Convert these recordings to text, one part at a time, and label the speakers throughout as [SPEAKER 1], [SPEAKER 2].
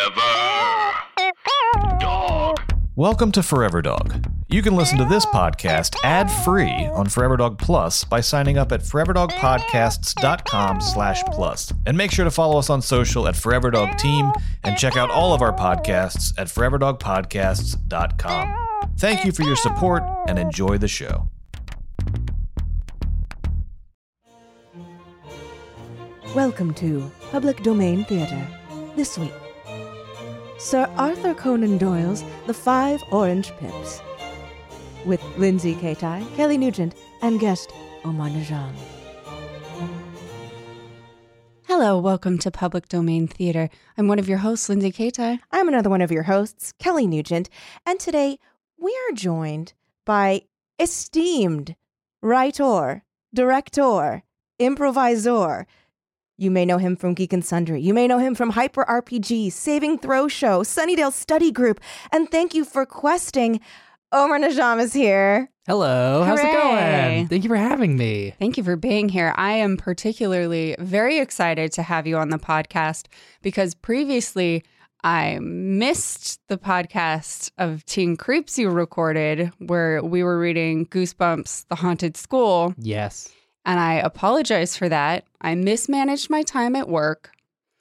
[SPEAKER 1] Forever Dog.
[SPEAKER 2] Welcome to Forever Dog. You can listen to this podcast ad-free on Forever Dog Plus by signing up at foreverdogpodcasts.com slash plus. And make sure to follow us on social at Forever Dog Team and check out all of our podcasts at foreverdogpodcasts.com. Thank you for your support and enjoy the show.
[SPEAKER 3] Welcome to Public Domain Theater. This week, Sir Arthur Conan Doyle's The Five Orange Pips, with Lindsay Katai, Kelly Nugent, and guest Omar Najam.
[SPEAKER 4] Hello, welcome to Public Domain Theater. I'm one of your hosts, Lindsay Katai.
[SPEAKER 3] I'm another one of your hosts, Kelly Nugent, and today we are joined by esteemed writer, director, improviser. You may know him from Geek and Sundry. You may know him from Hyper RPG, Saving Throw Show, Sunnydale Study Group, and thank you for questing. Omar Najam is here.
[SPEAKER 5] Hello, how's it
[SPEAKER 4] Hooray.
[SPEAKER 5] going? Thank you for having me.
[SPEAKER 4] Thank you for being here. I am particularly very excited to have you on the podcast because previously I missed the podcast of Teen Creeps you recorded where we were reading Goosebumps The Haunted School,
[SPEAKER 5] Yes.
[SPEAKER 4] and I apologize for that. I mismanaged my time at work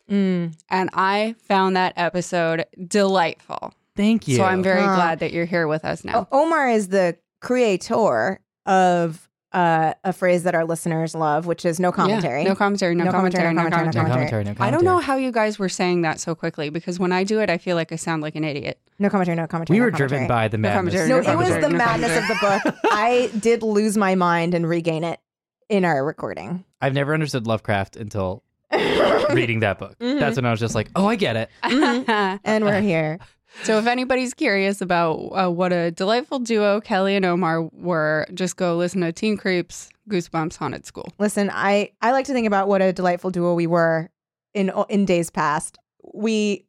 [SPEAKER 5] Mm,
[SPEAKER 4] and I found that episode delightful.
[SPEAKER 5] Thank you.
[SPEAKER 4] So I'm very
[SPEAKER 3] Aw.
[SPEAKER 4] glad that you're here with us now.
[SPEAKER 3] O- Omar is the creator of uh, a phrase that our listeners love, which is no
[SPEAKER 4] Yeah.
[SPEAKER 3] commentary.
[SPEAKER 4] no commentary. No,
[SPEAKER 3] No
[SPEAKER 4] commentary.
[SPEAKER 3] commentary,
[SPEAKER 4] No
[SPEAKER 3] no
[SPEAKER 4] commentary.
[SPEAKER 5] no commentary, no commentary.
[SPEAKER 4] I don't know how you guys were saying that so quickly because when I do it, I feel like I sound like an idiot.
[SPEAKER 3] no commentary. No commentary.
[SPEAKER 5] We
[SPEAKER 3] no
[SPEAKER 5] were
[SPEAKER 3] commentary.
[SPEAKER 5] driven by the
[SPEAKER 4] No
[SPEAKER 5] madness.
[SPEAKER 4] commentary,
[SPEAKER 3] No,
[SPEAKER 4] no
[SPEAKER 3] it was the
[SPEAKER 4] commentary, no
[SPEAKER 3] madness of the book. I did lose my mind and regain it in our recording.
[SPEAKER 5] I've never understood Lovecraft until
[SPEAKER 3] and
[SPEAKER 5] reading that book.
[SPEAKER 3] Mhm.
[SPEAKER 5] That's when I was just like, oh, I get it.
[SPEAKER 3] Mhm. we're here.
[SPEAKER 4] so if anybody's curious about uh, what a delightful duo Kelly and Omar were, just go listen to Teen Creeps, Goosebumps, Haunted School.
[SPEAKER 3] Listen, I I like to think about what a delightful duo we were in in days past. We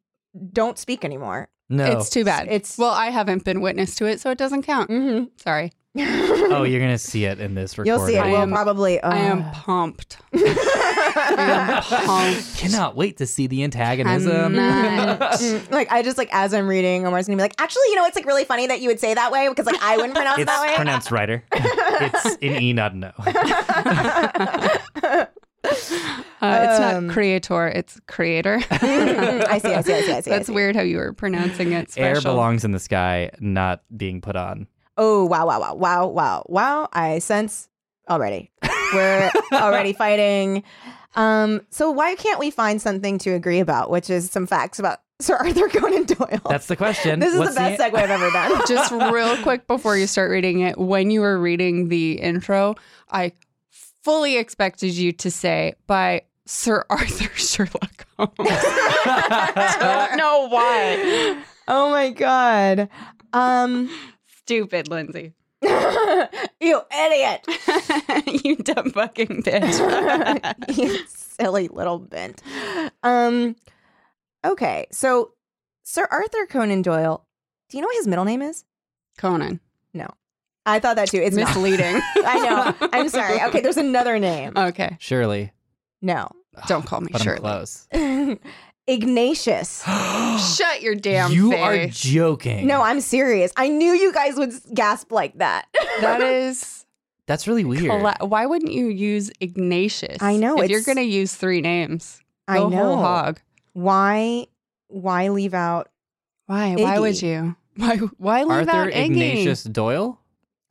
[SPEAKER 3] don't speak anymore.
[SPEAKER 5] No.
[SPEAKER 4] It's too bad.
[SPEAKER 3] It's-
[SPEAKER 4] well, I haven't been witness to it, so it doesn't count.
[SPEAKER 3] Mm-hmm.
[SPEAKER 4] Sorry,
[SPEAKER 5] oh, you're going to see it in this recording.
[SPEAKER 3] You'll see it.
[SPEAKER 4] I
[SPEAKER 3] We'll
[SPEAKER 4] am-
[SPEAKER 3] probably. Uh,
[SPEAKER 4] I am pumped.
[SPEAKER 3] am.
[SPEAKER 4] pumped.
[SPEAKER 5] Cannot wait to see the antagonism.
[SPEAKER 4] not.
[SPEAKER 3] Mm, like I just like as I'm reading, Omar's gonna be like, actually, you know, it's like really funny that you would say that way because like I wouldn't pronounce it
[SPEAKER 5] it's
[SPEAKER 3] that way.
[SPEAKER 5] pronounced writer. it's an E, not an O.
[SPEAKER 4] Uh, it's
[SPEAKER 3] Um,
[SPEAKER 4] not creator, it's creator.
[SPEAKER 3] I see, I see, I see, I see. I
[SPEAKER 4] That's
[SPEAKER 3] see.
[SPEAKER 4] weird how you were pronouncing it.
[SPEAKER 5] Air
[SPEAKER 4] Special.
[SPEAKER 5] belongs in the sky, not being put on.
[SPEAKER 3] Oh wow, wow, wow, wow, wow, wow! I sense already. We're already fighting. Um, so why can't we find something to agree about, which is some facts about Sir Arthur Conan Doyle?
[SPEAKER 5] That's the e- question.
[SPEAKER 3] this is
[SPEAKER 5] What's
[SPEAKER 3] the best segue I've ever done.
[SPEAKER 4] just real quick before you start reading it, when you were reading the intro, I fully expected you to say by Sir Arthur Sherlock Holmes. I don't know why.
[SPEAKER 3] oh my god. Um,
[SPEAKER 4] Stupid, Lindsay.
[SPEAKER 3] you idiot.
[SPEAKER 4] you dumb fucking bitch.
[SPEAKER 3] you silly little bent. Um, okay, so Sir Arthur Conan Doyle. Do you know what his middle name is?
[SPEAKER 4] Conan.
[SPEAKER 3] I thought that too. It's
[SPEAKER 4] It's
[SPEAKER 3] not.
[SPEAKER 4] misleading. Uh.
[SPEAKER 3] I know. I'm sorry. Okay, there's another name.
[SPEAKER 4] Okay.
[SPEAKER 5] Shirley.
[SPEAKER 3] No,
[SPEAKER 4] Don't call me
[SPEAKER 5] But I'm
[SPEAKER 4] Shirley.
[SPEAKER 5] close.
[SPEAKER 3] Ignatius.
[SPEAKER 4] Shut your damn
[SPEAKER 5] you are
[SPEAKER 4] face.
[SPEAKER 5] joking.
[SPEAKER 3] No, I'm serious. I knew you guys would gasp like that.
[SPEAKER 4] that is.
[SPEAKER 5] That's really weird.
[SPEAKER 4] colla- Why wouldn't you use Ignatius?
[SPEAKER 3] I know,
[SPEAKER 4] If you're
[SPEAKER 3] it's-
[SPEAKER 4] going to use three names,
[SPEAKER 3] I
[SPEAKER 4] go
[SPEAKER 3] know.
[SPEAKER 4] whole hog.
[SPEAKER 3] Why? Why leave out
[SPEAKER 4] Why? Why would
[SPEAKER 3] Iggy.
[SPEAKER 4] you? Why? Why leave
[SPEAKER 5] Arthur
[SPEAKER 4] out Iggy?
[SPEAKER 5] Ignatius Doyle?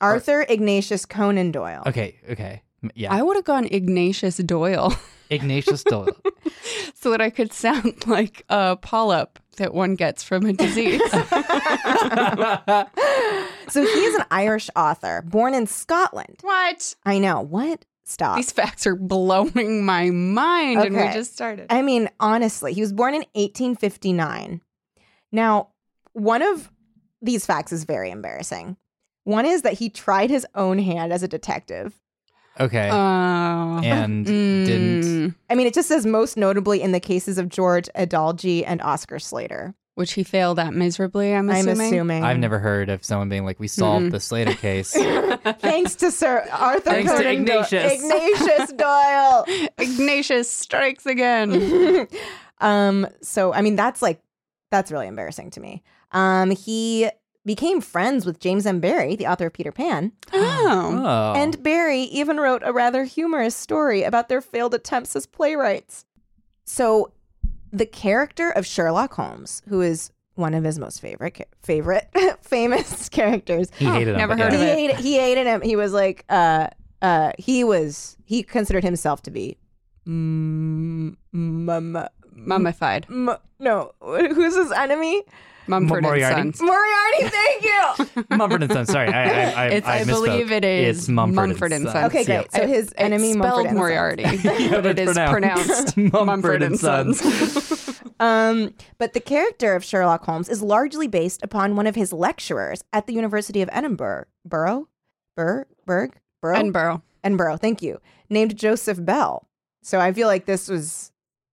[SPEAKER 3] Arthur Ignatius Conan Doyle?
[SPEAKER 5] Okay, okay. M- Yeah.
[SPEAKER 4] Oh. I would have gone Ignatius Doyle
[SPEAKER 5] Ignatius Doyle.
[SPEAKER 4] so that I could sound like a polyp that one gets from a disease.
[SPEAKER 3] so he is an Irish author, born in Scotland.
[SPEAKER 4] what?
[SPEAKER 3] I know. What? Stop.
[SPEAKER 4] These facts are blowing my mind, and we
[SPEAKER 3] Okay.
[SPEAKER 4] just started.
[SPEAKER 3] I mean, honestly, he was born in 1859. Now, one of these facts is very embarrassing. One is that he tried his own hand as a detective.
[SPEAKER 5] okay.
[SPEAKER 4] Oh.
[SPEAKER 5] and
[SPEAKER 4] Mm.
[SPEAKER 5] didn't.
[SPEAKER 3] I mean, it just says most notably in the cases of George Adalji and Oscar Slater.
[SPEAKER 4] Which he failed at miserably. I'm
[SPEAKER 3] I'm
[SPEAKER 4] assuming.
[SPEAKER 3] assuming.
[SPEAKER 5] I've never heard of someone being like, we solved the Slater case.
[SPEAKER 3] Thanks to Sir Arthur
[SPEAKER 5] Thanks to
[SPEAKER 3] Conan Doyle-
[SPEAKER 5] Ignatius.
[SPEAKER 3] Ignatius Doyle.
[SPEAKER 4] Ignatius strikes again.
[SPEAKER 3] um, so I mean that's like That's really embarrassing to me. Um, he became friends with James M. Barry, the author of Peter Pan,
[SPEAKER 4] Oh.
[SPEAKER 5] Oh.
[SPEAKER 3] and Barry even wrote a rather humorous story about their failed attempts as playwrights. So, the character of Sherlock Holmes, who is one of his most favorite favorite famous characters,
[SPEAKER 5] he
[SPEAKER 4] Oh,
[SPEAKER 5] hated him.
[SPEAKER 4] never
[SPEAKER 5] but
[SPEAKER 4] heard
[SPEAKER 5] yeah.
[SPEAKER 4] of
[SPEAKER 3] he
[SPEAKER 4] it.
[SPEAKER 3] hated, he hated him. He was like, uh, uh, he was he considered himself to be, mm, mum,
[SPEAKER 4] Mummified.
[SPEAKER 3] mu- no, who's his enemy?
[SPEAKER 4] Mumford
[SPEAKER 5] Moriarty?
[SPEAKER 4] and Sons.
[SPEAKER 3] Moriarty. Thank you.
[SPEAKER 5] Mumford and Sons. Sorry, I, I, I,
[SPEAKER 4] It's- I
[SPEAKER 5] misspoke.
[SPEAKER 4] believe it is
[SPEAKER 5] It's Mumford,
[SPEAKER 4] Mumford and
[SPEAKER 5] and Sons.
[SPEAKER 4] Sons.
[SPEAKER 3] Okay, great. So
[SPEAKER 4] It-
[SPEAKER 3] his enemy
[SPEAKER 4] it's
[SPEAKER 3] Mumford
[SPEAKER 4] spelled
[SPEAKER 3] and Sons.
[SPEAKER 4] Moriarty,
[SPEAKER 5] Yeah,
[SPEAKER 4] but it
[SPEAKER 5] it's
[SPEAKER 4] is pronounced
[SPEAKER 5] pronounced Mumford
[SPEAKER 4] Mumford
[SPEAKER 5] and
[SPEAKER 4] and Sons.
[SPEAKER 3] Um, but the character of Sherlock Holmes is largely based upon one of his lecturers at the University of Edinburgh, Burrow, Burr, Berg, Burrow,
[SPEAKER 4] and Burrow.
[SPEAKER 3] Edinburgh. Thank you, named Joseph Bell. So I feel like this was.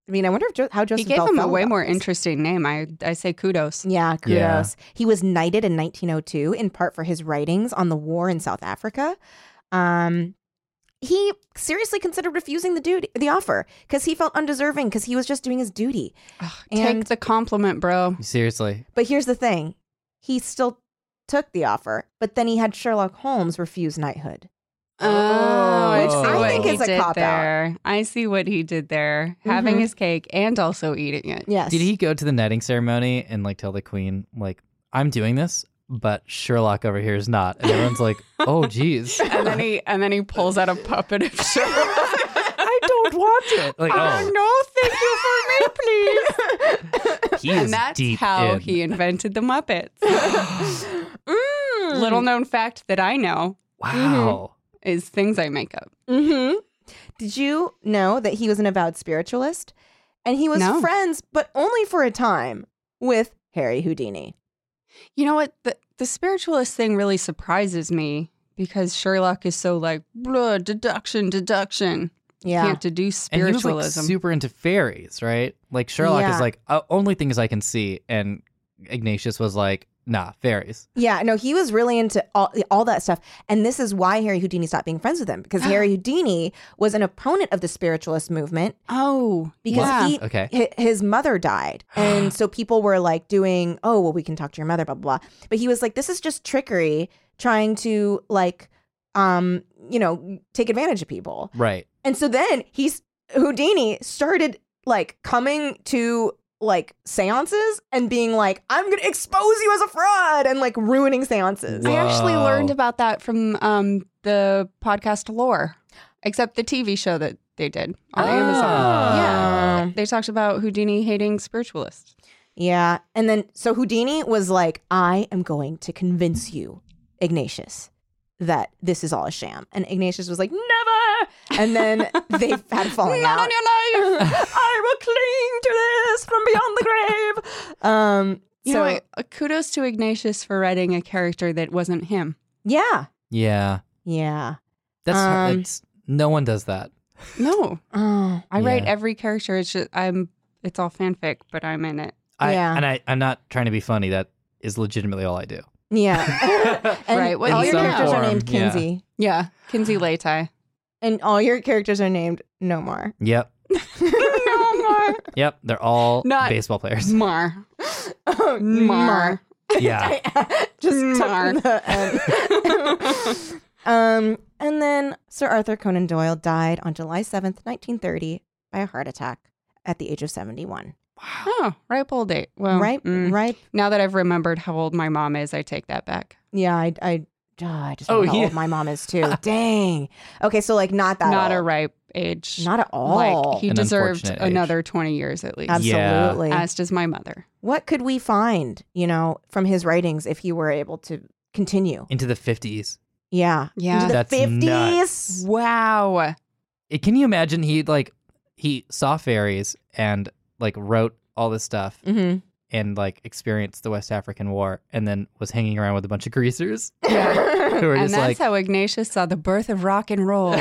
[SPEAKER 3] I mean, I wonder if jo- how
[SPEAKER 4] He
[SPEAKER 3] Joseph
[SPEAKER 4] gave
[SPEAKER 3] Bell
[SPEAKER 4] him a
[SPEAKER 3] felt
[SPEAKER 4] way
[SPEAKER 3] about
[SPEAKER 4] more
[SPEAKER 3] this.
[SPEAKER 4] interesting name. I I say kudos.
[SPEAKER 3] Yeah, kudos.
[SPEAKER 5] Yeah.
[SPEAKER 3] He was knighted in 1902 in part for his writings on the war in South Africa. Um, he seriously considered refusing the duty, the offer, because he felt undeserving because he was just doing his duty.
[SPEAKER 4] Ugh,
[SPEAKER 3] And-
[SPEAKER 4] take the compliment, bro.
[SPEAKER 5] Seriously.
[SPEAKER 3] But here's the thing: he still took the offer, but then he had Sherlock Holmes refuse knighthood.
[SPEAKER 4] Oh, I see
[SPEAKER 5] Which I
[SPEAKER 4] what
[SPEAKER 5] think
[SPEAKER 4] he
[SPEAKER 5] is
[SPEAKER 3] a
[SPEAKER 4] did
[SPEAKER 3] cop out.
[SPEAKER 4] there. I see what he did there, having
[SPEAKER 3] Mhm.
[SPEAKER 4] his cake and also eating it.
[SPEAKER 3] Yes.
[SPEAKER 5] Did he go to the netting ceremony and like tell the queen like I'm doing this, but Sherlock over here is not, and everyone's like, oh geez,
[SPEAKER 4] And then he and then he pulls out a puppet of sugar.
[SPEAKER 5] I don't want it. Like oh,
[SPEAKER 4] no, thank you for me, please.
[SPEAKER 5] he is
[SPEAKER 4] and that's
[SPEAKER 5] deep
[SPEAKER 4] how
[SPEAKER 5] in.
[SPEAKER 4] he invented the Muppets.
[SPEAKER 3] Mm.
[SPEAKER 4] Little known fact that I know
[SPEAKER 5] Wow.
[SPEAKER 4] is things I make up.
[SPEAKER 3] hmm Did you know that he was an avowed spiritualist, and he was
[SPEAKER 4] No.
[SPEAKER 3] friends, but only for a time, with Harry Houdini?
[SPEAKER 4] You know what? The, the spiritualist thing really surprises me because Sherlock is so like, blah, deduction, deduction.
[SPEAKER 3] Yeah.
[SPEAKER 4] Can't deduce
[SPEAKER 5] And he was
[SPEAKER 4] spiritualism.
[SPEAKER 5] like super into fairies, right? Like Sherlock
[SPEAKER 3] Yeah.
[SPEAKER 5] is like "Uh, only things I can see, and Ignatius was like, nah, fairies.
[SPEAKER 3] Yeah, no, he was really into all all that stuff, and this is why Harry Houdini stopped being friends with him because Harry Houdini was an opponent of the spiritualist movement
[SPEAKER 4] oh,
[SPEAKER 3] because
[SPEAKER 4] yeah.
[SPEAKER 3] he
[SPEAKER 5] Okay.
[SPEAKER 3] hi- his mother died, and so people were like doing, oh well, we can talk to your mother, blah blah. blah. But he was like, this is just trickery, trying to like, um, you know, take advantage of people,
[SPEAKER 5] Right.
[SPEAKER 3] and so then he's Houdini started like coming to like seances and being like, I'm gonna expose you as a fraud and like ruining seances.
[SPEAKER 4] I actually
[SPEAKER 5] Wow.
[SPEAKER 4] learned about that from um, the podcast Lore, except the TV show that they did on Amazon.
[SPEAKER 5] Ah.
[SPEAKER 4] Yeah. They talked about Houdini hating spiritualists.
[SPEAKER 3] Yeah. And then so Houdini was like, I am going to convince you, Ignatius, that this is all a sham. And Ignatius was like, Never. And then they had a falling
[SPEAKER 4] Not
[SPEAKER 3] out.
[SPEAKER 4] on your life.
[SPEAKER 3] I will cling to this from beyond the grave. Um,
[SPEAKER 4] You
[SPEAKER 3] so
[SPEAKER 4] know, what? Uh, kudos to Ignatius for writing a character that wasn't him.
[SPEAKER 3] yeah,
[SPEAKER 5] Yeah.
[SPEAKER 3] yeah.
[SPEAKER 5] That's,
[SPEAKER 3] Um,
[SPEAKER 5] that's no one does that.
[SPEAKER 4] No,
[SPEAKER 3] Oh,
[SPEAKER 4] I write
[SPEAKER 5] Yeah.
[SPEAKER 4] every character. It's just I'm. It's all fanfic, but I'm in it.
[SPEAKER 5] I,
[SPEAKER 3] yeah.
[SPEAKER 5] And I, I'm not trying to be funny. That is legitimately all I do.
[SPEAKER 3] yeah. And
[SPEAKER 4] Right, what
[SPEAKER 3] all
[SPEAKER 4] do
[SPEAKER 3] your
[SPEAKER 4] you know?
[SPEAKER 3] characters are named
[SPEAKER 5] Form, yeah.
[SPEAKER 3] Kinsey,
[SPEAKER 4] Yeah, Kinsey Leitai.
[SPEAKER 3] and all your characters are named Nomar.
[SPEAKER 5] Yep.
[SPEAKER 4] no more.
[SPEAKER 5] Yep. They're all
[SPEAKER 4] Not-
[SPEAKER 5] baseball players.
[SPEAKER 4] Mar.
[SPEAKER 3] Oh,
[SPEAKER 4] Mar.
[SPEAKER 5] Yeah.
[SPEAKER 3] Just
[SPEAKER 4] Mm-hmm. Ah. Mar.
[SPEAKER 3] took the end. um, and then Sir Arthur Conan Doyle died on July seventh, nineteen thirty, by a heart attack at the age of seventy-one.
[SPEAKER 4] Oh, ripe old date. Well,
[SPEAKER 3] right,
[SPEAKER 4] mm.
[SPEAKER 3] right.
[SPEAKER 4] Now that I've remembered how old my mom is, I take that back.
[SPEAKER 3] Yeah, I, I, oh, I just
[SPEAKER 5] Oh,
[SPEAKER 3] oh, how
[SPEAKER 5] yeah.
[SPEAKER 3] old my mom is too. Dang. Okay, so like not that
[SPEAKER 4] Not
[SPEAKER 3] old.
[SPEAKER 4] a ripe age.
[SPEAKER 3] not at all.
[SPEAKER 4] Like he
[SPEAKER 5] An
[SPEAKER 4] deserved
[SPEAKER 5] unfortunate age.
[SPEAKER 4] another 20 years at least.
[SPEAKER 5] Yeah.
[SPEAKER 3] Absolutely.
[SPEAKER 4] As does my mother.
[SPEAKER 3] What could we find, you know, from his writings if he were able to continue?
[SPEAKER 5] Into the 50s.
[SPEAKER 3] Yeah.
[SPEAKER 4] Yeah.
[SPEAKER 3] Into the
[SPEAKER 5] That's nuts.
[SPEAKER 3] fifties.
[SPEAKER 4] Wow.
[SPEAKER 5] It- can you imagine he like, he saw fairies and like wrote all this stuff
[SPEAKER 3] Mm-hmm.
[SPEAKER 5] and like experienced the West African War and then was hanging around with a bunch of greasers who were
[SPEAKER 4] And
[SPEAKER 5] just
[SPEAKER 4] that's
[SPEAKER 5] like,
[SPEAKER 4] how Ignatius saw the birth of rock and roll.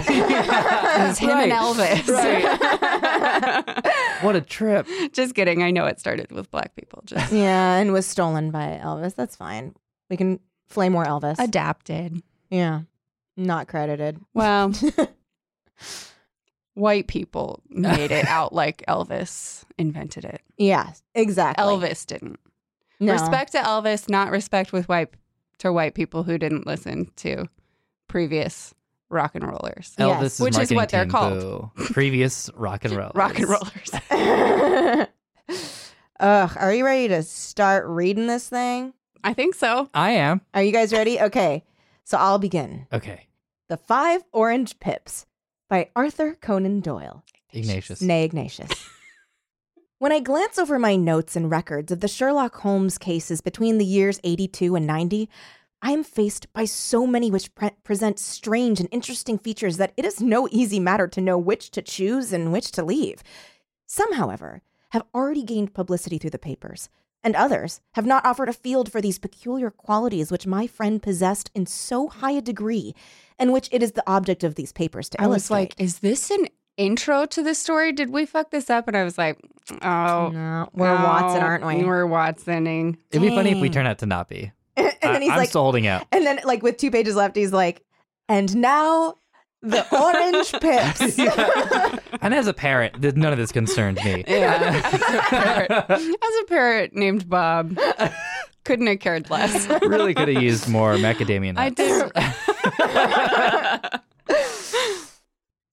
[SPEAKER 4] It was him and Elvis.
[SPEAKER 5] what a trip.
[SPEAKER 4] Just kidding. I know it started with black people. Just
[SPEAKER 3] yeah, and was stolen by Elvis. That's fine. We can play more Elvis.
[SPEAKER 4] adapted.
[SPEAKER 3] yeah. Not credited.
[SPEAKER 4] Well, white people made it out like Elvis invented it.
[SPEAKER 3] Yes, exactly.
[SPEAKER 4] Elvis didn't.
[SPEAKER 3] No.
[SPEAKER 4] Respect to Elvis, not respect with white to white people who didn't listen to previous rock and rollers.
[SPEAKER 3] Yes.
[SPEAKER 5] Elvis is
[SPEAKER 4] Which is
[SPEAKER 5] marketing
[SPEAKER 4] what they're
[SPEAKER 5] team,
[SPEAKER 4] called.
[SPEAKER 5] boo. Previous rock and roll.
[SPEAKER 4] Rock and rollers.
[SPEAKER 3] Ugh, are you ready to start reading this thing?
[SPEAKER 4] I think so.
[SPEAKER 5] I am.
[SPEAKER 3] Are you guys ready? Okay, so I'll begin.
[SPEAKER 5] Okay.
[SPEAKER 3] The Five Orange Pips by Arthur Conan Doyle.
[SPEAKER 5] Ignatius.
[SPEAKER 3] Nay, Ignatius. when I glance over my notes and records of the Sherlock Holmes cases between the years 82 and 90, I am faced by so many which pre- present strange and interesting features that it is no easy matter to know which to choose and which to leave. Some, however, have already gained publicity through the papers, and others have not offered a field for these peculiar qualities which my friend possessed in so high a degree, and which it is the object of these papers to
[SPEAKER 4] I was
[SPEAKER 3] illustrate.
[SPEAKER 4] like, is this an intro to the story? Did we fuck this up? And I was like, oh.
[SPEAKER 3] no, we're Watson,
[SPEAKER 4] no,
[SPEAKER 3] aren't we?
[SPEAKER 4] We're Watsoning.
[SPEAKER 5] It'd be funny if we
[SPEAKER 3] Dang.
[SPEAKER 5] turn out to not be.
[SPEAKER 3] and then
[SPEAKER 5] I-
[SPEAKER 3] he's
[SPEAKER 5] I'm
[SPEAKER 3] like,
[SPEAKER 5] still holding out.
[SPEAKER 3] and then like with two pages left, he's like, and now the orange pips.
[SPEAKER 5] And as a parent, th- none of this concerned me.
[SPEAKER 4] Yeah. As a parrot named Bob, couldn't have cared less.
[SPEAKER 5] really could have used more macadamia nuts.
[SPEAKER 4] I did.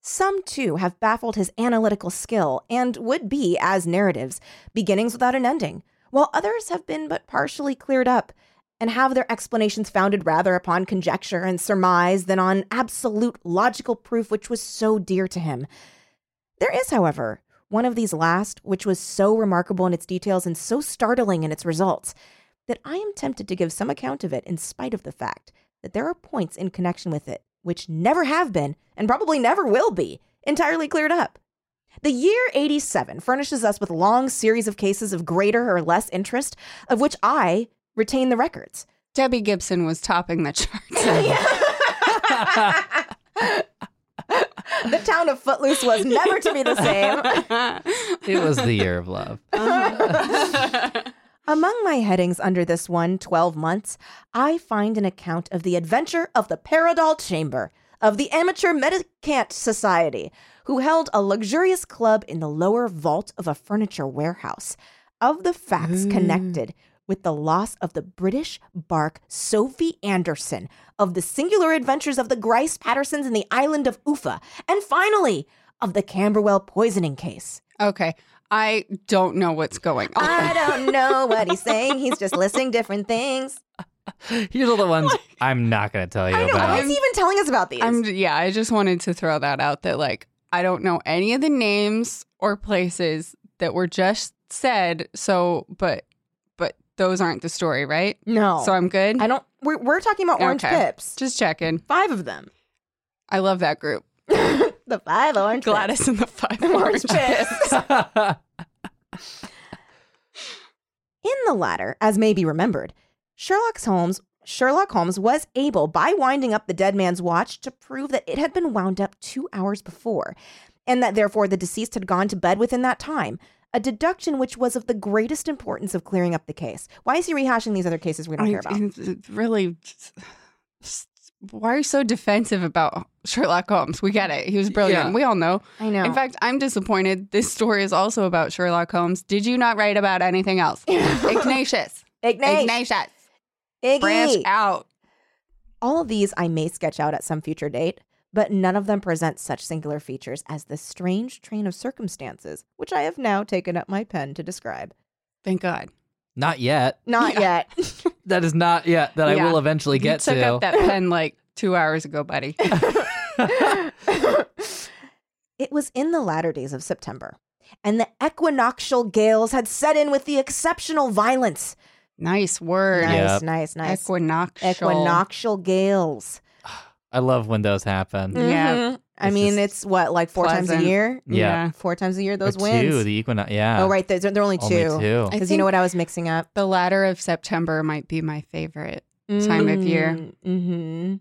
[SPEAKER 3] Some too have baffled his analytical skill and would be, as narratives, beginnings without an ending, while others have been but partially cleared up and have their explanations founded rather upon conjecture and surmise than on absolute logical proof, which was so dear to him. There is, however, one of these last which was so remarkable in its details and so startling in its results that I am tempted to give some account of it in spite of the fact that there are points in connection with it which never have been and probably never will be entirely cleared up. The year 87 furnishes us with a long series of cases of greater or less interest, of which I retain the records.
[SPEAKER 4] Debbie Gibson was topping the charts.
[SPEAKER 3] The town of Footloose was never to be the same.
[SPEAKER 5] It was the year of love.
[SPEAKER 3] Uh-huh. Among my headings under this one, 12 months, I find an account of the adventure of the Paradol Chamber of the Amateur Medicant Society, who held a luxurious club in the lower vault of a furniture warehouse, of the facts connected with the loss of the British bark Sophie Anderson, of the singular adventures of the Grice Pattersons in the island of Ufa, and finally, of the Camberwell poisoning case.
[SPEAKER 4] okay. I don't know what's going on.
[SPEAKER 3] I don't know what he's saying. He's just listing different things.
[SPEAKER 5] Here's all the ones I'm not going to tell you
[SPEAKER 3] I know. Why
[SPEAKER 5] about.
[SPEAKER 3] is he even telling us about these?
[SPEAKER 4] I'm yeah, I just wanted to throw that out that like I don't know any of the names or places that were just said, so but but those aren't the story, right?
[SPEAKER 3] no.
[SPEAKER 4] So I'm good.
[SPEAKER 3] I don't. We're, we're talking about orange
[SPEAKER 4] Okay.
[SPEAKER 3] pips.
[SPEAKER 4] just checking.
[SPEAKER 3] Five of them.
[SPEAKER 4] I love that group.
[SPEAKER 3] The five orange pips.
[SPEAKER 4] Gladys and the Five Orange Pips.
[SPEAKER 3] In the latter, as may be remembered, Sherlock Holmes Sherlock Holmes was able, by winding up the dead man's watch, to prove that it had been wound up two hours before, and that therefore the deceased had gone to bed within that time. A deduction which was of the greatest importance of clearing up the case. Why is he rehashing these other cases we don't care about?
[SPEAKER 4] Really, just- why are you so defensive about Sherlock Holmes? We get it. He was brilliant.
[SPEAKER 5] Yeah.
[SPEAKER 4] We all know.
[SPEAKER 3] I know.
[SPEAKER 4] In fact, I'm disappointed. This story is also about Sherlock Holmes. Did you not write about anything else? Ignatius.
[SPEAKER 3] Ignatius.
[SPEAKER 4] Ignatius.
[SPEAKER 3] Iggy.
[SPEAKER 4] Branch out.
[SPEAKER 3] All of these I may sketch out at some future date, but none of them present such singular features as this strange train of circumstances, which I have now taken up my pen to describe.
[SPEAKER 4] Thank God.
[SPEAKER 5] not yet.
[SPEAKER 3] Not yet.
[SPEAKER 5] That is not yet that
[SPEAKER 4] Yeah.
[SPEAKER 5] I will eventually get
[SPEAKER 4] you took
[SPEAKER 5] to.
[SPEAKER 4] up that pen like two hours ago, buddy.
[SPEAKER 3] it was in the latter days of September, and the equinoctial gales had set in with the exceptional violence.
[SPEAKER 4] nice word.
[SPEAKER 3] Nice,
[SPEAKER 5] Yep.
[SPEAKER 3] nice, nice.
[SPEAKER 4] Equinoctial.
[SPEAKER 3] equinoctial gales.
[SPEAKER 5] I love when those happen.
[SPEAKER 4] Yeah.
[SPEAKER 3] Mhm. I
[SPEAKER 5] Mm-hmm. It's
[SPEAKER 3] mean,
[SPEAKER 5] just
[SPEAKER 3] it's what, like four times
[SPEAKER 4] pleasant.
[SPEAKER 3] a year?
[SPEAKER 5] Yeah.
[SPEAKER 3] Four times a year, those
[SPEAKER 5] or
[SPEAKER 3] wins.
[SPEAKER 5] Two, the equinox. Yeah.
[SPEAKER 3] Oh, right. There's, there are only
[SPEAKER 5] Only
[SPEAKER 3] two.
[SPEAKER 5] two.
[SPEAKER 4] I
[SPEAKER 3] Because you know
[SPEAKER 4] think-
[SPEAKER 3] what I was mixing up?
[SPEAKER 4] The latter of September might be my favorite. Time of year.
[SPEAKER 3] Mm-hmm. Mm,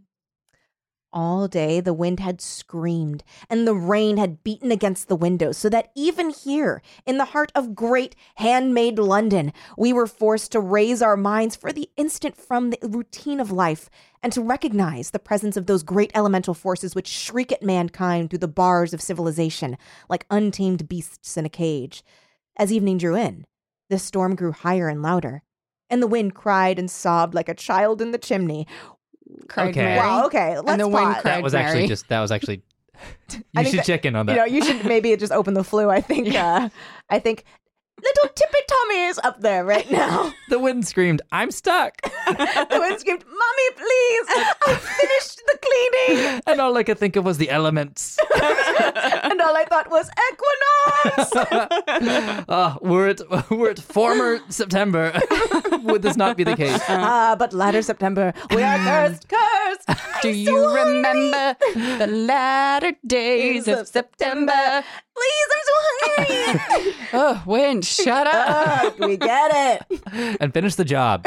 [SPEAKER 3] All day the wind had screamed and the rain had beaten against the windows, so that even here, in the heart of great handmade London, we were forced to raise our minds for the instant from the routine of life and to recognize the presence of those great elemental forces which shriek at mankind through the bars of civilization like untamed beasts in a cage. As evening drew in, the storm grew higher and louder, and the wind cried and sobbed like a child in the chimney.
[SPEAKER 4] Cried
[SPEAKER 5] Okay.
[SPEAKER 4] Mary.
[SPEAKER 3] Wow, okay, let's
[SPEAKER 4] the wind
[SPEAKER 3] pause.
[SPEAKER 4] cried
[SPEAKER 5] That was
[SPEAKER 4] Mary.
[SPEAKER 5] actually just that was actually.
[SPEAKER 3] I
[SPEAKER 5] You
[SPEAKER 3] think
[SPEAKER 5] should
[SPEAKER 3] that-
[SPEAKER 5] check in on that.
[SPEAKER 3] you know, you should maybe just open the flu. I think. Uh, I think little tippy Tommy is up there right now.
[SPEAKER 5] the wind screamed, "I'm stuck,"
[SPEAKER 3] the one screamed, "Mommy, please! I finished the cleaning,"
[SPEAKER 5] and all I could think of was the elements.
[SPEAKER 3] and all I thought was equinox.
[SPEAKER 5] Ah, were it were it former September, would this not be the case?
[SPEAKER 3] Ah, but latter September, we are cursed, cursed.
[SPEAKER 4] Hmm. Do
[SPEAKER 3] I'm so
[SPEAKER 4] you
[SPEAKER 3] hungry.
[SPEAKER 4] remember the latter days of September?
[SPEAKER 3] Please, I'm so hungry.
[SPEAKER 4] Oh, wind, shut up.
[SPEAKER 3] Ugh, we get it.
[SPEAKER 5] And finish the job.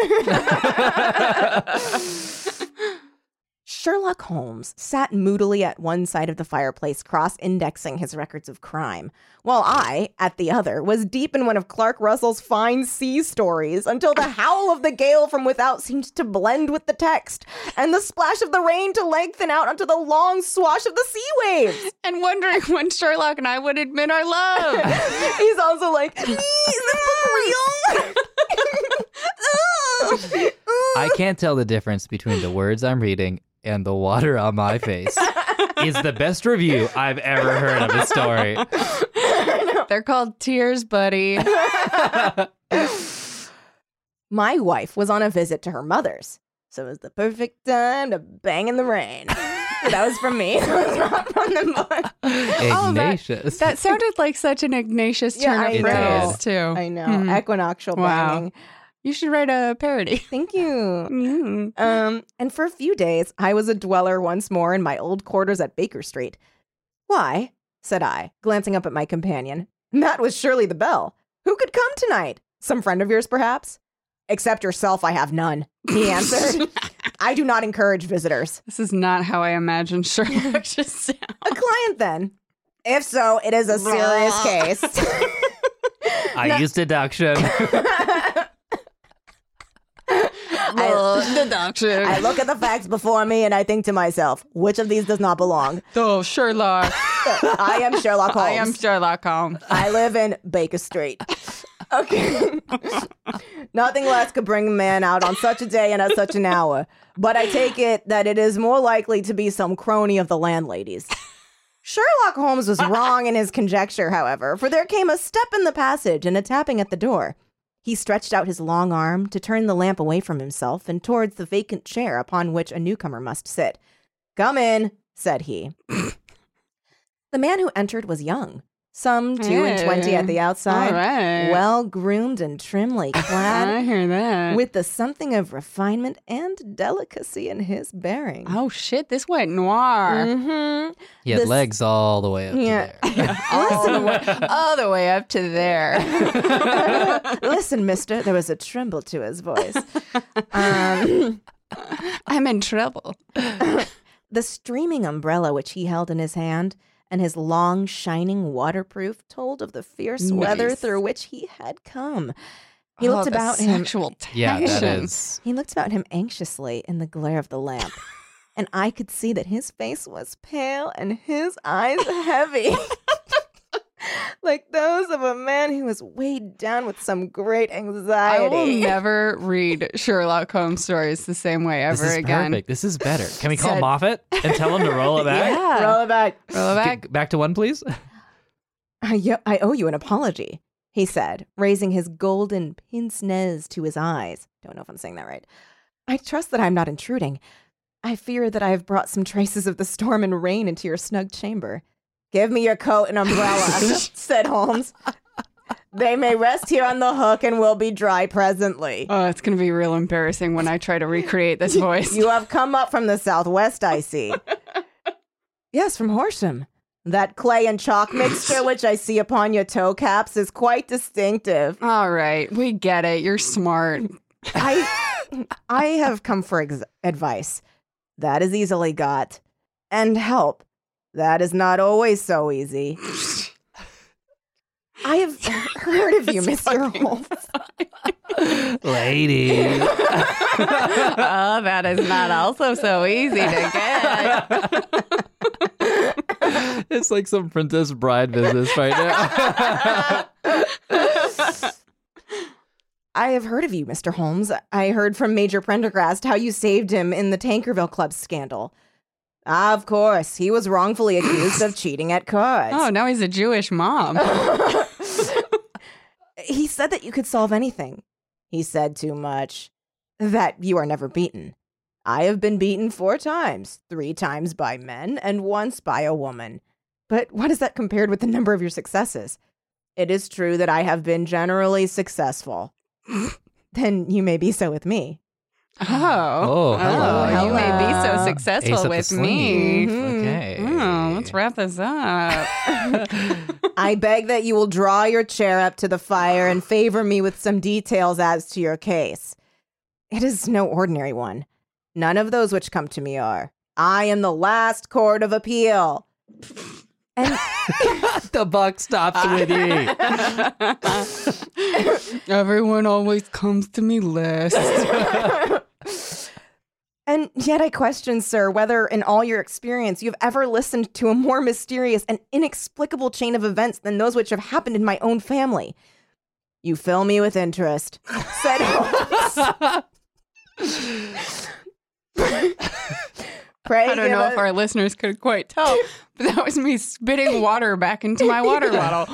[SPEAKER 3] Sherlock Holmes sat moodily at one side of the fireplace, cross indexing his records of crime, while I, at the other, was deep in one of Clark Russell's fine sea stories until the howl of the gale from without seemed to blend with the text, and the splash of the rain to lengthen out onto the long swash of the sea waves.
[SPEAKER 4] and wondering when Sherlock and I would admit our love.
[SPEAKER 3] He's also like, "Ee, Is this book real?
[SPEAKER 5] I can't tell the difference between the words I'm reading and the water on my face. Is the best review I've ever heard of a story.
[SPEAKER 4] They're called tears, buddy.
[SPEAKER 3] My wife was on a visit to her mother's, so it was the perfect time to bang in the rain. that was from me. That was not from the book.
[SPEAKER 5] Ignatius.
[SPEAKER 4] Oh, That sounded like such an Ignatius
[SPEAKER 3] Yeah,
[SPEAKER 4] turn
[SPEAKER 3] I
[SPEAKER 4] of
[SPEAKER 5] know.
[SPEAKER 4] phrase, too.
[SPEAKER 3] I know.
[SPEAKER 4] Mhm.
[SPEAKER 3] Equinoctial
[SPEAKER 4] Wow.
[SPEAKER 3] banging.
[SPEAKER 4] You should write a parody.
[SPEAKER 3] Thank you.
[SPEAKER 4] Mhm.
[SPEAKER 3] Um, and for a few days, I was a dweller once more in my old quarters at Baker Street. Why? said I, glancing up at my companion. That was surely the bell. Who could come tonight? Some friend of yours, perhaps? Except yourself, I have none, he answered. I do not encourage visitors.
[SPEAKER 4] This is not how I imagine Sherlock to sound.
[SPEAKER 3] A client, then? If so, it is a serious case.
[SPEAKER 5] I used deduction.
[SPEAKER 3] I,
[SPEAKER 4] deduction.
[SPEAKER 3] I look at the facts before me and I think to myself, which of these does not belong?
[SPEAKER 4] oh, Sherlock.
[SPEAKER 3] I am Sherlock Holmes.
[SPEAKER 4] I am Sherlock Holmes.
[SPEAKER 3] I live in Baker Street. Okay. Nothing less could bring a man out on such a day and at such an hour. But I take it that it is more likely to be some crony of the landlady's. Sherlock Holmes was wrong in his conjecture, however, for there came a step in the passage and a tapping at the door. He stretched out his long arm to turn the lamp away from himself and towards the vacant chair upon which a newcomer must sit. Come in, said he. the man who entered was young, some two and twenty at the outside,
[SPEAKER 4] All right.
[SPEAKER 3] well groomed and trimly
[SPEAKER 4] Eh. I
[SPEAKER 3] clad,
[SPEAKER 4] hear that.
[SPEAKER 3] with the something of refinement and delicacy in his bearing.
[SPEAKER 4] oh, shit. This went noir.
[SPEAKER 3] Mhm.
[SPEAKER 5] He had
[SPEAKER 3] This-
[SPEAKER 5] legs all the way up
[SPEAKER 3] Yeah.
[SPEAKER 5] to there.
[SPEAKER 4] All, the way, all the way up to there.
[SPEAKER 3] Listen, mister, there was a tremble to his voice. Um,
[SPEAKER 4] I'm in trouble.
[SPEAKER 3] the streaming umbrella which he held in his hand and his long, shining waterproof told of the fierce weather
[SPEAKER 4] Nice.
[SPEAKER 3] through which he had come. He
[SPEAKER 4] Oh,
[SPEAKER 3] looked
[SPEAKER 4] the
[SPEAKER 3] about him.
[SPEAKER 4] Sexual tension.
[SPEAKER 5] Yeah, that is.
[SPEAKER 3] He looked about him anxiously in the glare of the lamp, and I could see that his face was pale and his eyes heavy. like those of a man who was weighed down with some great anxiety.
[SPEAKER 4] I will never read Sherlock Holmes stories the same way ever
[SPEAKER 5] This is
[SPEAKER 4] again.
[SPEAKER 5] perfect. This is better. Can we call
[SPEAKER 4] Said-
[SPEAKER 5] Moffat and tell him to roll it back?
[SPEAKER 4] Yeah.
[SPEAKER 3] Roll it back.
[SPEAKER 4] Roll it back.
[SPEAKER 5] G- back to one, please.
[SPEAKER 3] I, yo- I owe you an apology, he said, raising his golden pince nez to his eyes. Don't know if I'm saying that right. I trust that I'm not intruding. I fear that I have brought some traces of the storm and rain into your snug chamber. Give me your coat and umbrella, said Holmes. They may rest here on the hook and will be dry presently.
[SPEAKER 4] Oh, it's going to be real embarrassing when I try to recreate this voice.
[SPEAKER 3] You have come up from the southwest, I see. yes, from Horsham. That clay and chalk mixture which I see upon your toe caps is quite distinctive.
[SPEAKER 4] All right, we get it. You're smart.
[SPEAKER 3] I I have come for ex- advice. That is easily got. and help. That is not always so easy. I have heard of you,
[SPEAKER 4] It's
[SPEAKER 3] Mr.
[SPEAKER 4] fucking
[SPEAKER 3] Holmes.
[SPEAKER 5] Lady.
[SPEAKER 4] oh, that is not also so easy to
[SPEAKER 5] it's like some Princess Bride business right now.
[SPEAKER 3] I have heard of you, Mr. Holmes. I heard from Major Prendergast how you saved him in the Tankerville Club scandal. Ah, of course, he was wrongfully accused of cheating at cards.
[SPEAKER 4] oh, now he's a Jewish mom. Oh.
[SPEAKER 3] he said that you could solve anything. He said too much. That you are never beaten. I have been beaten four times three times by men and once by a woman. But what is that compared with the number of your successes? It is true that I have been generally successful. then you may be so with me.
[SPEAKER 4] Oh,
[SPEAKER 5] Oh, hello.
[SPEAKER 4] you may be
[SPEAKER 3] Hello.
[SPEAKER 4] so
[SPEAKER 5] Ace
[SPEAKER 4] successful
[SPEAKER 5] up the
[SPEAKER 4] with me.
[SPEAKER 5] sleeve.
[SPEAKER 3] Mhm.
[SPEAKER 5] Okay.
[SPEAKER 4] Oh, let's wrap this up.
[SPEAKER 3] I beg that you will draw your chair up to the fire and favor me with some details as to your case. It is no ordinary one. None of those which come to me are. I am the last court of appeal. And
[SPEAKER 5] the buck stops with you.
[SPEAKER 4] Everyone always comes to me last.
[SPEAKER 3] and yet I question, sir, whether in all your experience you've ever listened to a more mysterious and inexplicable chain of events than those which have happened in my own family. You fill me with interest, said Holmes. Pray
[SPEAKER 4] I don't
[SPEAKER 3] give
[SPEAKER 4] know
[SPEAKER 3] us-
[SPEAKER 4] if our listeners could quite tell, but that was me spitting water back into my water bottle.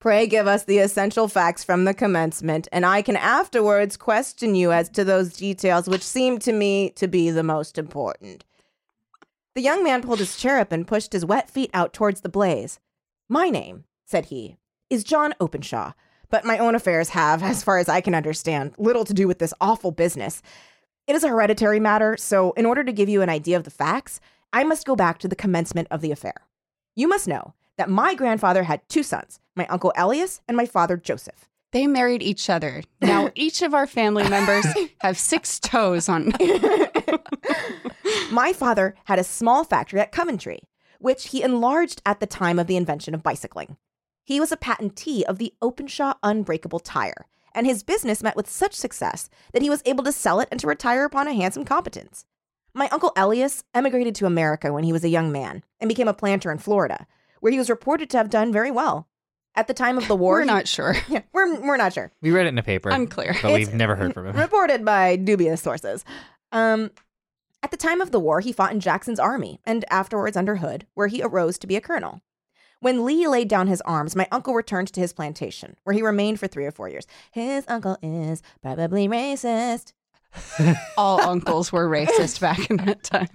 [SPEAKER 3] Pray give us the essential facts from the commencement, and I can afterwards question you as to those details which seem to me to be the most important. The young man pulled his chair up and pushed his wet feet out towards the blaze. My name, said he, is John Openshaw, but my own affairs have, as far as I can understand, little to do with this awful business. It is a hereditary matter, so in order to give you an idea of the facts, I must go back to the commencement of the affair. You must know that my grandfather had two sons, my uncle Elias and my father Joseph.
[SPEAKER 4] They married each other. Now each of our family members have six toes on.
[SPEAKER 3] My father had a small factory at Coventry, which he enlarged at the time of the invention of bicycling. He was a patentee of the Openshaw Unbreakable Tire, and his business met with such success that he was able to sell it and to retire upon a handsome competence. My uncle Elias emigrated to America when he was a young man and became a planter in Florida, where he was reported to have done very well. At the time of the war,
[SPEAKER 4] We're
[SPEAKER 3] he-
[SPEAKER 4] not sure.
[SPEAKER 3] Yeah, we're, we're not sure.
[SPEAKER 5] We read it in a paper.
[SPEAKER 4] Unclear.
[SPEAKER 5] But
[SPEAKER 3] It's-
[SPEAKER 5] we've never heard from him.
[SPEAKER 3] reported by dubious sources. Um, at the time of the war, he fought in Jackson's army and afterwards under Hood, where he arose to be a colonel. When Lee laid down his arms, my uncle returned to his plantation, where he remained for three or four years. His uncle is probably racist.
[SPEAKER 4] All uncles were racist back in that time.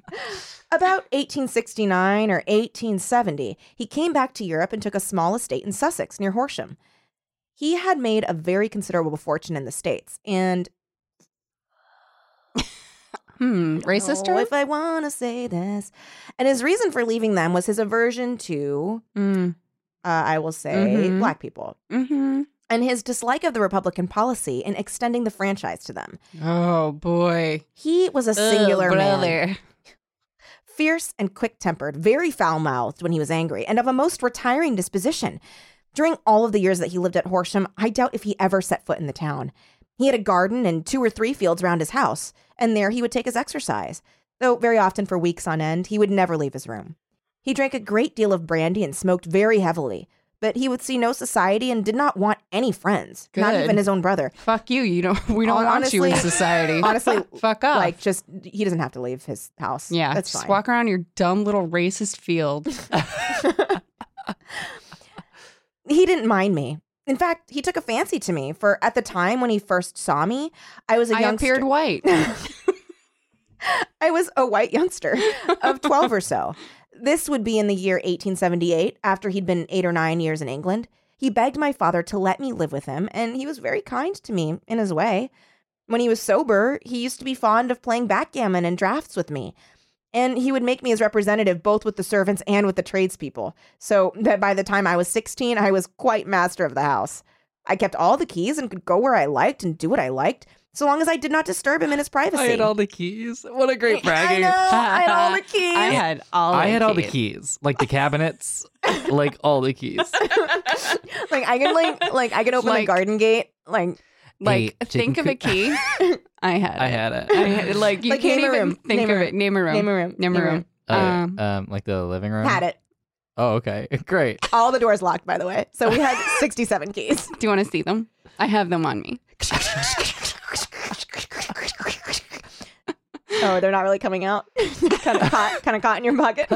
[SPEAKER 3] About 1869 or 1870, he came back to Europe and took a small estate in Sussex near Horsham. He had made a very considerable fortune in the States, and
[SPEAKER 4] Hmm. Racist
[SPEAKER 3] Oh,
[SPEAKER 4] term?
[SPEAKER 3] if I want to say this. And his reason for leaving them was his aversion to,
[SPEAKER 4] Mm.
[SPEAKER 3] uh, I will say,
[SPEAKER 4] Mhm.
[SPEAKER 3] black people,
[SPEAKER 4] hmm
[SPEAKER 3] and his dislike of the Republican policy in extending the franchise to them.
[SPEAKER 4] Oh boy.
[SPEAKER 3] He was a singular man,
[SPEAKER 4] Oh, brother.
[SPEAKER 3] fierce and quick tempered, very foul mouthed when he was angry, and of a most retiring disposition. During all of the years that he lived at Horsham, I doubt if he ever set foot in the town. He had a garden and two or three fields round his house, and there he would take his exercise, though very often for weeks on end he would never leave his room. He drank a great deal of brandy and smoked very heavily, but he would see no society and did not want any friends, not
[SPEAKER 4] Good.
[SPEAKER 3] even his own brother.
[SPEAKER 4] Fuck you. You don't. We don't
[SPEAKER 3] Hon-
[SPEAKER 4] want you in
[SPEAKER 3] honestly-
[SPEAKER 4] society.
[SPEAKER 3] honestly,
[SPEAKER 4] fuck off.
[SPEAKER 3] Like, just he doesn't have to leave his house.
[SPEAKER 4] yeah,
[SPEAKER 3] that's
[SPEAKER 4] just
[SPEAKER 3] fine.
[SPEAKER 4] walk around your dumb little racist field.
[SPEAKER 3] he didn't mind me. In fact, he took a fancy to me. For at the time when he first saw me, I was a
[SPEAKER 4] I
[SPEAKER 3] youngster.
[SPEAKER 4] appeared white.
[SPEAKER 3] I was a white youngster of 12 or so. This would be in the year 1878, after he'd been eight or nine years in England. He begged my father to let me live with him, and he was very kind to me in his way. When he was sober, he used to be fond of playing backgammon and drafts with me. And he would make me his representative both with the servants and with the tradespeople, so that by the time I was 16, I was quite master of the house. I kept all the keys and could go where I liked and do what I liked, so long as I did not disturb him in his privacy.
[SPEAKER 5] I had all the keys. What a great
[SPEAKER 3] I
[SPEAKER 5] bragging.
[SPEAKER 3] know. I had all the keys.
[SPEAKER 4] I had all.
[SPEAKER 5] I
[SPEAKER 4] the
[SPEAKER 5] had all the
[SPEAKER 4] keys.
[SPEAKER 5] keys, like the cabinets, like all the keys.
[SPEAKER 3] like I can like like I can open the
[SPEAKER 4] Like-
[SPEAKER 3] garden gate. Like
[SPEAKER 4] Like,
[SPEAKER 5] Hey, chicken
[SPEAKER 4] think of a
[SPEAKER 5] coop.
[SPEAKER 4] key. I had.
[SPEAKER 5] I
[SPEAKER 4] it.
[SPEAKER 5] had it.
[SPEAKER 4] I had it. Like you
[SPEAKER 3] Like,
[SPEAKER 4] can't
[SPEAKER 3] name a
[SPEAKER 4] even
[SPEAKER 3] room.
[SPEAKER 4] think
[SPEAKER 3] Name a
[SPEAKER 4] of it. Name a room.
[SPEAKER 3] name a room.
[SPEAKER 4] Name a room.
[SPEAKER 5] Oh,
[SPEAKER 4] Um,
[SPEAKER 5] um, like the living room.
[SPEAKER 3] Had it.
[SPEAKER 5] Oh, okay, great.
[SPEAKER 3] All the doors locked, by the way. So we had 67 keys.
[SPEAKER 4] Do you want to see them? I have them on me.
[SPEAKER 3] Oh, they're not really coming out. kind of caught, kind of caught in your pocket.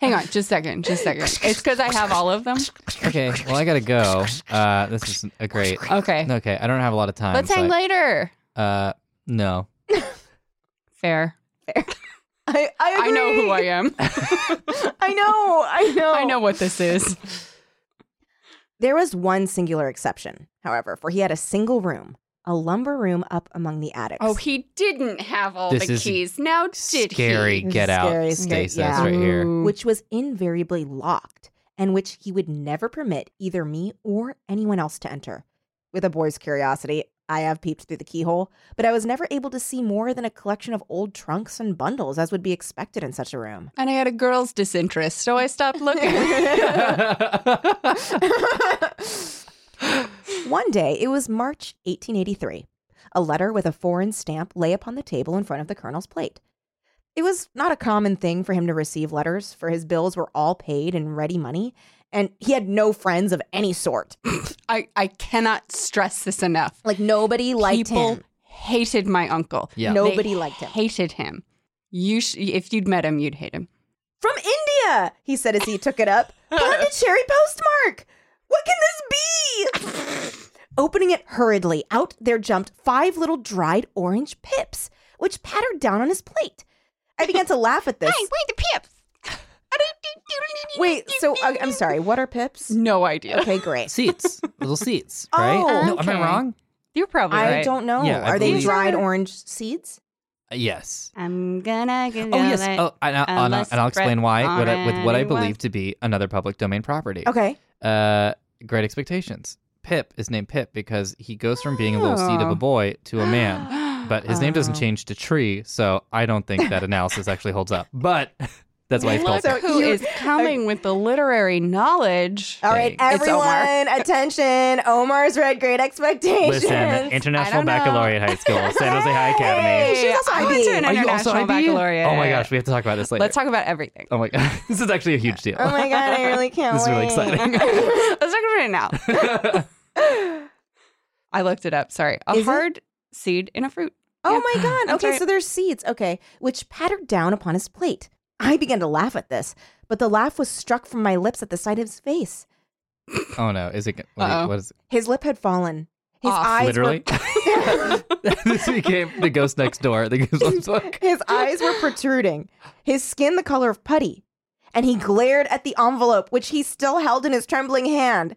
[SPEAKER 4] Hang on, just a second, just a second. It's because I have all of them.
[SPEAKER 5] Okay, well I gotta go. Uh, this is a great.
[SPEAKER 4] Okay,
[SPEAKER 5] Okay, I don't have a lot of time.
[SPEAKER 4] let's
[SPEAKER 5] so
[SPEAKER 4] hang
[SPEAKER 5] I-
[SPEAKER 4] later.
[SPEAKER 5] Uh, no.
[SPEAKER 4] Fair.
[SPEAKER 3] I, I,
[SPEAKER 4] I know who I
[SPEAKER 3] agree.
[SPEAKER 4] am.
[SPEAKER 3] I know. I know.
[SPEAKER 4] I know what this is.
[SPEAKER 3] There was one singular exception, however, for he had a single room, a lumber room up among the attics.
[SPEAKER 4] Oh, he didn't have all
[SPEAKER 5] This
[SPEAKER 4] the
[SPEAKER 5] is
[SPEAKER 4] keys. Now did
[SPEAKER 5] Scary
[SPEAKER 3] This is
[SPEAKER 5] get out
[SPEAKER 3] scary, scary-
[SPEAKER 5] stasis
[SPEAKER 3] yeah.
[SPEAKER 5] right here.
[SPEAKER 4] Ooh.
[SPEAKER 3] which was invariably locked and which he would never permit either me or anyone else to enter. With a boy's curiosity, I have peeped through the keyhole, but I was never able to see more than a collection of old trunks and bundles as would be expected in such a room.
[SPEAKER 4] And I had a girl's disinterest, so I stopped looking.
[SPEAKER 3] One day, it was March 1883. A letter with a foreign stamp lay upon the table in front of the colonel's plate. It was not a common thing for him to receive letters, for his bills were all paid in ready money, and he had no friends of any sort.
[SPEAKER 4] I, I cannot stress this enough.
[SPEAKER 3] Like nobody liked
[SPEAKER 4] People
[SPEAKER 3] him.
[SPEAKER 4] hated my uncle.
[SPEAKER 5] yeah.
[SPEAKER 3] No.
[SPEAKER 4] They
[SPEAKER 3] Nobody liked him.
[SPEAKER 4] Hated him. You sh- if you'd met him, you'd hate him.
[SPEAKER 3] From India, he said as he took it up. Pondicherry postmark! What can this be? Opening it hurriedly, out there jumped five little dried orange pips, which pattered down on his plate. I began to laugh at this.
[SPEAKER 1] the pips.
[SPEAKER 3] Wait, so uh, I'm sorry, what are pips?
[SPEAKER 4] No idea.
[SPEAKER 3] Okay, great.
[SPEAKER 5] Seats, little seats, right?
[SPEAKER 3] Oh,
[SPEAKER 5] no, am I
[SPEAKER 4] okay.
[SPEAKER 5] wrong?
[SPEAKER 4] You're probably
[SPEAKER 3] I
[SPEAKER 4] right.
[SPEAKER 3] don't know.
[SPEAKER 5] Yeah, I
[SPEAKER 3] are they
[SPEAKER 5] believe-
[SPEAKER 3] dried orange seeds?
[SPEAKER 5] Uh, Yes.
[SPEAKER 4] I'm gonna get
[SPEAKER 5] Oh yes. Oh, and, I'll, and, I'll,
[SPEAKER 4] unless
[SPEAKER 5] and I'll explain
[SPEAKER 4] Brett
[SPEAKER 5] why what I, with what I
[SPEAKER 4] already was.
[SPEAKER 5] believe to be another public domain property.
[SPEAKER 3] Okay.
[SPEAKER 5] Uh, Great Expectations. Pip is named Pip because he goes from being a little seed of
[SPEAKER 4] Oh.
[SPEAKER 5] a boy to a man. But his name doesn't change to tree, so I don't think that analysis actually holds up. But that's why it's called.
[SPEAKER 4] Look
[SPEAKER 3] So
[SPEAKER 4] who
[SPEAKER 3] you-
[SPEAKER 4] is coming with the literary knowledge.
[SPEAKER 3] All right,
[SPEAKER 5] Thanks.
[SPEAKER 4] It's Omar.
[SPEAKER 3] everyone, attention. Omar's read Great Expectations.
[SPEAKER 5] Listen,
[SPEAKER 4] I
[SPEAKER 5] International
[SPEAKER 4] don't know.
[SPEAKER 5] Baccalaureate High School, San Jose
[SPEAKER 3] Hey,
[SPEAKER 5] High Academy.
[SPEAKER 3] Oh, she's also
[SPEAKER 4] I went
[SPEAKER 3] IB.
[SPEAKER 4] to an
[SPEAKER 5] Are you
[SPEAKER 4] international
[SPEAKER 5] also IB?
[SPEAKER 4] baccalaureate.
[SPEAKER 5] Oh my gosh, we have to talk about this later.
[SPEAKER 4] Let's talk about everything.
[SPEAKER 5] Oh my god, this is actually a huge deal.
[SPEAKER 3] oh my God, I really can't
[SPEAKER 5] this is really
[SPEAKER 3] wait.
[SPEAKER 5] exciting.
[SPEAKER 4] Let's talk about it now. I looked it up. Sorry. A
[SPEAKER 3] Is it?
[SPEAKER 4] hard seed in a fruit.
[SPEAKER 3] Oh
[SPEAKER 4] Yeah,
[SPEAKER 3] my God.
[SPEAKER 4] that's
[SPEAKER 3] Okay,
[SPEAKER 4] right.
[SPEAKER 3] so there's seeds. Okay, which pattered down upon his plate. I began to laugh at this, but the laugh was struck from my lips at the sight of his face.
[SPEAKER 5] oh no, is it? gonna- What,
[SPEAKER 4] Uh-oh.
[SPEAKER 5] what is it?
[SPEAKER 3] His lip had fallen. His
[SPEAKER 4] Off,
[SPEAKER 3] eyes
[SPEAKER 5] Literally,
[SPEAKER 3] Were,
[SPEAKER 5] this became the ghost next door. The ghost next door.
[SPEAKER 3] his eyes were protruding, his skin the color of putty, and he glared at the envelope which he still held in his trembling hand.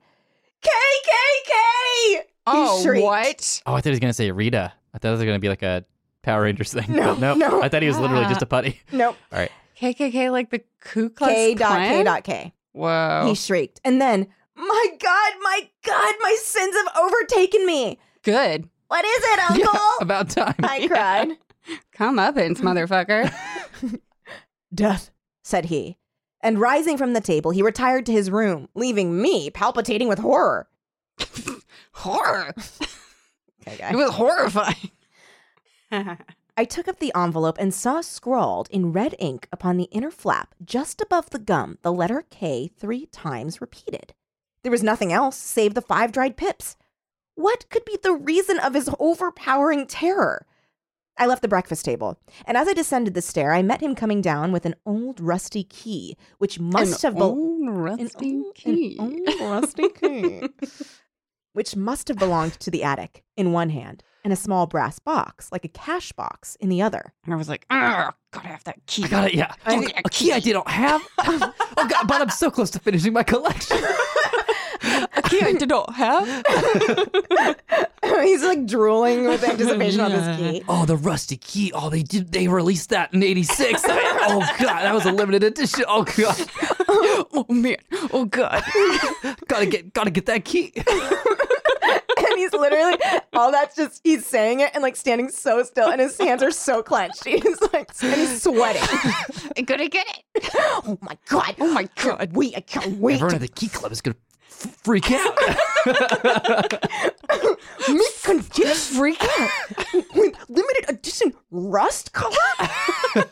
[SPEAKER 3] KKK!
[SPEAKER 4] Oh,
[SPEAKER 3] shrieked.
[SPEAKER 4] what?
[SPEAKER 5] Oh, I thought he was gonna say Rita. I thought it was gonna be like a Power Rangers thing.
[SPEAKER 3] No,
[SPEAKER 5] but no,
[SPEAKER 3] no.
[SPEAKER 5] I thought he was literally just a putty.
[SPEAKER 3] Nope.
[SPEAKER 5] All right.
[SPEAKER 4] KKK, like the Ku Klux
[SPEAKER 3] K dot K
[SPEAKER 4] Klan?
[SPEAKER 3] dot K.
[SPEAKER 4] Whoa.
[SPEAKER 3] He shrieked. And then, my God, my God, my sins have overtaken me.
[SPEAKER 4] Good.
[SPEAKER 3] What is it, Uncle?
[SPEAKER 5] Yeah, about time.
[SPEAKER 3] I cried.
[SPEAKER 4] Come up, ins, motherfucker.
[SPEAKER 3] Death, said he. And rising from the table, he retired to his room, leaving me palpitating with horror.
[SPEAKER 4] Horror.
[SPEAKER 3] Okay,
[SPEAKER 4] It
[SPEAKER 3] guy.
[SPEAKER 4] was horrifying.
[SPEAKER 3] I took up the envelope and saw scrawled in red ink upon the inner flap, just above the gum, the letter K three times repeated. There was nothing else save the five dried pips. What could be the reason of his overpowering terror? I left the breakfast table, and as I descended the stair, I met him coming down with an old rusty key, which must
[SPEAKER 4] An
[SPEAKER 3] have bel-
[SPEAKER 4] old rusty key.
[SPEAKER 3] rusty key. Which must have belonged to the attic in one hand and a small brass box, like a cash box, in the other.
[SPEAKER 4] And I was like, "Argh, gotta have that key.
[SPEAKER 5] I got it. Yeah.
[SPEAKER 4] I
[SPEAKER 5] Oh,
[SPEAKER 4] need a
[SPEAKER 5] a key I did not have. oh god, but I'm so close to finishing my collection.
[SPEAKER 4] A key I did not have.
[SPEAKER 3] He's like drooling with anticipation on this key.
[SPEAKER 5] Oh, the rusty key. Oh, they did. They released that in '86. oh god, that was a limited edition. Oh god,
[SPEAKER 4] Oh man. Oh god.
[SPEAKER 5] gotta get, gotta get that key.
[SPEAKER 3] he's literally all that's just he's saying it and like standing so still, and his hands are so clenched. He's like and he's sweating.
[SPEAKER 4] I'm gonna get it.
[SPEAKER 3] oh my god! Oh my god! Wait, I can't wait.
[SPEAKER 5] Everyone at the Key Club is gonna f- freak out.
[SPEAKER 3] Me confused freak out with limited edition rust color.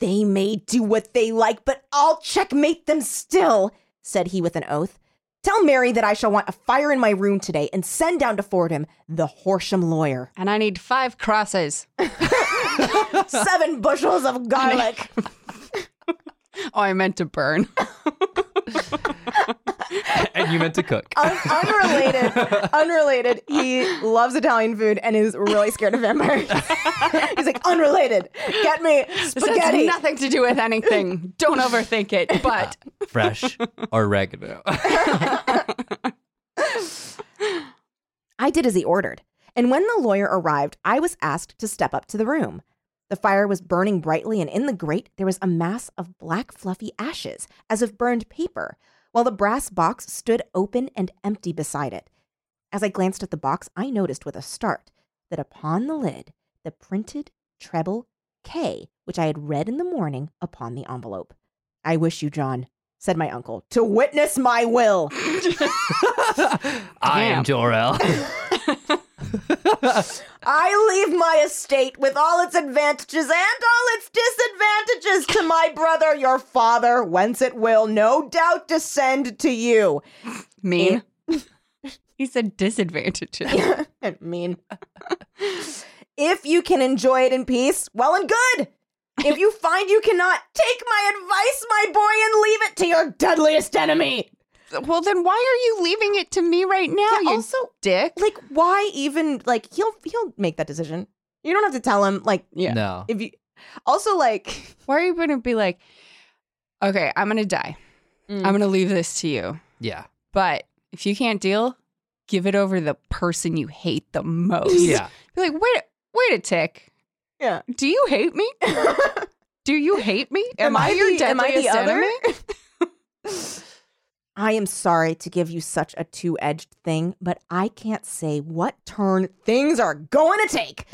[SPEAKER 3] they may do what they like, but I'll checkmate them still, said he with an oath. Tell Mary that I shall want a fire in my room today and send down to Fordham the Horsham lawyer.
[SPEAKER 4] And I need five crosses.
[SPEAKER 3] Seven bushels of garlic.
[SPEAKER 4] Oh, I meant to burn.
[SPEAKER 5] and you meant to cook.
[SPEAKER 4] Uh,
[SPEAKER 3] Un- unrelated, unrelated. He loves Italian food and is really scared of vampires. He's like, unrelated. Get me
[SPEAKER 4] This has
[SPEAKER 3] spaghetti.
[SPEAKER 4] nothing to do with anything. Don't overthink it. But
[SPEAKER 5] Fresh oregano.
[SPEAKER 3] I did as he ordered, and when the lawyer arrived, I was asked to step up to the room. The fire was burning brightly, and in the grate there was a mass of black, fluffy ashes, as of burned paper, while the brass box stood open and empty beside it. As I glanced at the box, I noticed with a start that upon the lid, the printed treble K, which I had read in the morning upon the envelope. I wish you, John, said my uncle, to witness my will.
[SPEAKER 5] I
[SPEAKER 4] Damn.
[SPEAKER 5] am Jorel.
[SPEAKER 3] I leave my estate with all its advantages and all its disadvantages to my brother, your father, whence it will no doubt descend to you.
[SPEAKER 4] mean. he said disadvantages.
[SPEAKER 3] I mean, if you can enjoy it in peace, well and good. If you find you cannot, take my advice, my boy, and leave it to your deadliest enemy.
[SPEAKER 4] Well, then why are you leaving it to me right now, you
[SPEAKER 3] also,
[SPEAKER 4] dick?
[SPEAKER 3] like, why even like he'll he'll make that decision. You don't have to tell him. Like,
[SPEAKER 4] Yeah.
[SPEAKER 5] No.
[SPEAKER 3] if you also like,
[SPEAKER 4] Why are you going to be like, okay, I'm going to die. I'm going to leave this to you.
[SPEAKER 5] Yeah.
[SPEAKER 4] But if you can't deal, give it over to the person you hate the most.
[SPEAKER 5] Yeah.
[SPEAKER 4] Be like, wait, wait a tick.
[SPEAKER 3] Yeah.
[SPEAKER 4] Do you hate me? Do you hate me? Am,
[SPEAKER 3] Am
[SPEAKER 4] I,
[SPEAKER 3] I
[SPEAKER 4] your
[SPEAKER 3] the- am I the
[SPEAKER 4] deadliest
[SPEAKER 3] other?
[SPEAKER 4] enemy?
[SPEAKER 3] I am sorry to give you such a two edged thing, but I can't say what turn things are going to take.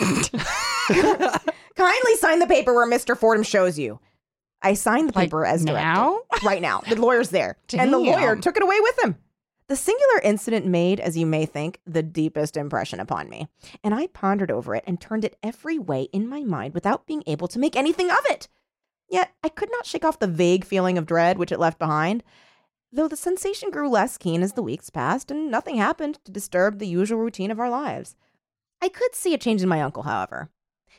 [SPEAKER 3] Kindly sign the paper where Mr. Fordham shows you. I signed the
[SPEAKER 4] Like,
[SPEAKER 3] paper as directed.
[SPEAKER 4] now?
[SPEAKER 3] Right now. The lawyer's there. And the lawyer
[SPEAKER 4] Damn.
[SPEAKER 3] took it away with him. The singular incident made, as you may think, the deepest impression upon me. And I pondered over it and turned it every way in my mind without being able to make anything of it. Yet I could not shake off the vague feeling of dread which it left behind, though the sensation grew less keen as the weeks passed and nothing happened to disturb the usual routine of our lives. I could see a change in my uncle, however.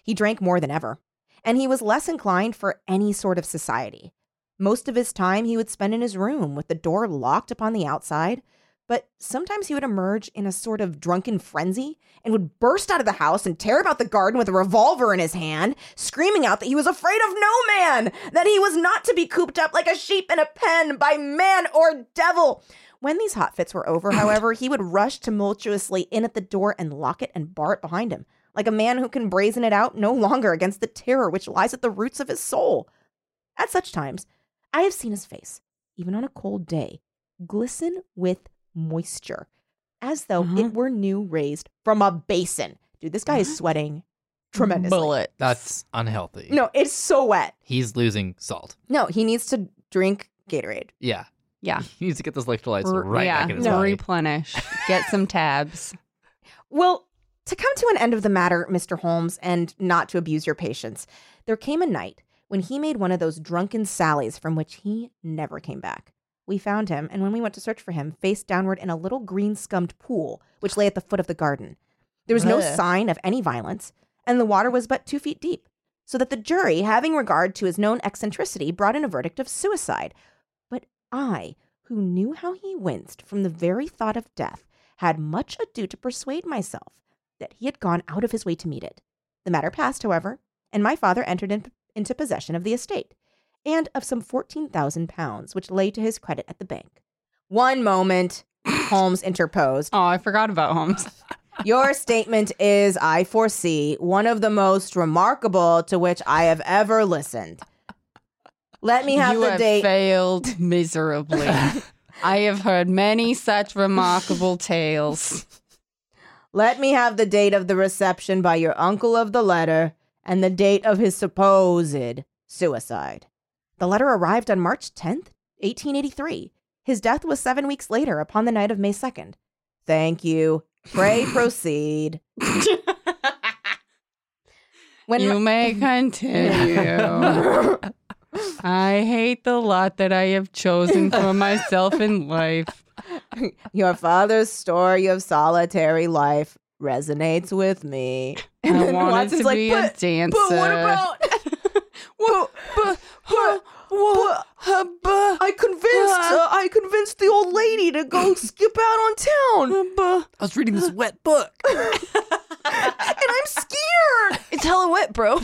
[SPEAKER 3] He drank more than ever, and he was less inclined for any sort of society. Most of his time he would spend in his room with the door locked upon the outside, but sometimes he would emerge in a sort of drunken frenzy and would burst out of the house and tear about the garden with a revolver in his hand, screaming out that he was afraid of no man, that he was not to be cooped up like a sheep in a pen by man or devil. When these hot fits were over, however, he would rush tumultuously in at the door and lock it and bar it behind him, like a man who can brazen it out no longer against the terror which lies at the roots of his soul. At such times, I have seen his face, even on a cold day, glisten with moisture, as though
[SPEAKER 4] Uh-huh.
[SPEAKER 3] it were new raised from a basin. Dude, this guy is sweating tremendously.
[SPEAKER 4] Bullet.
[SPEAKER 5] That's unhealthy.
[SPEAKER 3] No, it's so wet.
[SPEAKER 5] He's losing salt.
[SPEAKER 3] No, he needs to drink Gatorade.
[SPEAKER 5] Yeah.
[SPEAKER 4] Yeah.
[SPEAKER 5] He needs to get those electrolytes
[SPEAKER 4] R-
[SPEAKER 5] right back in his
[SPEAKER 3] No.
[SPEAKER 5] body.
[SPEAKER 4] replenish. Get some tabs.
[SPEAKER 3] Well, to come to an end of the matter, Mr. Holmes, and not to abuse your patience, there came a night when he made one of those drunken sallies from which he never came back. We found him, and when we went to search for him, face downward in a little green scummed pool which lay at the foot of the garden. There was no
[SPEAKER 4] Blech.
[SPEAKER 3] sign of any violence, and the water was but two feet deep, so that the jury, having regard to his known eccentricity, brought in a verdict of suicide. But I, who knew how he winced from the very thought of death, had much ado to persuade myself that he had gone out of his way to meet it. The matter passed, however, and my father entered in, into possession of the estate and of some fourteen thousand pounds, which lay to his credit at the bank. One moment, Holmes interposed.
[SPEAKER 4] Oh, I forgot about Holmes.
[SPEAKER 3] Your statement is, I foresee, one of the most remarkable to which I have ever listened. Let me have
[SPEAKER 4] you
[SPEAKER 3] the
[SPEAKER 4] have
[SPEAKER 3] date.
[SPEAKER 4] failed miserably. I have heard many such remarkable tales.
[SPEAKER 3] Let me have the date of the reception by your uncle of the letter and the date of his supposed suicide. The letter arrived on March 10th, 1883. His death was seven weeks later upon the night of May 2nd. Thank you. Pray proceed. When
[SPEAKER 4] you may continue. I hate the lot that I have chosen for myself in life.
[SPEAKER 3] your father's story of solitary life resonates with me. And
[SPEAKER 4] I
[SPEAKER 3] then
[SPEAKER 4] wanted
[SPEAKER 3] Watson's
[SPEAKER 4] to
[SPEAKER 3] like,
[SPEAKER 4] be
[SPEAKER 3] but,
[SPEAKER 4] a dancer.
[SPEAKER 3] but what about? What- but- but- but- I convinced uh, I convinced the old lady to go skip out on town,
[SPEAKER 5] I was reading this wet book.
[SPEAKER 3] and I'm scared.
[SPEAKER 6] It's hella wet, bro.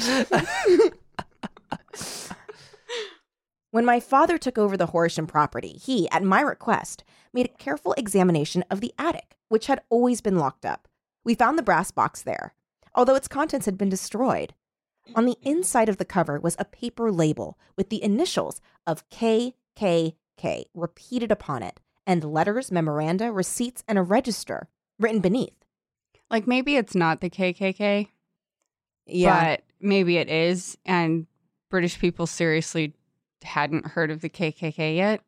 [SPEAKER 3] When my father took over the Horsham property, he, at my request, made a careful examination of the attic, which had always been locked up. We found the brass box there, although its contents had been destroyed. On the inside of the cover was a paper label with the initials of KKK repeated upon it, and letters, memoranda, receipts, and a register written beneath.
[SPEAKER 4] Like maybe it's not the KKK, but maybe it is, and British people seriously hadn't heard of the KKK yet,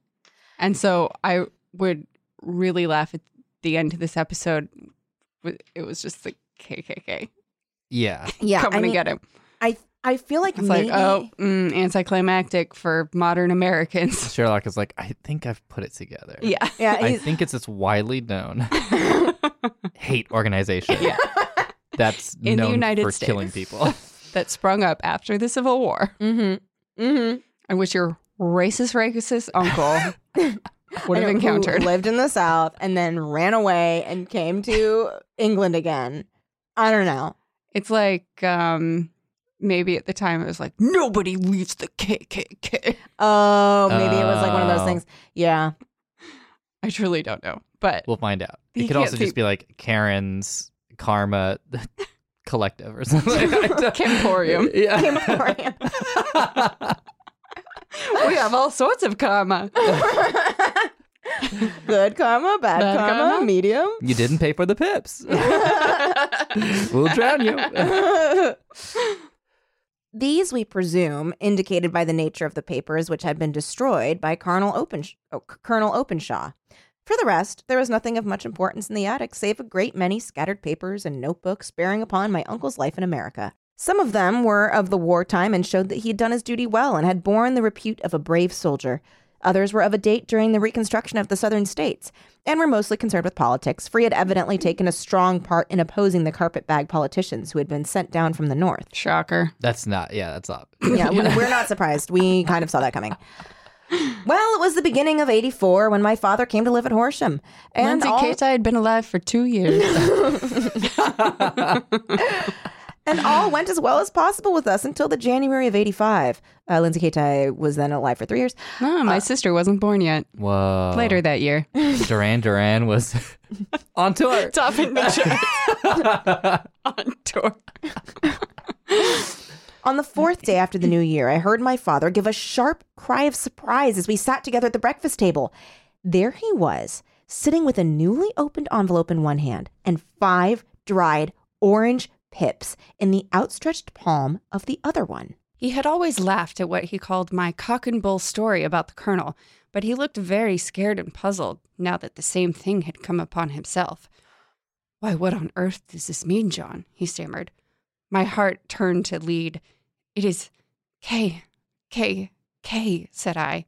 [SPEAKER 4] and so I would really laugh at the end of this episode. with- It was just the KKK
[SPEAKER 5] Yeah.
[SPEAKER 3] yeah,
[SPEAKER 4] coming
[SPEAKER 3] I mean,
[SPEAKER 4] to get him.
[SPEAKER 3] I I feel like
[SPEAKER 4] It's
[SPEAKER 3] maybe,
[SPEAKER 4] like, oh, mm, anticlimactic for modern Americans.
[SPEAKER 5] Sherlock is like, I think I've put it together.
[SPEAKER 4] Yeah.
[SPEAKER 3] yeah,
[SPEAKER 5] I
[SPEAKER 3] he's-
[SPEAKER 5] think it's this widely known hate organization. That's
[SPEAKER 4] In the
[SPEAKER 5] known
[SPEAKER 4] United
[SPEAKER 5] for
[SPEAKER 4] States.
[SPEAKER 5] killing people.
[SPEAKER 4] that sprung up after the Civil War.
[SPEAKER 3] Mm-hmm. Mm-hmm.
[SPEAKER 4] I wish your racist, racist uncle would have encountered.
[SPEAKER 3] lived in the South and then ran away and came to England again. I don't know.
[SPEAKER 4] It's like um, maybe at the time it was like nobody leaves the KKK.
[SPEAKER 3] Oh, maybe it was like one of
[SPEAKER 5] Oh.
[SPEAKER 3] those things. Yeah.
[SPEAKER 4] I truly don't know, but
[SPEAKER 5] We'll find out. It
[SPEAKER 4] You
[SPEAKER 5] could
[SPEAKER 4] can't
[SPEAKER 5] also
[SPEAKER 4] see-
[SPEAKER 5] just be like Karen's Karma Collective or something. I don't-
[SPEAKER 4] Camporium.
[SPEAKER 5] Yeah.
[SPEAKER 3] Emporium.
[SPEAKER 4] we have all sorts of karma.
[SPEAKER 3] Good karma, bad,
[SPEAKER 4] Bad
[SPEAKER 3] karma,
[SPEAKER 4] karma?
[SPEAKER 3] medium.
[SPEAKER 5] you didn't pay for the pips. we'll drown you.
[SPEAKER 3] These, we presume, indicated by the nature of the papers which had been destroyed by Colonel, Opens- oh, C- Colonel Openshaw. For the rest, there was nothing of much importance in the attic save a great many scattered papers and notebooks bearing upon my uncle's life in America. Some of them were of the wartime and showed that he had done his duty well and had borne the repute of a brave soldier. Others were of a date during the Reconstruction of the Southern States and were mostly concerned with politics, for he had evidently taken a strong part in opposing the carpetbag politicians who had been sent down from the North
[SPEAKER 4] Shocker.
[SPEAKER 5] That's not, yeah, that's up.
[SPEAKER 3] yeah, we, we're not surprised. We kind of saw that coming. Well, it was the beginning of 84 when my father came to live at Horsham. And,
[SPEAKER 4] Lindsay
[SPEAKER 3] all,
[SPEAKER 4] Kate, I had been alive for two years. Uh,
[SPEAKER 3] and all went as well as possible with us until the January of 85. Uh, Lindsay Kate was then alive for three years.
[SPEAKER 4] no,
[SPEAKER 3] Uh,
[SPEAKER 4] my sister wasn't born yet.
[SPEAKER 5] Whoa.
[SPEAKER 4] Later that year.
[SPEAKER 5] Duran Duran was on tour.
[SPEAKER 4] Top in the on tour.
[SPEAKER 3] On the fourth day after the new year, I heard my father give a sharp cry of surprise as we sat together at the breakfast table. There he was, sitting with a newly opened envelope in one hand and five dried orange pips in the outstretched palm of the other one.
[SPEAKER 4] He had always laughed at what he called my cock and bull story about the colonel, but he looked very scared and puzzled now that the same thing had come upon himself. Why, what on earth does this mean, John? he stammered. My heart turned to lead. It is K, K, K, said I.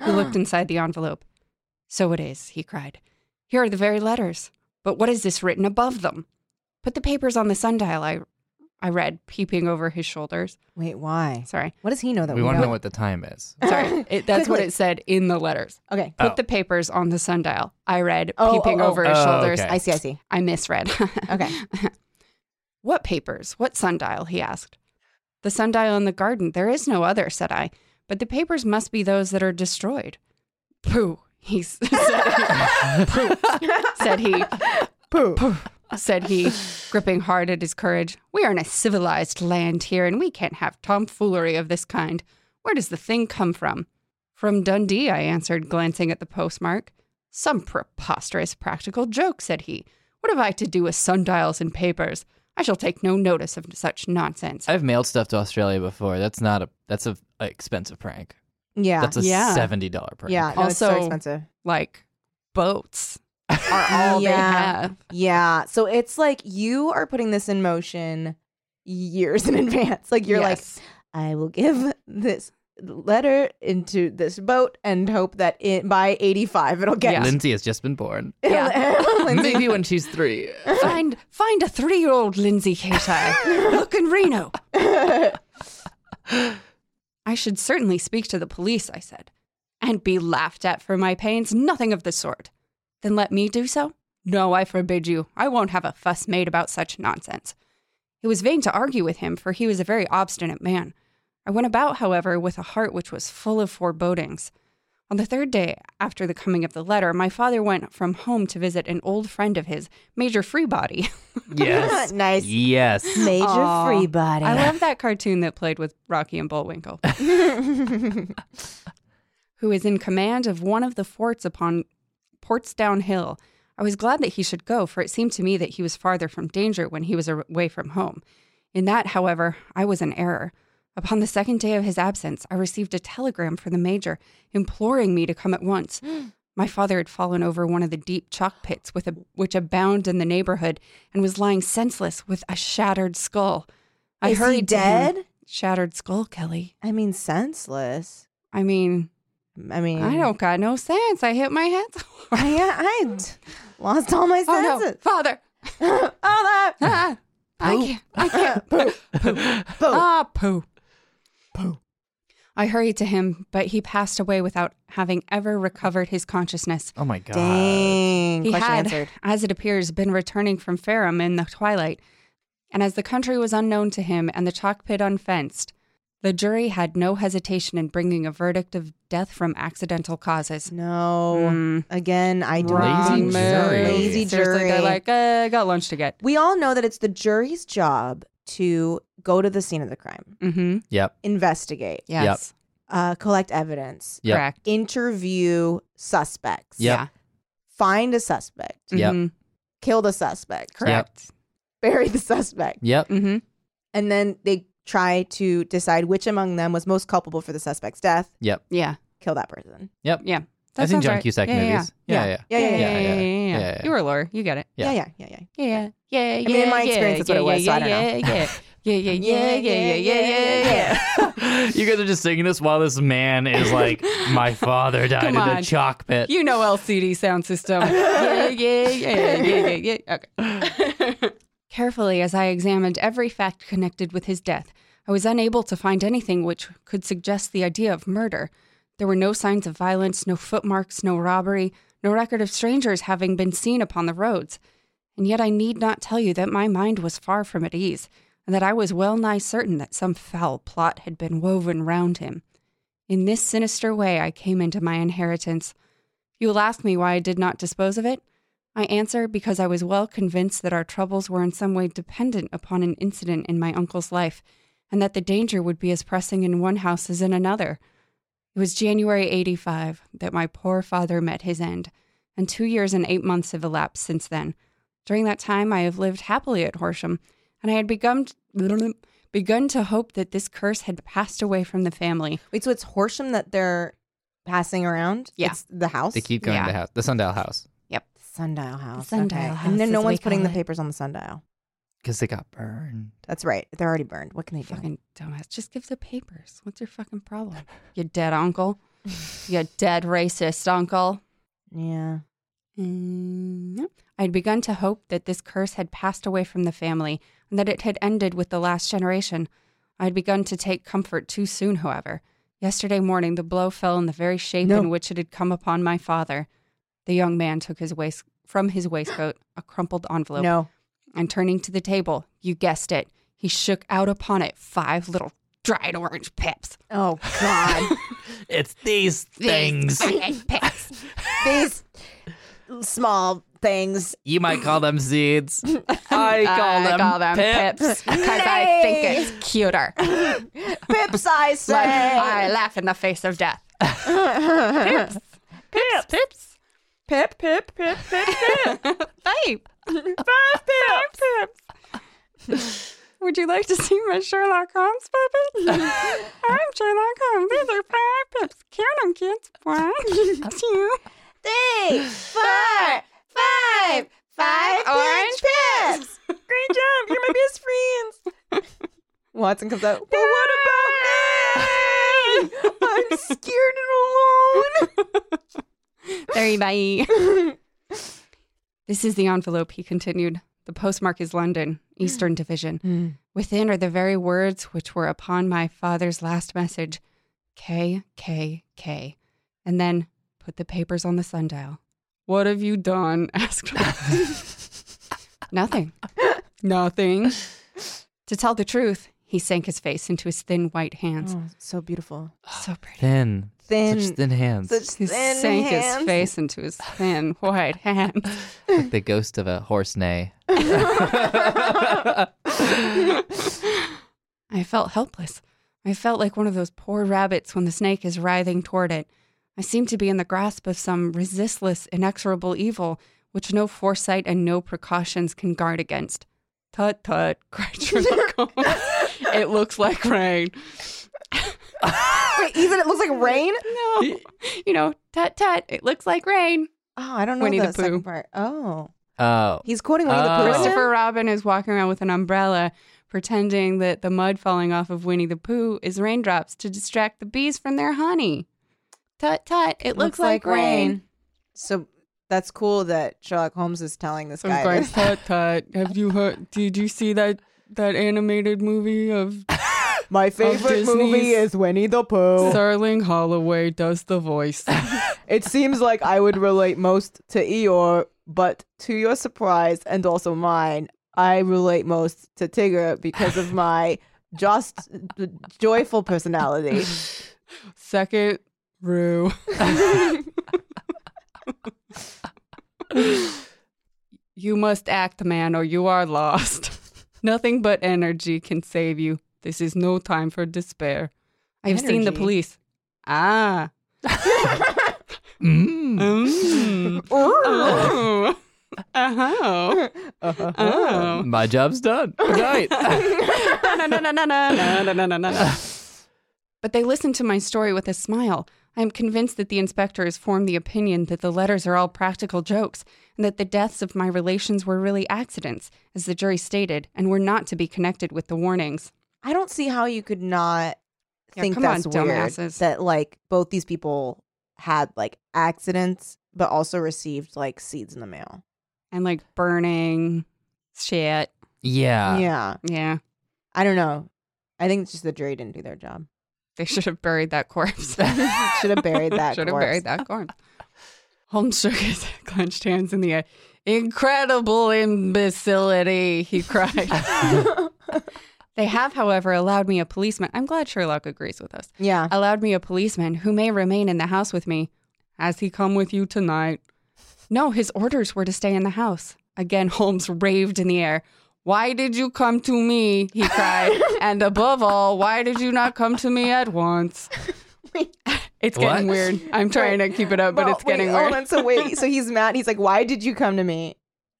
[SPEAKER 4] He looked inside the envelope. So it is, he cried. Here are the very letters. But what is this written above them? Put the papers on the sundial, I, I read, peeping over his shoulders.
[SPEAKER 3] Wait, why?
[SPEAKER 4] Sorry.
[SPEAKER 3] What does he know that
[SPEAKER 5] We
[SPEAKER 3] we,
[SPEAKER 5] want to
[SPEAKER 3] don't?
[SPEAKER 5] know what the time is.
[SPEAKER 4] Sorry, it, that's what
[SPEAKER 3] Quickly.
[SPEAKER 4] it said in the letters.
[SPEAKER 3] Okay.
[SPEAKER 4] Put
[SPEAKER 5] Oh.
[SPEAKER 4] the papers on the sundial. I read,
[SPEAKER 3] Oh,
[SPEAKER 4] peeping
[SPEAKER 3] oh, oh.
[SPEAKER 4] over his
[SPEAKER 5] Oh,
[SPEAKER 4] shoulders.
[SPEAKER 5] okay.
[SPEAKER 3] I see. I see.
[SPEAKER 4] I misread.
[SPEAKER 3] Okay.
[SPEAKER 4] what papers? What sundial? He asked. The sundial in the garden. There is no other, said I. But the papers must be those that are destroyed. Pooh, he s- said. Pooh, said he.
[SPEAKER 3] Pooh.
[SPEAKER 4] said he, gripping hard at his courage. We are in a civilized land here, and we can't have tomfoolery of this kind. Where does the thing come from? From Dundee, I answered, glancing at the postmark. Some preposterous practical joke, said he. What have I to do with sundials and papers? I shall take no notice of such nonsense.
[SPEAKER 5] I've mailed stuff to Australia before. That's not a that's a, a expensive prank.
[SPEAKER 3] Yeah.
[SPEAKER 5] That's a
[SPEAKER 4] Yeah.
[SPEAKER 5] seventy dollar prank.
[SPEAKER 3] yeah. No, it's so
[SPEAKER 4] Also-
[SPEAKER 3] expensive.
[SPEAKER 4] like, boats are all they
[SPEAKER 3] Yeah.
[SPEAKER 4] have.
[SPEAKER 3] Yeah. So it's like you are putting this in motion years in advance. Like you're
[SPEAKER 4] Yes.
[SPEAKER 3] like, I will give this letter into this boat and hope that it, by 85 it'll get
[SPEAKER 4] Yeah.
[SPEAKER 5] Lindsay has just been born.
[SPEAKER 4] Yeah.
[SPEAKER 3] Lindsay.
[SPEAKER 5] Maybe when she's three.
[SPEAKER 4] find find a three year old Lindsay Katai. Look in Reno. I should certainly speak to the police, I said, and be laughed at for my pains. Nothing of the sort. Then let me do so? No, I forbid you. I won't have a fuss made about such nonsense. It was vain to argue with him, for he was a very obstinate man. I went about, however, with a heart which was full of forebodings. On the third day after the coming of the letter, my father went from home to visit an old friend of his, Major Freebody.
[SPEAKER 5] Yes.
[SPEAKER 3] nice.
[SPEAKER 5] yes.
[SPEAKER 3] Major
[SPEAKER 4] Aw.
[SPEAKER 3] free body.
[SPEAKER 4] I love that cartoon that played with Rocky and Bullwinkle. who is in command of one of the forts upon Portsdown Hill. I was glad that he should go, for it seemed to me that he was farther from danger when he was ar- away from home. In that, however, I was in error. Upon the second day of his absence, I received a telegram from the major imploring me to come at once. My father had fallen over one of the deep chalk pits with a, which abound in the neighborhood and was lying senseless with a shattered skull. I
[SPEAKER 3] Is
[SPEAKER 4] hurried
[SPEAKER 3] he
[SPEAKER 4] to him.
[SPEAKER 3] dead?
[SPEAKER 4] Shattered skull, Kelly.
[SPEAKER 3] I mean, senseless.
[SPEAKER 4] I mean,
[SPEAKER 3] I mean,
[SPEAKER 4] I don't got no sense. I hit my head. so hard.
[SPEAKER 3] I, I d- lost all my
[SPEAKER 4] oh no,
[SPEAKER 3] senses. Oh.
[SPEAKER 4] father!
[SPEAKER 3] all
[SPEAKER 5] Oh,
[SPEAKER 3] that.
[SPEAKER 4] Ah, I
[SPEAKER 5] Poop.
[SPEAKER 4] can't. I can't. poo. Ah, poo. Poo. I hurried to him, but he passed away without having ever recovered his consciousness.
[SPEAKER 5] Oh my god.
[SPEAKER 3] Dang.
[SPEAKER 4] He
[SPEAKER 3] Question
[SPEAKER 4] had,
[SPEAKER 3] answered.
[SPEAKER 4] as it appears, been returning from Fareham in the twilight, and as the country was unknown to him and the chalk pit unfenced, the jury had no hesitation in bringing a verdict of death from accidental causes.
[SPEAKER 3] No.
[SPEAKER 4] Mm.
[SPEAKER 3] Again, I do
[SPEAKER 5] Lazy
[SPEAKER 3] not-
[SPEAKER 5] jury.
[SPEAKER 3] Lazy
[SPEAKER 4] Seriously,
[SPEAKER 3] jury.
[SPEAKER 4] They're like, uh, I got lunch to get.
[SPEAKER 3] we all know that it's the jury's job to go to the scene of the crime,
[SPEAKER 4] Mm-hmm.
[SPEAKER 5] Yep.
[SPEAKER 3] investigate,
[SPEAKER 4] Yes.
[SPEAKER 3] uh, collect evidence,
[SPEAKER 5] Yep.
[SPEAKER 4] Correct.
[SPEAKER 3] interview suspects,
[SPEAKER 5] Yep.
[SPEAKER 3] find a suspect,
[SPEAKER 5] Yep.
[SPEAKER 4] Mhm.
[SPEAKER 3] kill the suspect,
[SPEAKER 4] Correct.
[SPEAKER 3] bury the suspect,
[SPEAKER 5] Yep.
[SPEAKER 4] Mm-hmm.
[SPEAKER 3] and then they try to decide which among them was most culpable for the suspect's death.
[SPEAKER 5] Yep.
[SPEAKER 4] Yeah.
[SPEAKER 3] Kill that person.
[SPEAKER 5] Yep.
[SPEAKER 4] Yeah.
[SPEAKER 5] I've seen
[SPEAKER 4] sounds
[SPEAKER 5] John
[SPEAKER 4] right.
[SPEAKER 5] Cusack
[SPEAKER 4] Yeah, yeah,
[SPEAKER 5] movies.
[SPEAKER 4] Yeah.
[SPEAKER 5] yeah.
[SPEAKER 3] Yeah, yeah, yeah,
[SPEAKER 4] yeah, yeah, yeah,
[SPEAKER 5] yeah, yeah.
[SPEAKER 4] You were a lawyer. You get it.
[SPEAKER 3] Yeah,
[SPEAKER 5] Yeah.
[SPEAKER 3] yeah, yeah, yeah.
[SPEAKER 4] Yeah, yeah, yeah.
[SPEAKER 3] mean, in my
[SPEAKER 4] yeah,
[SPEAKER 3] experience, that's what
[SPEAKER 4] yeah,
[SPEAKER 3] it was, so
[SPEAKER 4] Yeah,
[SPEAKER 3] I don't know.
[SPEAKER 4] yeah, yeah, yeah, yeah, yeah, yeah, yeah, yeah, yeah, yeah.
[SPEAKER 5] you guys are just singing this while this man is like, my father died
[SPEAKER 4] Come
[SPEAKER 5] in a
[SPEAKER 4] on.
[SPEAKER 5] chalk pit.
[SPEAKER 4] You know LCD sound system. yeah, yeah, yeah, yeah, yeah, yeah. Okay. Carefully, as I examined every fact connected with his death, I was unable to find anything which could suggest the idea of murder. There were no signs of violence, no footmarks, no robbery, no record of strangers having been seen upon the roads. And yet I need not tell you that my mind was far from at ease, and that I was well nigh certain that some foul plot had been woven round him. In this sinister way I came into my inheritance. You will ask me why I did not dispose of it. I answer because I was well convinced that our troubles were in some way dependent upon an incident in my uncle's life, and that the danger would be as pressing in one house as in another. It was January 85 that my poor father met his end, and two years and eight months have elapsed since then. During that time, I have lived happily at Horsham, and I had begun begun to hope that this curse had passed away from the family.
[SPEAKER 3] Wait, so it's Horsham that they're passing around?
[SPEAKER 4] Yeah.
[SPEAKER 3] It's the house?
[SPEAKER 5] They keep going
[SPEAKER 4] Yeah.
[SPEAKER 5] to house the Sundial house
[SPEAKER 3] sundial house.
[SPEAKER 4] sundial
[SPEAKER 3] okay.
[SPEAKER 4] house
[SPEAKER 3] And then no
[SPEAKER 4] is what
[SPEAKER 3] one's
[SPEAKER 4] we
[SPEAKER 3] putting
[SPEAKER 4] call
[SPEAKER 3] the
[SPEAKER 4] it.
[SPEAKER 3] papers on the sundial.
[SPEAKER 5] because they got burned.
[SPEAKER 3] That's right. They're already burned. What can they do?
[SPEAKER 4] Fucking dumbass. Just give the papers. What's your fucking problem? You dead uncle. you dead racist uncle.
[SPEAKER 3] Yeah.
[SPEAKER 4] Mm, no. I'd begun to hope that this curse had passed away from the family and that it had ended with the last generation. I'd begun to take comfort too soon, however. Yesterday morning, the blow fell in the very shape
[SPEAKER 3] No.
[SPEAKER 4] in which it had come upon my father. The young man took his waist from his waistcoat a crumpled envelope
[SPEAKER 3] No.
[SPEAKER 4] and turning to the table, you guessed it, he shook out upon it five little dried orange pips.
[SPEAKER 3] Oh God.
[SPEAKER 5] It's these
[SPEAKER 4] These
[SPEAKER 5] things.
[SPEAKER 4] dried pips.
[SPEAKER 3] These small things.
[SPEAKER 5] You might call them seeds. I call them, pips.
[SPEAKER 4] because I think it's cuter.
[SPEAKER 3] Pips, I say.
[SPEAKER 4] Like, I laugh in the face of death. pips. Pips. Pips.
[SPEAKER 3] pip, pip, pip, pip, pip.
[SPEAKER 4] Babe,
[SPEAKER 3] Five pips.
[SPEAKER 4] would you like to see my Sherlock Holmes puppet? I'm Sherlock Holmes. These are five pips. Count them, kids. One, two,
[SPEAKER 3] Three, four, five, five
[SPEAKER 4] Orange
[SPEAKER 3] peach pips. Great job. You're my best friends. Watson comes out. But what about me? I'm scared and alone.
[SPEAKER 4] Very bye. this is the envelope, he continued. The postmark is London, Eastern Division.
[SPEAKER 3] Hmm.
[SPEAKER 4] Within are the very words which were upon my father's last message K, K, K. And then put the papers on the sundial. What have you done? asked Watson. Nothing. Nothing. To tell the truth, he sank his face into his thin white hands.
[SPEAKER 3] Oh, so beautiful.
[SPEAKER 4] So pretty.
[SPEAKER 5] Thin.
[SPEAKER 3] Thin.
[SPEAKER 5] Such thin hands.
[SPEAKER 3] Such
[SPEAKER 4] He
[SPEAKER 3] thin
[SPEAKER 4] sank his
[SPEAKER 3] hands.
[SPEAKER 4] face into his thin white hands.
[SPEAKER 5] Like the ghost of a horse neigh.
[SPEAKER 4] I felt helpless. I felt like one of those poor rabbits when the snake is writhing toward it. I seemed to be in the grasp of some resistless, inexorable evil which no foresight and no precautions can guard against. Tut tut, cried Sherlock Holmes. it looks like rain.
[SPEAKER 3] Wait, even it looks like rain.
[SPEAKER 4] No. You know, tut tut, it looks like rain.
[SPEAKER 3] Oh, I don't know
[SPEAKER 4] Winnie the
[SPEAKER 3] the second
[SPEAKER 4] Pooh.
[SPEAKER 3] part. Oh,
[SPEAKER 5] Oh.
[SPEAKER 3] he's quoting Winnie
[SPEAKER 5] Oh.
[SPEAKER 3] the Pooh.
[SPEAKER 4] Christopher Robin is walking around with an umbrella, pretending that the mud falling off of Winnie the Pooh is raindrops to distract the bees from their honey. Tut tut, it looks, like, rain.
[SPEAKER 3] So that's cool that Sherlock Holmes is telling this
[SPEAKER 4] So
[SPEAKER 3] guy.
[SPEAKER 4] going
[SPEAKER 3] this.
[SPEAKER 4] tut tut. Have you heard? Did you see that that animated movie of
[SPEAKER 3] My
[SPEAKER 4] favorite movie Disney's-
[SPEAKER 3] Winnie the Pooh.
[SPEAKER 4] Sterling Holloway does the voice?
[SPEAKER 3] It seems like I would relate most to Eeyore, but to your surprise and also mine, I relate most to Tigger because of my just joyful personality.
[SPEAKER 4] Second, Rue. you must act, man, or you are lost. Nothing but energy can save you. This is no time for despair. I've seen the
[SPEAKER 3] Energy?
[SPEAKER 4] police. Ah. Mm. Oh. Uh-huh. Oh.
[SPEAKER 5] My job's done. Good night.
[SPEAKER 4] But they listen to my story with a smile. I am convinced that the inspector has formed the opinion that the letters are all practical jokes and that the deaths of my relations were really accidents, as the jury stated, and were not to be connected with the warnings.
[SPEAKER 3] I don't see how you could not
[SPEAKER 4] Yeah,
[SPEAKER 3] think
[SPEAKER 4] come
[SPEAKER 3] that's
[SPEAKER 4] on,
[SPEAKER 3] weird
[SPEAKER 4] dumbasses.
[SPEAKER 3] that like both these people had like accidents, but also received like seeds in the mail.
[SPEAKER 4] And like burning shit.
[SPEAKER 5] yeah.
[SPEAKER 3] yeah,
[SPEAKER 4] Yeah.
[SPEAKER 3] I don't know. I think it's just the jury didn't do their job.
[SPEAKER 4] They should have buried that corpse.
[SPEAKER 3] Should have buried that.
[SPEAKER 4] Should have
[SPEAKER 3] corpse.
[SPEAKER 4] buried that corn. Holmes shook his clenched hands in the air. Incredible imbecility, he cried. they have, however, allowed me a policeman. I'm glad Sherlock agrees with us.
[SPEAKER 3] Yeah.
[SPEAKER 4] Allowed me a policeman who may remain in the house with me. Has he come with you tonight? No, his orders were to stay in the house. Again, Holmes raved in the air. Why did you come to me? He cried. and above all, why did you not come to me at once? It's getting
[SPEAKER 5] What?
[SPEAKER 4] weird. I'm trying to keep it up, Oh, but
[SPEAKER 3] Well,
[SPEAKER 4] it's getting
[SPEAKER 3] wait,
[SPEAKER 4] weird.
[SPEAKER 3] Hold on. So wait. So he's mad. He's like, "Why did you come to me?"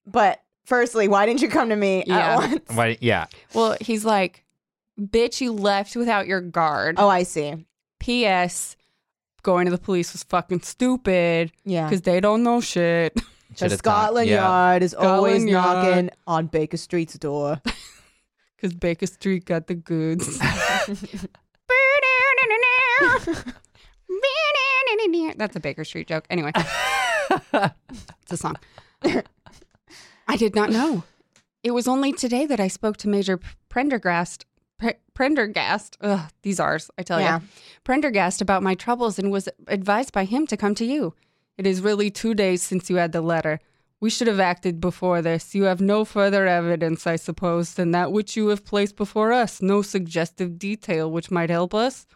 [SPEAKER 3] But firstly, why didn't you come to me
[SPEAKER 4] Yeah.
[SPEAKER 3] at once?
[SPEAKER 5] Why, yeah.
[SPEAKER 4] Well, he's like, bitch, you left without your guard.
[SPEAKER 3] Oh, I see.
[SPEAKER 4] P.S. Going to the police was fucking stupid
[SPEAKER 3] Yeah.
[SPEAKER 4] because they don't know shit.
[SPEAKER 3] The
[SPEAKER 5] Should've thought-
[SPEAKER 3] Scotland
[SPEAKER 5] yeah.
[SPEAKER 3] Yard is always
[SPEAKER 4] Scotland Yard.
[SPEAKER 3] knocking on Baker Street's door.
[SPEAKER 4] Because Baker Street got the goods. That's a Baker Street joke. Anyway, it's a song. I did not know. It was only today that I spoke to Major Prendergast. Pre- Prendergast. Ugh, these R's, I tell
[SPEAKER 3] Yeah.
[SPEAKER 4] you. Prendergast about my troubles and was advised by him to come to you. It is really two days since you had the letter. We should have acted before this. You have no further evidence, I suppose, than that which you have placed before us. No suggestive detail which might help us.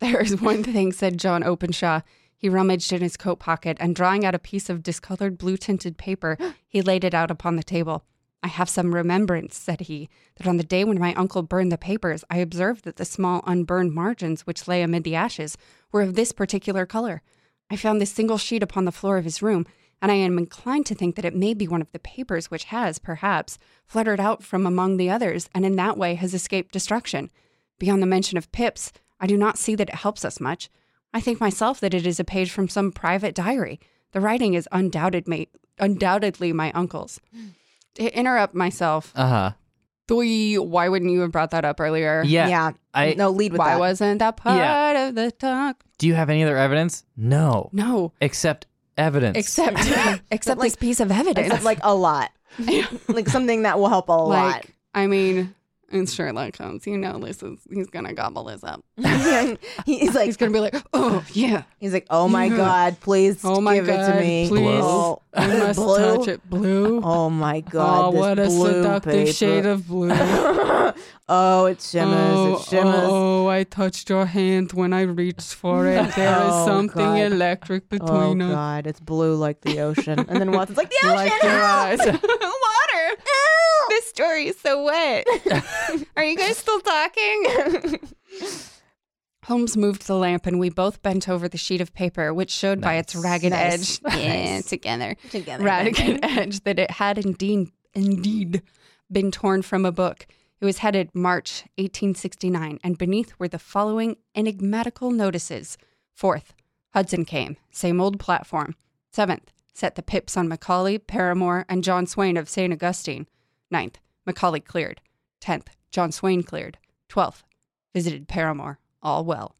[SPEAKER 4] There is one thing, said John Openshaw. He rummaged in his coat pocket and drawing out a piece of discolored blue tinted paper, he laid it out upon the table. I have some remembrance, said he, that on the day when my uncle burned the papers, I observed that the small unburned margins which lay amid the ashes were of this particular color. I found this single sheet upon the floor of his room, and I am inclined to think that it may be one of the papers which has, perhaps, fluttered out from among the others, and in that way has escaped destruction. Beyond the mention of Pips, I do not see that it helps us much. I think myself that it is a page from some private diary. The writing is undoubtedly, undoubtedly my uncle's. To interrupt myself,
[SPEAKER 5] Uh huh.
[SPEAKER 4] Three, why wouldn't you have brought that up earlier?
[SPEAKER 5] Yeah.
[SPEAKER 3] yeah.
[SPEAKER 5] I
[SPEAKER 3] no, lead with
[SPEAKER 4] Why
[SPEAKER 3] that.
[SPEAKER 4] wasn't that part
[SPEAKER 5] Yeah.
[SPEAKER 4] of the talk?
[SPEAKER 5] do you have any other evidence? No,
[SPEAKER 4] No.
[SPEAKER 5] except evidence.
[SPEAKER 4] Except except
[SPEAKER 3] like-
[SPEAKER 4] this piece of evidence.
[SPEAKER 3] Except, like a lot. like something that will help a lot.
[SPEAKER 4] Like, I mean, in Sherlock Holmes, you know this is he's gonna gobble this up.
[SPEAKER 3] he's like
[SPEAKER 4] He's gonna be like, Oh yeah.
[SPEAKER 3] he's like, oh my
[SPEAKER 4] Yeah.
[SPEAKER 3] god, please
[SPEAKER 4] Oh my
[SPEAKER 3] give
[SPEAKER 4] god.
[SPEAKER 3] it to me.
[SPEAKER 4] Please.
[SPEAKER 3] Oh,
[SPEAKER 4] I must
[SPEAKER 3] blue?
[SPEAKER 4] touch it. Blue.
[SPEAKER 3] Oh my
[SPEAKER 4] oh
[SPEAKER 3] god, this
[SPEAKER 4] what a
[SPEAKER 3] blue
[SPEAKER 4] seductive
[SPEAKER 3] paper.
[SPEAKER 4] shade of blue.
[SPEAKER 3] oh, it shimmers,
[SPEAKER 4] oh,
[SPEAKER 3] it shimmers.
[SPEAKER 4] oh, I touched your hand when I reached for it. There is
[SPEAKER 3] Oh,
[SPEAKER 4] something
[SPEAKER 3] God.
[SPEAKER 4] electric
[SPEAKER 3] Oh
[SPEAKER 4] between us.
[SPEAKER 3] god, it's blue like the ocean. And then Watson's like, the ocean!
[SPEAKER 4] Like your eyes. Water. This story is so wet. Are you guys still talking? Holmes moved the lamp, and we both bent over the sheet of paper, which showed by its
[SPEAKER 5] Nice.
[SPEAKER 4] ragged
[SPEAKER 3] Nice.
[SPEAKER 4] edge
[SPEAKER 3] Yes.
[SPEAKER 4] together,
[SPEAKER 3] Together,
[SPEAKER 4] ragged edge that it had indeed, indeed, been torn from a book. It was headed March 1869, and beneath were the following enigmatical notices: Fourth, Hudson came, same old platform. Seventh, set the pips on Macaulay, Paramore, and John Swain of St. Augustine. Ninth, Macaulay cleared. Tenth, John Swain cleared. Twelfth, visited Paramore. All well.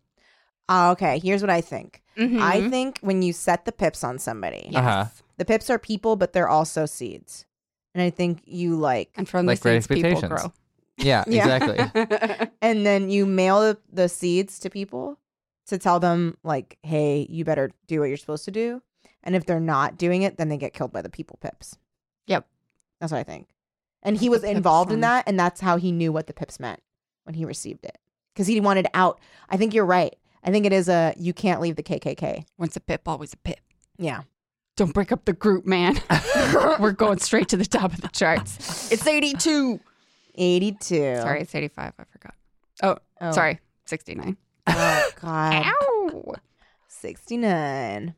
[SPEAKER 3] Ah, okay, here's what I think. I
[SPEAKER 4] Mhm.
[SPEAKER 3] think when you set the pips on somebody,
[SPEAKER 4] yes.
[SPEAKER 5] Uh-huh.
[SPEAKER 3] the pips are people, but they're also seeds. And I think you like,
[SPEAKER 4] And from
[SPEAKER 5] Like
[SPEAKER 4] the
[SPEAKER 5] Great
[SPEAKER 4] seeds, people grow.
[SPEAKER 5] Expectations. Yeah,
[SPEAKER 3] Yeah.
[SPEAKER 5] exactly.
[SPEAKER 3] and then you mail the, the seeds to people to tell them, like, hey, you better do what you're supposed to do. And if they're not doing it, then they get killed by the people pips.
[SPEAKER 4] Yep.
[SPEAKER 3] That's what I think. And he
[SPEAKER 4] The
[SPEAKER 3] was
[SPEAKER 4] pips
[SPEAKER 3] involved in
[SPEAKER 4] sound-
[SPEAKER 3] that. And that's how he knew what the pips meant when he received it because he wanted out. I think you're right. I think it is a you can't leave the KKK.
[SPEAKER 4] Once a pip, always a pip.
[SPEAKER 3] Yeah.
[SPEAKER 4] Don't break up the group, man. We're going straight to the top of the charts. It's 82.
[SPEAKER 3] 82.
[SPEAKER 4] Sorry, it's 85. I forgot.
[SPEAKER 3] Oh,
[SPEAKER 4] Sorry, 69.
[SPEAKER 3] Oh, God.
[SPEAKER 4] Ow!
[SPEAKER 3] 69.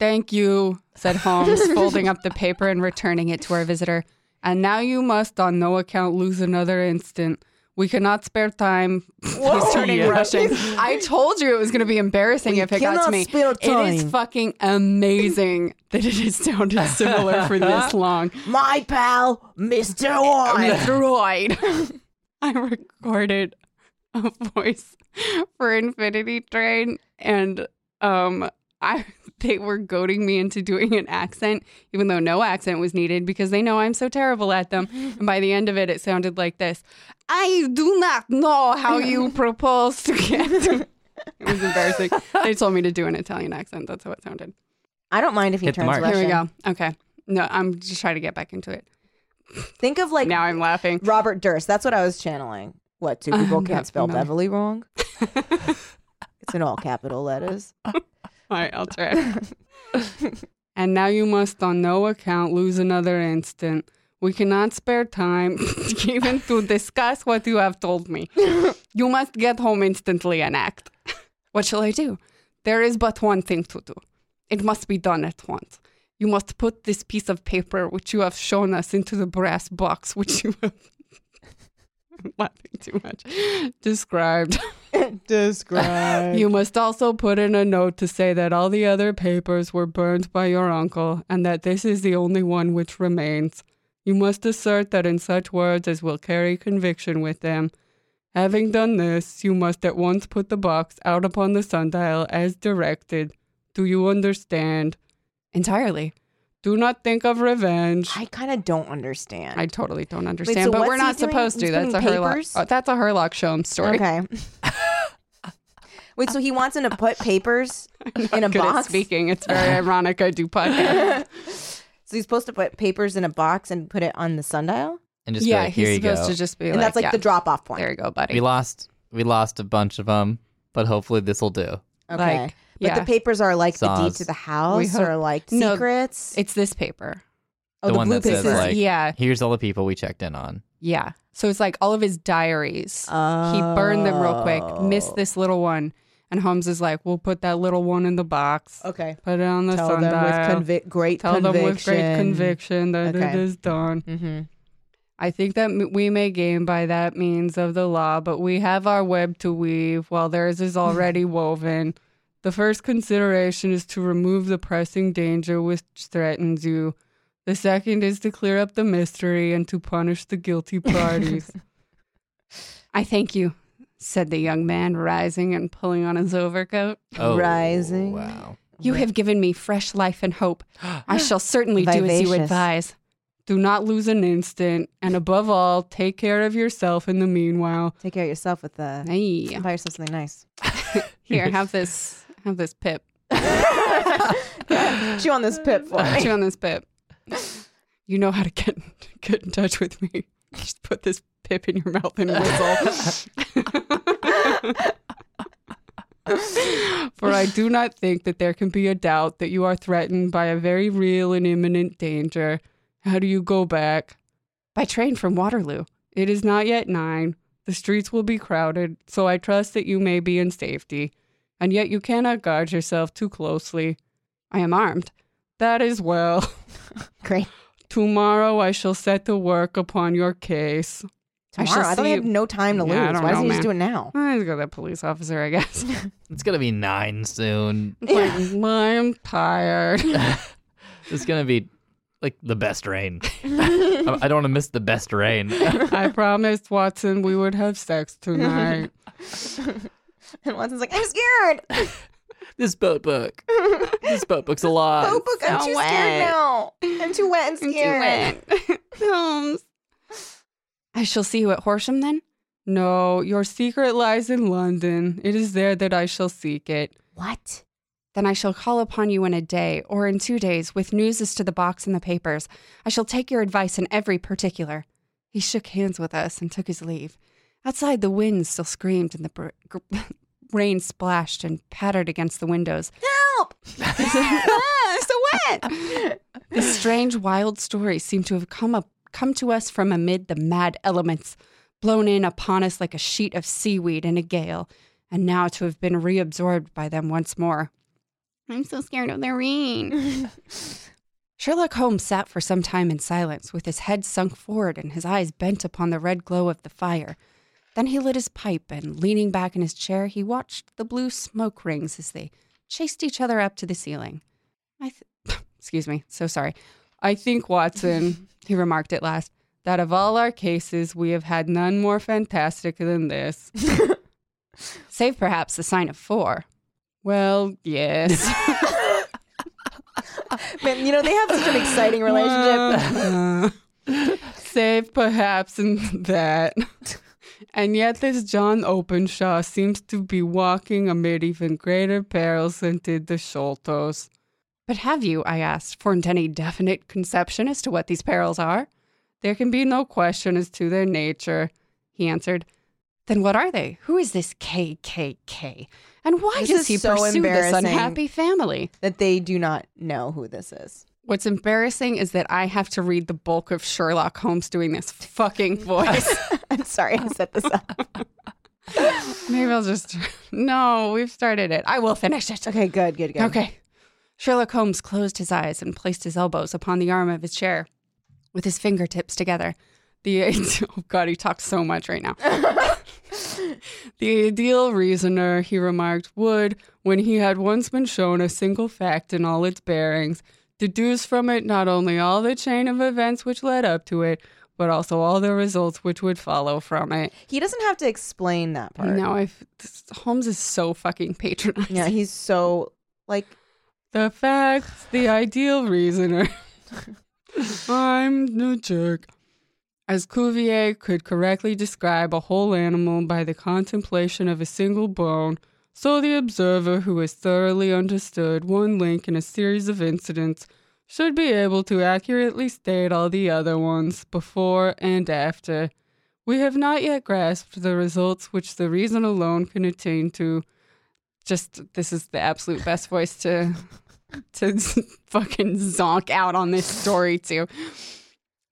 [SPEAKER 4] Thank you, said Holmes, folding up the paper and returning it to our visitor. And now you must on no account lose another instant. We cannot spare time. He's turning
[SPEAKER 5] Yeah.
[SPEAKER 4] Russian. I told you it was going to be embarrassing if it got to
[SPEAKER 3] cannot
[SPEAKER 4] me.
[SPEAKER 3] spare
[SPEAKER 4] It is
[SPEAKER 3] time.
[SPEAKER 4] fucking amazing that it has sounded similar for this long.
[SPEAKER 3] My pal, Mr. Warren.
[SPEAKER 4] Droid. I recorded a voice for Infinity Train and um I they were goading me into doing an accent, even though no accent was needed because they know I'm so terrible at them. And by the end of it it sounded like this. I do not know how you propose to get to-" It was embarrassing. They told me to do an Italian accent. That's how it sounded.
[SPEAKER 3] I don't mind if he
[SPEAKER 5] Hit the
[SPEAKER 3] turns
[SPEAKER 5] mark.
[SPEAKER 3] Russian.
[SPEAKER 4] Here we go. Okay. No, I'm just trying to get back into it.
[SPEAKER 3] Think of like
[SPEAKER 4] Now I'm laughing.
[SPEAKER 3] Robert Durst. That's what I was channeling. What, two people
[SPEAKER 4] I'm
[SPEAKER 3] can't
[SPEAKER 4] not
[SPEAKER 3] spell
[SPEAKER 4] familiar.
[SPEAKER 3] Beverly wrong? it's in all capital letters.
[SPEAKER 4] All right, I'll try. and now you must on no account lose another instant. We cannot spare time even to discuss what you have told me. You must get home instantly and act. What shall I do? There is but one thing to do. It must be done at once. You must put this piece of paper which you have shown us into the brass box which you have I'm laughing too much. Described.
[SPEAKER 3] Describe.
[SPEAKER 4] You must also put in a note to say that all the other papers were burned by your uncle and that this is the only one which remains. You must assert that in such words as will carry conviction with them. Having done this, you must at once put the box out upon the sundial as directed. Do you understand? Entirely. Do not think of revenge.
[SPEAKER 3] I kind of don't understand.
[SPEAKER 4] I totally don't understand,
[SPEAKER 3] so
[SPEAKER 4] but
[SPEAKER 3] what's
[SPEAKER 4] we're
[SPEAKER 3] he
[SPEAKER 4] not
[SPEAKER 3] doing?
[SPEAKER 4] supposed
[SPEAKER 3] He's
[SPEAKER 4] to. That's a,
[SPEAKER 3] putting
[SPEAKER 4] Herlock,
[SPEAKER 3] papers?
[SPEAKER 4] oh, that's a Herlock Sholmes story.
[SPEAKER 3] Okay. Wait, so he wants him to put papers in a
[SPEAKER 4] Good at
[SPEAKER 3] box?
[SPEAKER 4] speaking. It's very ironic. I do podcasts.
[SPEAKER 3] So he's supposed to put papers in a box and put it on the sundial?
[SPEAKER 5] And just be
[SPEAKER 4] yeah,
[SPEAKER 5] like, here
[SPEAKER 4] he's
[SPEAKER 5] you go.
[SPEAKER 4] supposed to just be
[SPEAKER 3] And
[SPEAKER 4] like,
[SPEAKER 3] that's like
[SPEAKER 4] yeah,
[SPEAKER 3] the drop off point.
[SPEAKER 4] There you go, buddy.
[SPEAKER 5] we lost. We lost a bunch of them, but hopefully this will do.
[SPEAKER 3] Okay.
[SPEAKER 4] Like,
[SPEAKER 3] but
[SPEAKER 4] yeah.
[SPEAKER 3] the papers are like the deed
[SPEAKER 5] Saws.
[SPEAKER 3] to the house
[SPEAKER 4] hope-
[SPEAKER 3] or like
[SPEAKER 4] No,
[SPEAKER 3] secrets.
[SPEAKER 4] it's this paper.
[SPEAKER 3] oh,
[SPEAKER 5] the one
[SPEAKER 3] blue
[SPEAKER 5] that says,
[SPEAKER 3] papers.
[SPEAKER 5] like-
[SPEAKER 4] yeah,
[SPEAKER 5] Here's all the people we checked in on.
[SPEAKER 4] yeah. So it's like all of his diaries. He burned them real quick. Missed
[SPEAKER 3] Oh.
[SPEAKER 4] this little one, And Holmes is like, we'll put that little one in the box,
[SPEAKER 3] Okay.
[SPEAKER 4] put it on the
[SPEAKER 3] Oh. Tell
[SPEAKER 4] sundial.
[SPEAKER 3] them with convi- great
[SPEAKER 4] Tell
[SPEAKER 3] conviction.
[SPEAKER 4] them with great conviction that it
[SPEAKER 3] Okay.
[SPEAKER 4] is done.
[SPEAKER 3] Mm-hmm.
[SPEAKER 4] I think that m- we may gain by that means of the law, but we have our web to weave while theirs is already woven. The first consideration is to remove the pressing danger which threatens you. The second is to clear up the mystery and to punish the guilty parties. I thank you, said the young man, rising and pulling on his overcoat.
[SPEAKER 3] Rising.
[SPEAKER 5] Oh, Wow.
[SPEAKER 4] You have given me fresh life and hope. I shall certainly do as you
[SPEAKER 3] Vivacious.
[SPEAKER 4] advise. Do not lose an instant, and above all, take care of yourself in the meanwhile.
[SPEAKER 3] Take care of yourself with the.
[SPEAKER 4] Hey,
[SPEAKER 3] Buy yourself something nice.
[SPEAKER 4] here, have this, have this pip.
[SPEAKER 3] Chew on this pip for me.
[SPEAKER 4] Chew on this pip. You know how to get get in touch with me. Just put this pip in your mouth and whistle. For I do not think that there can be a doubt that you are threatened by a very real and imminent danger. How do you go back? By train from Waterloo. It is not yet nine. The streets will be crowded, so I trust that you may be in safety. And yet you cannot guard yourself too closely. I am armed. That is well.
[SPEAKER 3] Great.
[SPEAKER 4] Tomorrow I shall set to work upon your case. I shall
[SPEAKER 3] Tomorrow. I, thought
[SPEAKER 4] see
[SPEAKER 3] he had
[SPEAKER 4] you-
[SPEAKER 3] no time to
[SPEAKER 4] Yeah, I
[SPEAKER 3] lose.
[SPEAKER 4] don't
[SPEAKER 3] Why doesn't he
[SPEAKER 4] know,
[SPEAKER 3] just do it now?
[SPEAKER 4] I Ah, got that police officer, I guess.
[SPEAKER 5] It's gonna be nine soon.
[SPEAKER 4] It's like, I'm tired.
[SPEAKER 5] It's gonna be like the best rain. I I don't want to miss the best rain.
[SPEAKER 4] I promised Watson we would have sex tonight.
[SPEAKER 3] And Watson's like, I'm scared.
[SPEAKER 5] this boat book. This boat book's a lot.
[SPEAKER 3] Oh, book, I'm
[SPEAKER 4] Uh, so
[SPEAKER 3] too
[SPEAKER 4] wet.
[SPEAKER 3] scared now. I'm too wet and scared.
[SPEAKER 4] Holmes. I shall see you at Horsham then? No, your secret lies in London. It is there that I shall seek it.
[SPEAKER 3] What?
[SPEAKER 4] Then I shall call upon you in a day or in two days with news as to the box and the papers. I shall take your advice in every particular. He shook hands with us and took his leave. Outside, the wind still screamed and the br- gr- rain splashed and pattered against the windows.
[SPEAKER 3] Help!
[SPEAKER 4] Ah, so wet! This strange, wild story seemed to have come up, come to us from amid the mad elements, blown in upon us like a sheet of seaweed in a gale, and now to have been reabsorbed by them once more. I'm so scared of the rain. Sherlock Holmes sat for some time in silence, with his head sunk forward and his eyes bent upon the red glow of the fire. Then he lit his pipe, and leaning back in his chair, he watched the blue smoke rings as they chased each other up to the ceiling. I, th- excuse me, so sorry. I think Watson, he remarked at last, that of all our cases, we have had none more fantastic than this, save perhaps the sign of four. Well, yes.
[SPEAKER 3] Man, you know, they have such an exciting relationship.
[SPEAKER 4] Save perhaps in that. And yet, this John Openshaw seems to be walking amid even greater perils than did the Sholtos. But have you, I asked, formed any definite conception as to what these perils are? There can be no question as to their nature, he answered. Then what are they? Who is this KKK? And why
[SPEAKER 3] This
[SPEAKER 4] does
[SPEAKER 3] is
[SPEAKER 4] he
[SPEAKER 3] so
[SPEAKER 4] pursue this
[SPEAKER 3] embarrassing.
[SPEAKER 4] unhappy family?
[SPEAKER 3] that they do not know who this is.
[SPEAKER 4] What's embarrassing is that I have to read the bulk of Sherlock Holmes doing this fucking voice.
[SPEAKER 3] I'm sorry I set this up.
[SPEAKER 4] Maybe I'll just. No, we've started it. I will finish it.
[SPEAKER 3] Okay, good, good, good.
[SPEAKER 4] Okay. Sherlock Holmes closed his eyes and placed his elbows upon the arm of his chair with his fingertips together. The oh god, he talks so much right now. the ideal reasoner, he remarked, would, when he had once been shown a single fact in all its bearings, deduce from it not only all the chain of events which led up to it, but also all the results which would follow from it.
[SPEAKER 3] He doesn't have to explain that part.
[SPEAKER 4] Now, if Holmes is so fucking patronizing.
[SPEAKER 3] Yeah, he's so like
[SPEAKER 4] The facts, the ideal reasoner. I'm the jerk. As Cuvier could correctly describe a whole animal by the contemplation of a single bone, so the observer who has thoroughly understood one link in a series of incidents should be able to accurately state all the other ones before and after. We have not yet grasped the results which the reason alone can attain to. Just this is the absolute best voice to to fucking zonk out on this story too.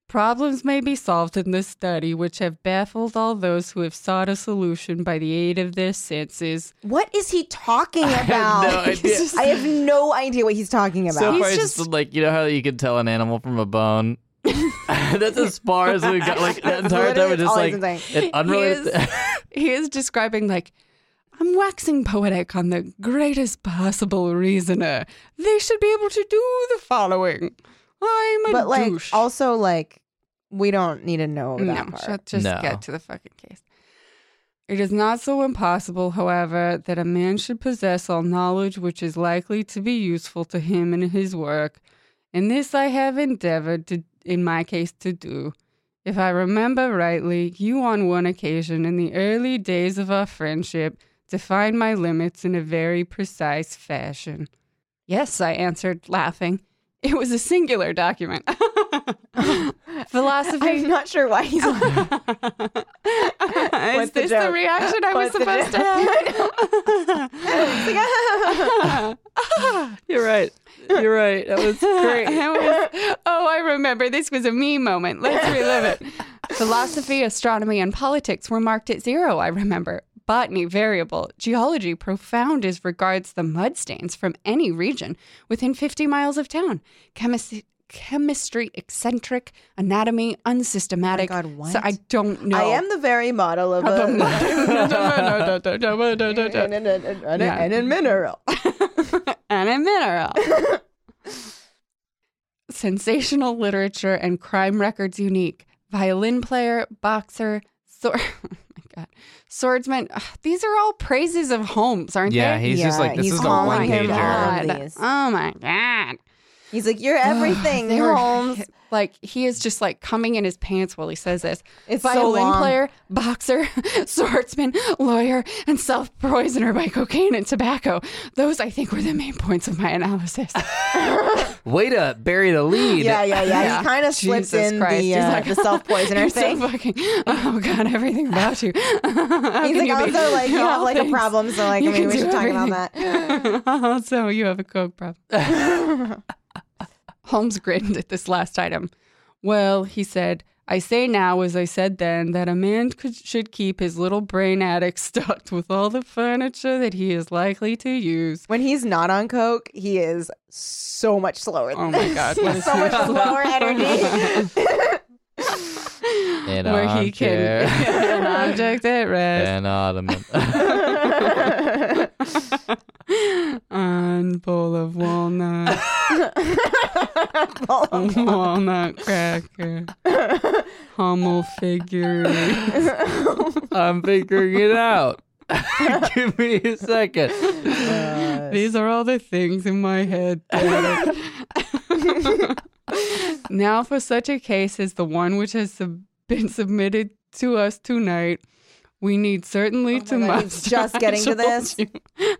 [SPEAKER 7] Problems may be solved in this study, which have baffled all those who have sought a solution by the aid of their senses.
[SPEAKER 3] What is he talking about?
[SPEAKER 5] no idea.
[SPEAKER 3] I have no idea what he's talking about.
[SPEAKER 5] So
[SPEAKER 7] He's
[SPEAKER 5] far, it's
[SPEAKER 7] just-
[SPEAKER 5] just like you know how you can tell an animal from a bone. That's as far as we got. Like the
[SPEAKER 3] That's
[SPEAKER 5] entire
[SPEAKER 3] literally
[SPEAKER 5] time, we're just
[SPEAKER 3] all
[SPEAKER 5] like
[SPEAKER 3] he's been
[SPEAKER 5] an unrelated.
[SPEAKER 7] He is, he is describing like. I'm waxing poetic on the greatest possible reasoner. They should be able to do the following. I'm a
[SPEAKER 3] but like,
[SPEAKER 7] douche.
[SPEAKER 3] also like, we don't need to know that
[SPEAKER 7] no,
[SPEAKER 3] part.
[SPEAKER 7] shut- just
[SPEAKER 5] No.
[SPEAKER 7] get to the fucking case. It is not so impossible, however, that a man should possess all knowledge which is likely to be useful to him in his work. And this I have endeavored to, in my case, to do. If I remember rightly, you on one occasion in the early days of our friendship defined my limits in a very precise fashion. Yes, I answered, laughing. It was a singular document. Philosophy
[SPEAKER 3] I'm not sure why he's.
[SPEAKER 7] is
[SPEAKER 3] What's the
[SPEAKER 7] this the
[SPEAKER 3] joke?
[SPEAKER 7] reaction I
[SPEAKER 3] What's
[SPEAKER 7] was
[SPEAKER 3] the
[SPEAKER 7] supposed to
[SPEAKER 3] joke?
[SPEAKER 7] have? You're right. You're right. That was great. oh, I remember. This was a me moment. Let's relive it. Philosophy, astronomy, and politics were marked at zero, I remember. Botany, variable. Geology, profound as regards the mud stains from any region within 50 miles of town. Chemis- chemistry, eccentric. Anatomy, unsystematic.
[SPEAKER 3] God, what?
[SPEAKER 7] So I don't know.
[SPEAKER 3] I am the very model of a
[SPEAKER 7] and
[SPEAKER 3] an, an, an, an,
[SPEAKER 7] Yeah.
[SPEAKER 3] an- an mineral.
[SPEAKER 7] a mineral. Sensational literature and crime records unique. Violin player, boxer, sword. Oh my God. Swordsman. Ugh, These are all praises of Holmes, aren't
[SPEAKER 5] yeah,
[SPEAKER 7] they?
[SPEAKER 5] he's just
[SPEAKER 3] Yeah,
[SPEAKER 5] like this
[SPEAKER 3] he's
[SPEAKER 5] is a
[SPEAKER 7] oh
[SPEAKER 3] calling
[SPEAKER 5] one
[SPEAKER 7] my
[SPEAKER 3] him
[SPEAKER 5] pager.
[SPEAKER 3] out. all of
[SPEAKER 7] God.
[SPEAKER 3] these.
[SPEAKER 7] Oh my God.
[SPEAKER 3] He's like, you're everything,
[SPEAKER 7] They were-
[SPEAKER 3] Holmes.
[SPEAKER 7] Like he is just like coming in his pants while he says this.
[SPEAKER 3] It's so
[SPEAKER 7] violin
[SPEAKER 3] long.
[SPEAKER 7] player, boxer, swordsman, lawyer, and self poisoner by cocaine and tobacco. Those I think were the main points of my analysis.
[SPEAKER 5] Way to bury the lead.
[SPEAKER 3] Yeah, yeah, yeah.
[SPEAKER 7] Yeah.
[SPEAKER 3] He kind of slips
[SPEAKER 7] Jesus
[SPEAKER 3] in
[SPEAKER 7] Christ.
[SPEAKER 3] the,
[SPEAKER 7] He's
[SPEAKER 3] uh,
[SPEAKER 7] like,
[SPEAKER 3] the self poisoner
[SPEAKER 7] You're so
[SPEAKER 3] thing.
[SPEAKER 7] fucking. Oh God, everything about you.
[SPEAKER 3] He's
[SPEAKER 7] How can
[SPEAKER 3] like,
[SPEAKER 7] you be-
[SPEAKER 3] also, like, you
[SPEAKER 7] all
[SPEAKER 3] have like a
[SPEAKER 7] things?
[SPEAKER 3] problem, so like, I
[SPEAKER 7] You
[SPEAKER 3] mean,
[SPEAKER 7] can
[SPEAKER 3] we
[SPEAKER 7] do
[SPEAKER 3] should talk about that.
[SPEAKER 7] everything. also, you have a coke problem. Holmes grinned at this last item. Well, he said, I say now, as I said then, that a man could, should keep his little brain attic stocked with all the furniture that he is likely to use.
[SPEAKER 3] When he's not on coke, he is so much slower.
[SPEAKER 7] Oh my God, what
[SPEAKER 3] He's
[SPEAKER 7] is
[SPEAKER 3] so much
[SPEAKER 7] this?
[SPEAKER 3] lower energy.
[SPEAKER 5] An
[SPEAKER 7] where he
[SPEAKER 5] armchair,
[SPEAKER 7] can an object at rest.
[SPEAKER 5] an ottoman.
[SPEAKER 7] and bowl of walnut, walnut cracker, Hummel figurine.
[SPEAKER 5] I'm figuring it out. Give me a second.
[SPEAKER 7] These are all the things in my head. Derek. now, for such a case as the one which has sub- been submitted to us tonight, we need certainly to
[SPEAKER 3] Oh God,
[SPEAKER 7] muster.
[SPEAKER 3] he's just getting to
[SPEAKER 7] I told
[SPEAKER 3] this.
[SPEAKER 7] you.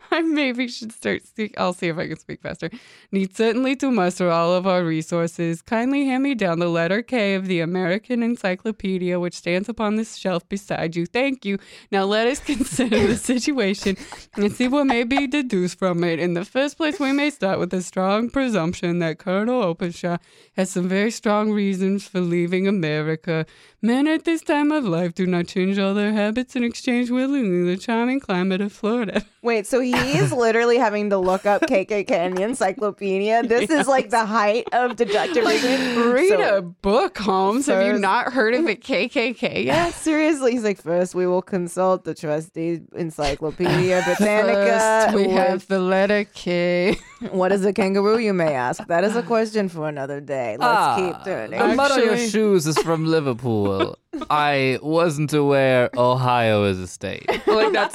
[SPEAKER 7] I maybe should start speak. I'll see if I can speak faster. Need certainly to muster all of our resources. Kindly hand me down the letter K of the American Encyclopedia, which stands upon this shelf beside you. Thank you. Now let us consider the situation and see what may be deduced from it. In the first place, we may start with a strong presumption that Colonel Openshaw has some very strong reasons for leaving America. Men at this time of life do not change all their habits and exchange willingly the charming climate of Florida.
[SPEAKER 3] Wait, so he's literally having to look up KKK in the encyclopedia. This is like the height of deductive reasoning.
[SPEAKER 7] Read
[SPEAKER 3] So-
[SPEAKER 7] a book, Holmes. Have you
[SPEAKER 3] First-
[SPEAKER 7] not heard of the KKK yet?
[SPEAKER 3] Yeah, seriously. He's like, first we will consult the trustees Encyclopedia Britannica.
[SPEAKER 7] First, we
[SPEAKER 3] What-
[SPEAKER 7] have the letter K.
[SPEAKER 3] what is a kangaroo, you may ask? That is a question for another day. Let's
[SPEAKER 7] Ah,
[SPEAKER 3] keep turning.
[SPEAKER 5] The mud on your
[SPEAKER 7] Actually-
[SPEAKER 5] shoes is from Liverpool. I wasn't aware Ohio is a state. Like that's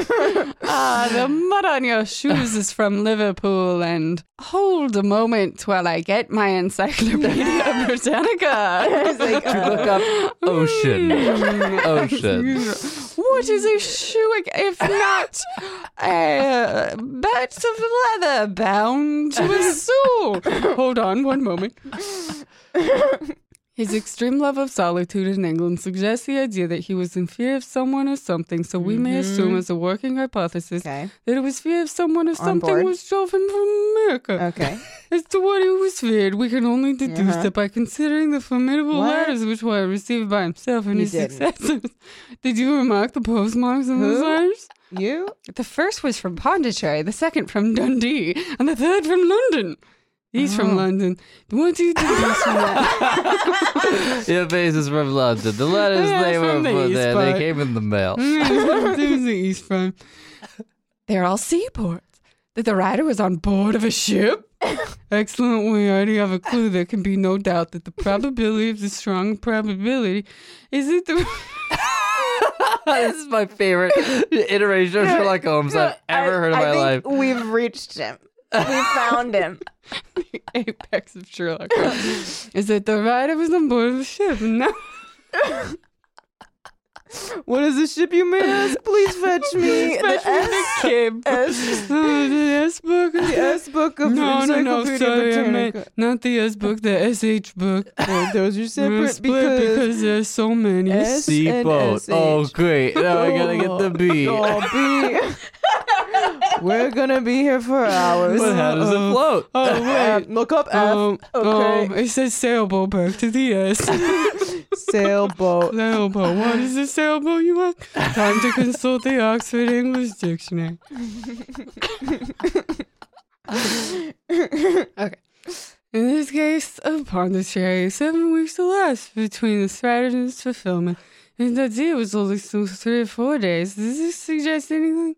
[SPEAKER 7] Ah, the mud on your shoes is from Liverpool. And hold a moment while I get my Encyclopedia Britannica. Hmm,
[SPEAKER 3] It's like, uh,
[SPEAKER 5] look up ocean. Ocean.
[SPEAKER 7] what is a shoe ag- if not a bit of leather bound to a sole? Hold on one moment. His extreme love of solitude in England suggests the idea that he was in fear of someone or something, so we may assume as a working hypothesis
[SPEAKER 3] Okay.
[SPEAKER 7] that it was fear of someone or something
[SPEAKER 3] board.
[SPEAKER 7] which drove him from America.
[SPEAKER 3] Okay.
[SPEAKER 7] As to what he was feared, we can only deduce
[SPEAKER 3] Uh-huh.
[SPEAKER 7] that by considering the formidable
[SPEAKER 3] What?
[SPEAKER 7] letters which were received by himself and
[SPEAKER 3] You
[SPEAKER 7] his
[SPEAKER 3] didn't.
[SPEAKER 7] successors. Did you remark the postmarks on those
[SPEAKER 3] Who?
[SPEAKER 7] letters?
[SPEAKER 3] you?
[SPEAKER 7] The first was from Pondicherry, the second from Dundee, and the third from London. He's
[SPEAKER 3] Oh.
[SPEAKER 7] from London. What do you deduce from that?
[SPEAKER 5] Your face is from London. The letters
[SPEAKER 7] Yeah,
[SPEAKER 5] they were
[SPEAKER 7] from the
[SPEAKER 5] put
[SPEAKER 7] East
[SPEAKER 5] there.
[SPEAKER 7] Park. Mm.
[SPEAKER 5] They came in the mail.
[SPEAKER 7] There's the East Front. They're all seaports. That the rider was on board of a ship? Excellent. We already have a clue. There can be no doubt that the probability of the strong probability is that the.
[SPEAKER 5] this is my favorite iteration of Sherlock Holmes I've ever heard in
[SPEAKER 3] I
[SPEAKER 5] my life.
[SPEAKER 3] think We've reached him. We found him.
[SPEAKER 7] the apex of Sherlock Holmes is that the rider was on board of a ship. No,
[SPEAKER 3] What is the ship you made us? Please fetch me.
[SPEAKER 7] especially the kid.
[SPEAKER 3] S,
[SPEAKER 7] Oh, the S book.
[SPEAKER 3] Mm, the S book of
[SPEAKER 7] no, no, no,
[SPEAKER 3] Encyclopedia
[SPEAKER 7] sorry, I meant
[SPEAKER 3] Britannica.
[SPEAKER 7] not the S book, the SH book.
[SPEAKER 3] Well, those are
[SPEAKER 7] We're
[SPEAKER 3] separate
[SPEAKER 7] split
[SPEAKER 3] because
[SPEAKER 7] because there's so many.
[SPEAKER 3] S and SH.
[SPEAKER 5] Oh, great. Now I gotta get the B.
[SPEAKER 3] Oh, B. We're gonna be here for hours.
[SPEAKER 5] But how does it
[SPEAKER 7] Uh-oh.
[SPEAKER 5] float?
[SPEAKER 7] Oh
[SPEAKER 3] Uh,
[SPEAKER 7] wait.
[SPEAKER 3] look up F.
[SPEAKER 7] Um,
[SPEAKER 3] okay.
[SPEAKER 7] um, it says sailboat back to the S.
[SPEAKER 3] Sailboat.
[SPEAKER 7] sailboat. What is a sailboat you want? Time to consult the Oxford English Dictionary. okay. In this case of Pondicherry, seven weeks elapsed between the stratagem's fulfillment and the deal was only some three or four days. Does this suggest anything?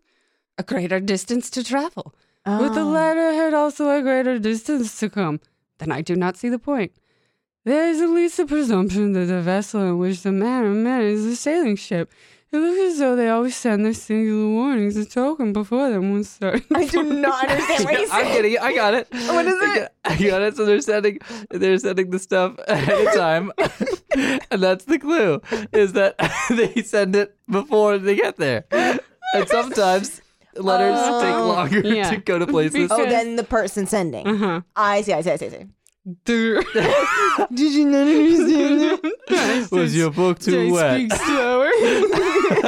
[SPEAKER 7] A greater distance to travel. With
[SPEAKER 3] Ah. Oh.
[SPEAKER 7] the latter had also a greater distance to come. Then I do not see the point. There is at least a presumption that the vessel in which the man are met is a sailing ship. It looks as though they always send their singular warnings and token before them when starting.
[SPEAKER 3] I do not understand what he's
[SPEAKER 5] I'm
[SPEAKER 3] saying.
[SPEAKER 5] getting it. I got it.
[SPEAKER 3] What is
[SPEAKER 5] I
[SPEAKER 3] it?
[SPEAKER 5] got- I got it. So they're sending, they're sending the stuff ahead of time, and that's the clue: is that they send it before they get there. And sometimes letters
[SPEAKER 3] Oh,
[SPEAKER 5] take longer
[SPEAKER 7] Uh, yeah.
[SPEAKER 5] to go to places.
[SPEAKER 7] Because-
[SPEAKER 3] Oh, then the person sending.
[SPEAKER 7] Uh-huh.
[SPEAKER 3] I see, I see, I see, I see.
[SPEAKER 7] Dude.
[SPEAKER 3] Did you not understand that?
[SPEAKER 5] Was your book too wet?
[SPEAKER 7] speak slower.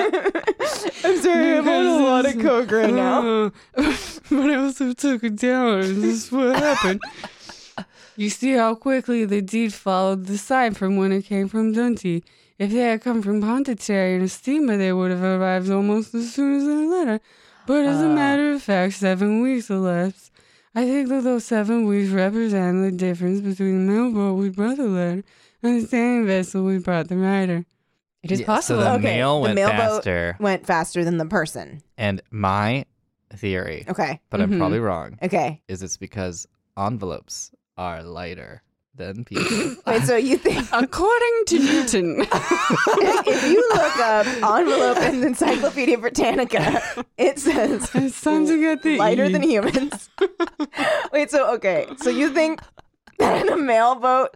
[SPEAKER 3] I'm sorry, I'm on a lot of
[SPEAKER 7] Because-
[SPEAKER 3] coke right now.
[SPEAKER 7] Uh, but I also took it down. and This is what happened. You see how quickly the deed followed the sign from when it came from Dundee. If they had come from Pondicherry in a steamer, they would have arrived almost as soon as the letter. But as a matter of fact, seven weeks elapsed. I think that those seven weeks represent the difference between the mailboat we brought the letter and the sailing vessel we brought the rider. It
[SPEAKER 5] Yeah, So the
[SPEAKER 3] Okay,
[SPEAKER 5] mail
[SPEAKER 3] the
[SPEAKER 5] went
[SPEAKER 3] mailboat-
[SPEAKER 5] faster,
[SPEAKER 3] Went faster than the person.
[SPEAKER 5] and my theory,
[SPEAKER 3] Okay,
[SPEAKER 5] but I'm
[SPEAKER 7] Mhm.
[SPEAKER 5] probably wrong,
[SPEAKER 3] okay.
[SPEAKER 5] is it's because envelopes are lighter than people.
[SPEAKER 3] Wait, so you think
[SPEAKER 7] According to Newton.
[SPEAKER 3] if you look up envelope in the Encyclopedia Britannica, it says
[SPEAKER 7] It's time to get the
[SPEAKER 3] lighter
[SPEAKER 7] E.
[SPEAKER 3] than humans. Wait, so okay, so you think that in a mail boat,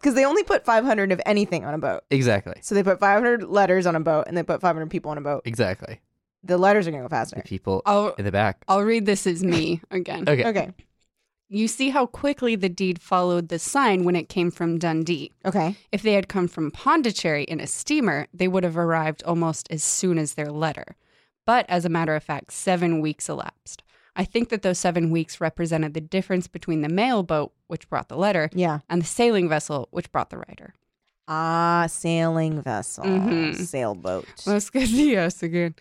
[SPEAKER 3] because they only put 500 of anything on a boat,
[SPEAKER 5] exactly.
[SPEAKER 3] so they put 500 letters on a boat and they put 500 people on a boat.
[SPEAKER 5] Exactly.
[SPEAKER 3] The letters are gonna go faster.
[SPEAKER 5] The people
[SPEAKER 7] I'll
[SPEAKER 5] in the back.
[SPEAKER 7] I'll read this as me again.
[SPEAKER 5] Okay.
[SPEAKER 3] Okay,
[SPEAKER 7] You see how quickly the deed followed the sign when it came from Dundee.
[SPEAKER 3] okay,
[SPEAKER 7] If they had come from Pondicherry in a steamer, they would have arrived almost as soon as their letter. But as a matter of fact, seven weeks elapsed. I think that those seven weeks represented the difference between the mail boat, which brought the letter,
[SPEAKER 3] yeah.
[SPEAKER 7] and the sailing vessel, which brought the rider.
[SPEAKER 3] Ah, sailing vessel,
[SPEAKER 7] Mhm.
[SPEAKER 3] sailboat.
[SPEAKER 7] Let's get the yes again.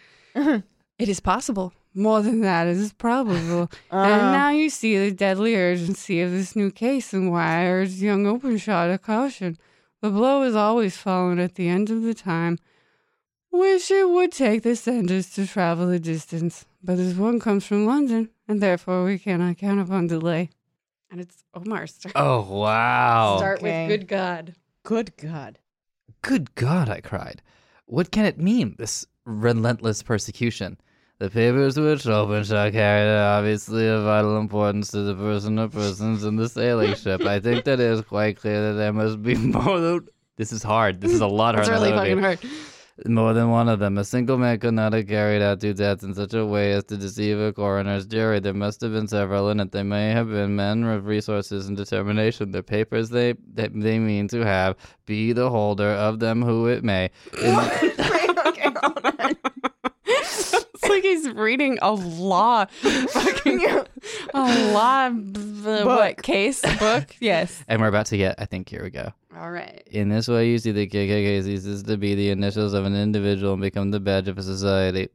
[SPEAKER 7] It is possible. More than that, it is probable.
[SPEAKER 3] Uh, Uh-huh.
[SPEAKER 7] And now you see the deadly urgency of this new case and why I urge young Openshaw to caution. The blow is always followed at the end of the time. Wish it would take the senders to travel the distance, but this one comes from London, and therefore we cannot count upon delay. And it's Omar's turn.
[SPEAKER 5] Oh wow.
[SPEAKER 7] Start
[SPEAKER 3] okay.
[SPEAKER 7] with good God.
[SPEAKER 3] good God.
[SPEAKER 5] Good God, I cried. What can it mean, this relentless persecution? The papers which Openshaw carried are obviously of vital importance to the person or persons in the sailing ship. I think that it is quite clear that there must be more than. This is hard. This is a lot harder
[SPEAKER 7] That's really
[SPEAKER 5] than I would
[SPEAKER 7] fucking
[SPEAKER 5] be.
[SPEAKER 7] hard.
[SPEAKER 5] more than one of them. A single man could not have carried out two deaths in such a way as to deceive a coroner's jury. There must have been several, and that they may have been men of resources and determination. The papers they they, they mean to have be the holder of them who it may. In-
[SPEAKER 3] okay, hold on.
[SPEAKER 4] it's like he's reading a law, fucking a law, b- what case book? Yes.
[SPEAKER 5] and we're about to get. I think here we go.
[SPEAKER 4] All right.
[SPEAKER 5] In this way, you see the KKK ceases to be the initials of an individual and become the badge of a society.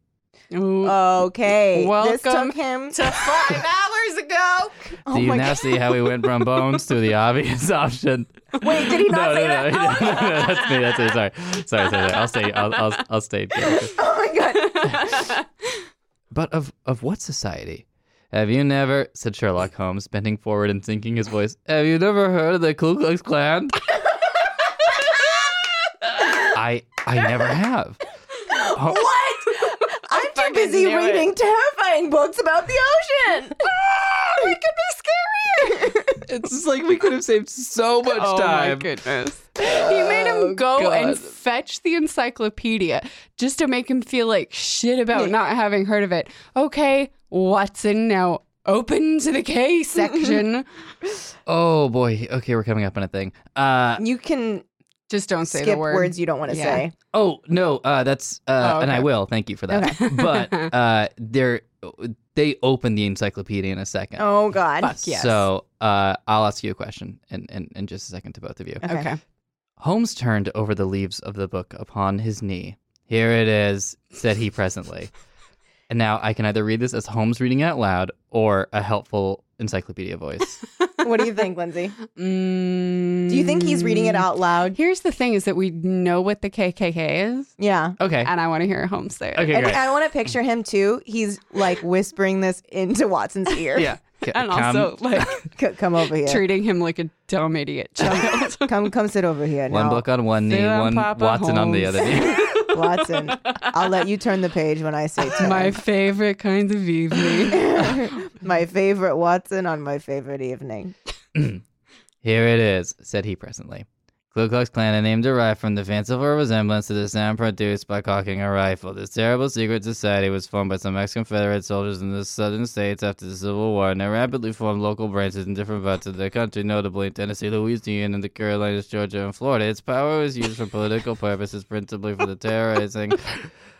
[SPEAKER 4] Ooh.
[SPEAKER 3] Okay. This
[SPEAKER 4] Welcome
[SPEAKER 3] took him
[SPEAKER 4] to
[SPEAKER 3] five hours ago.
[SPEAKER 5] Do
[SPEAKER 3] Oh
[SPEAKER 5] you
[SPEAKER 3] my
[SPEAKER 5] now see how we went from bones to the obvious option?
[SPEAKER 3] Wait, did he not
[SPEAKER 5] no,
[SPEAKER 3] say
[SPEAKER 5] no,
[SPEAKER 3] that?
[SPEAKER 5] No, no, no, that's me. That's me. Sorry, sorry, sorry. sorry. I'll stay. I'll, I'll, I'll stay. in character.
[SPEAKER 3] Oh my god.
[SPEAKER 5] But of of what society? Have you never? Said Sherlock Holmes, bending forward and sinking his voice. Have you never heard of the Ku Klux Klan? I I never have. Oh,
[SPEAKER 3] What? I'm too
[SPEAKER 4] fucking
[SPEAKER 3] busy
[SPEAKER 4] knew it.
[SPEAKER 3] reading terrifying books about the ocean. it could be scarier.
[SPEAKER 5] it's just like we could have saved so much
[SPEAKER 4] oh my
[SPEAKER 5] time.
[SPEAKER 4] goodness. He made him go
[SPEAKER 5] God.
[SPEAKER 4] and fetch the encyclopedia just to make him feel like shit about not having heard of it. Okay, Watson, now open to the K section.
[SPEAKER 5] Oh boy. Okay, we're coming up on a thing. Uh
[SPEAKER 3] You can
[SPEAKER 4] just don't say
[SPEAKER 3] skip
[SPEAKER 4] the word.
[SPEAKER 3] words you don't want to
[SPEAKER 4] Yeah.
[SPEAKER 3] say.
[SPEAKER 5] oh no. Uh that's uh
[SPEAKER 4] Oh,
[SPEAKER 5] and I
[SPEAKER 4] okay.
[SPEAKER 5] will. Thank you for that.
[SPEAKER 4] Okay.
[SPEAKER 5] but uh they're they open the encyclopedia in a second.
[SPEAKER 3] Oh god.
[SPEAKER 4] Fuck yes.
[SPEAKER 5] So uh I'll ask you a question in, in, in just a second to both of you.
[SPEAKER 3] Okay.
[SPEAKER 4] okay.
[SPEAKER 5] Holmes turned over the leaves of the book upon his knee. Here it is, said he presently. And now I can either read this as Holmes reading out loud or a helpful encyclopedia voice.
[SPEAKER 3] What do you think, Lindsay?
[SPEAKER 4] Mm.
[SPEAKER 3] Do you think he's reading it out loud?
[SPEAKER 4] Here's the thing: is that we know what the KKK is,
[SPEAKER 3] Yeah.
[SPEAKER 5] Okay.
[SPEAKER 4] and I want to hear Holmes say it.
[SPEAKER 5] Okay,
[SPEAKER 3] And
[SPEAKER 5] great.
[SPEAKER 3] I want to picture him too. He's like whispering this into Watson's ear.
[SPEAKER 5] Yeah. C-
[SPEAKER 4] And
[SPEAKER 5] come-
[SPEAKER 4] also, like
[SPEAKER 3] C- come over here.
[SPEAKER 4] treating him like a dumb idiot child.
[SPEAKER 3] Come, come sit over here
[SPEAKER 5] one
[SPEAKER 3] now,
[SPEAKER 5] book on one
[SPEAKER 4] Sit
[SPEAKER 5] knee,
[SPEAKER 4] on
[SPEAKER 5] one
[SPEAKER 4] Papa
[SPEAKER 5] Watson on the
[SPEAKER 4] Holmes.
[SPEAKER 5] other knee.
[SPEAKER 3] Watson. I'll let you turn the page when I say turn.
[SPEAKER 4] My favorite kind of evening.
[SPEAKER 3] my favorite Watson on my favorite evening.
[SPEAKER 5] Here it is, said he presently. Ku Klux Klan, a name derived from the fanciful resemblance to the sound produced by cocking a rifle. This terrible secret society was formed by some ex-Confederate soldiers in the southern states after the Civil War, and they rapidly formed local branches in different parts of the country, notably in Tennessee, Louisiana, and the Carolinas, Georgia, and Florida. Its power was used for political purposes, principally for the terrorizing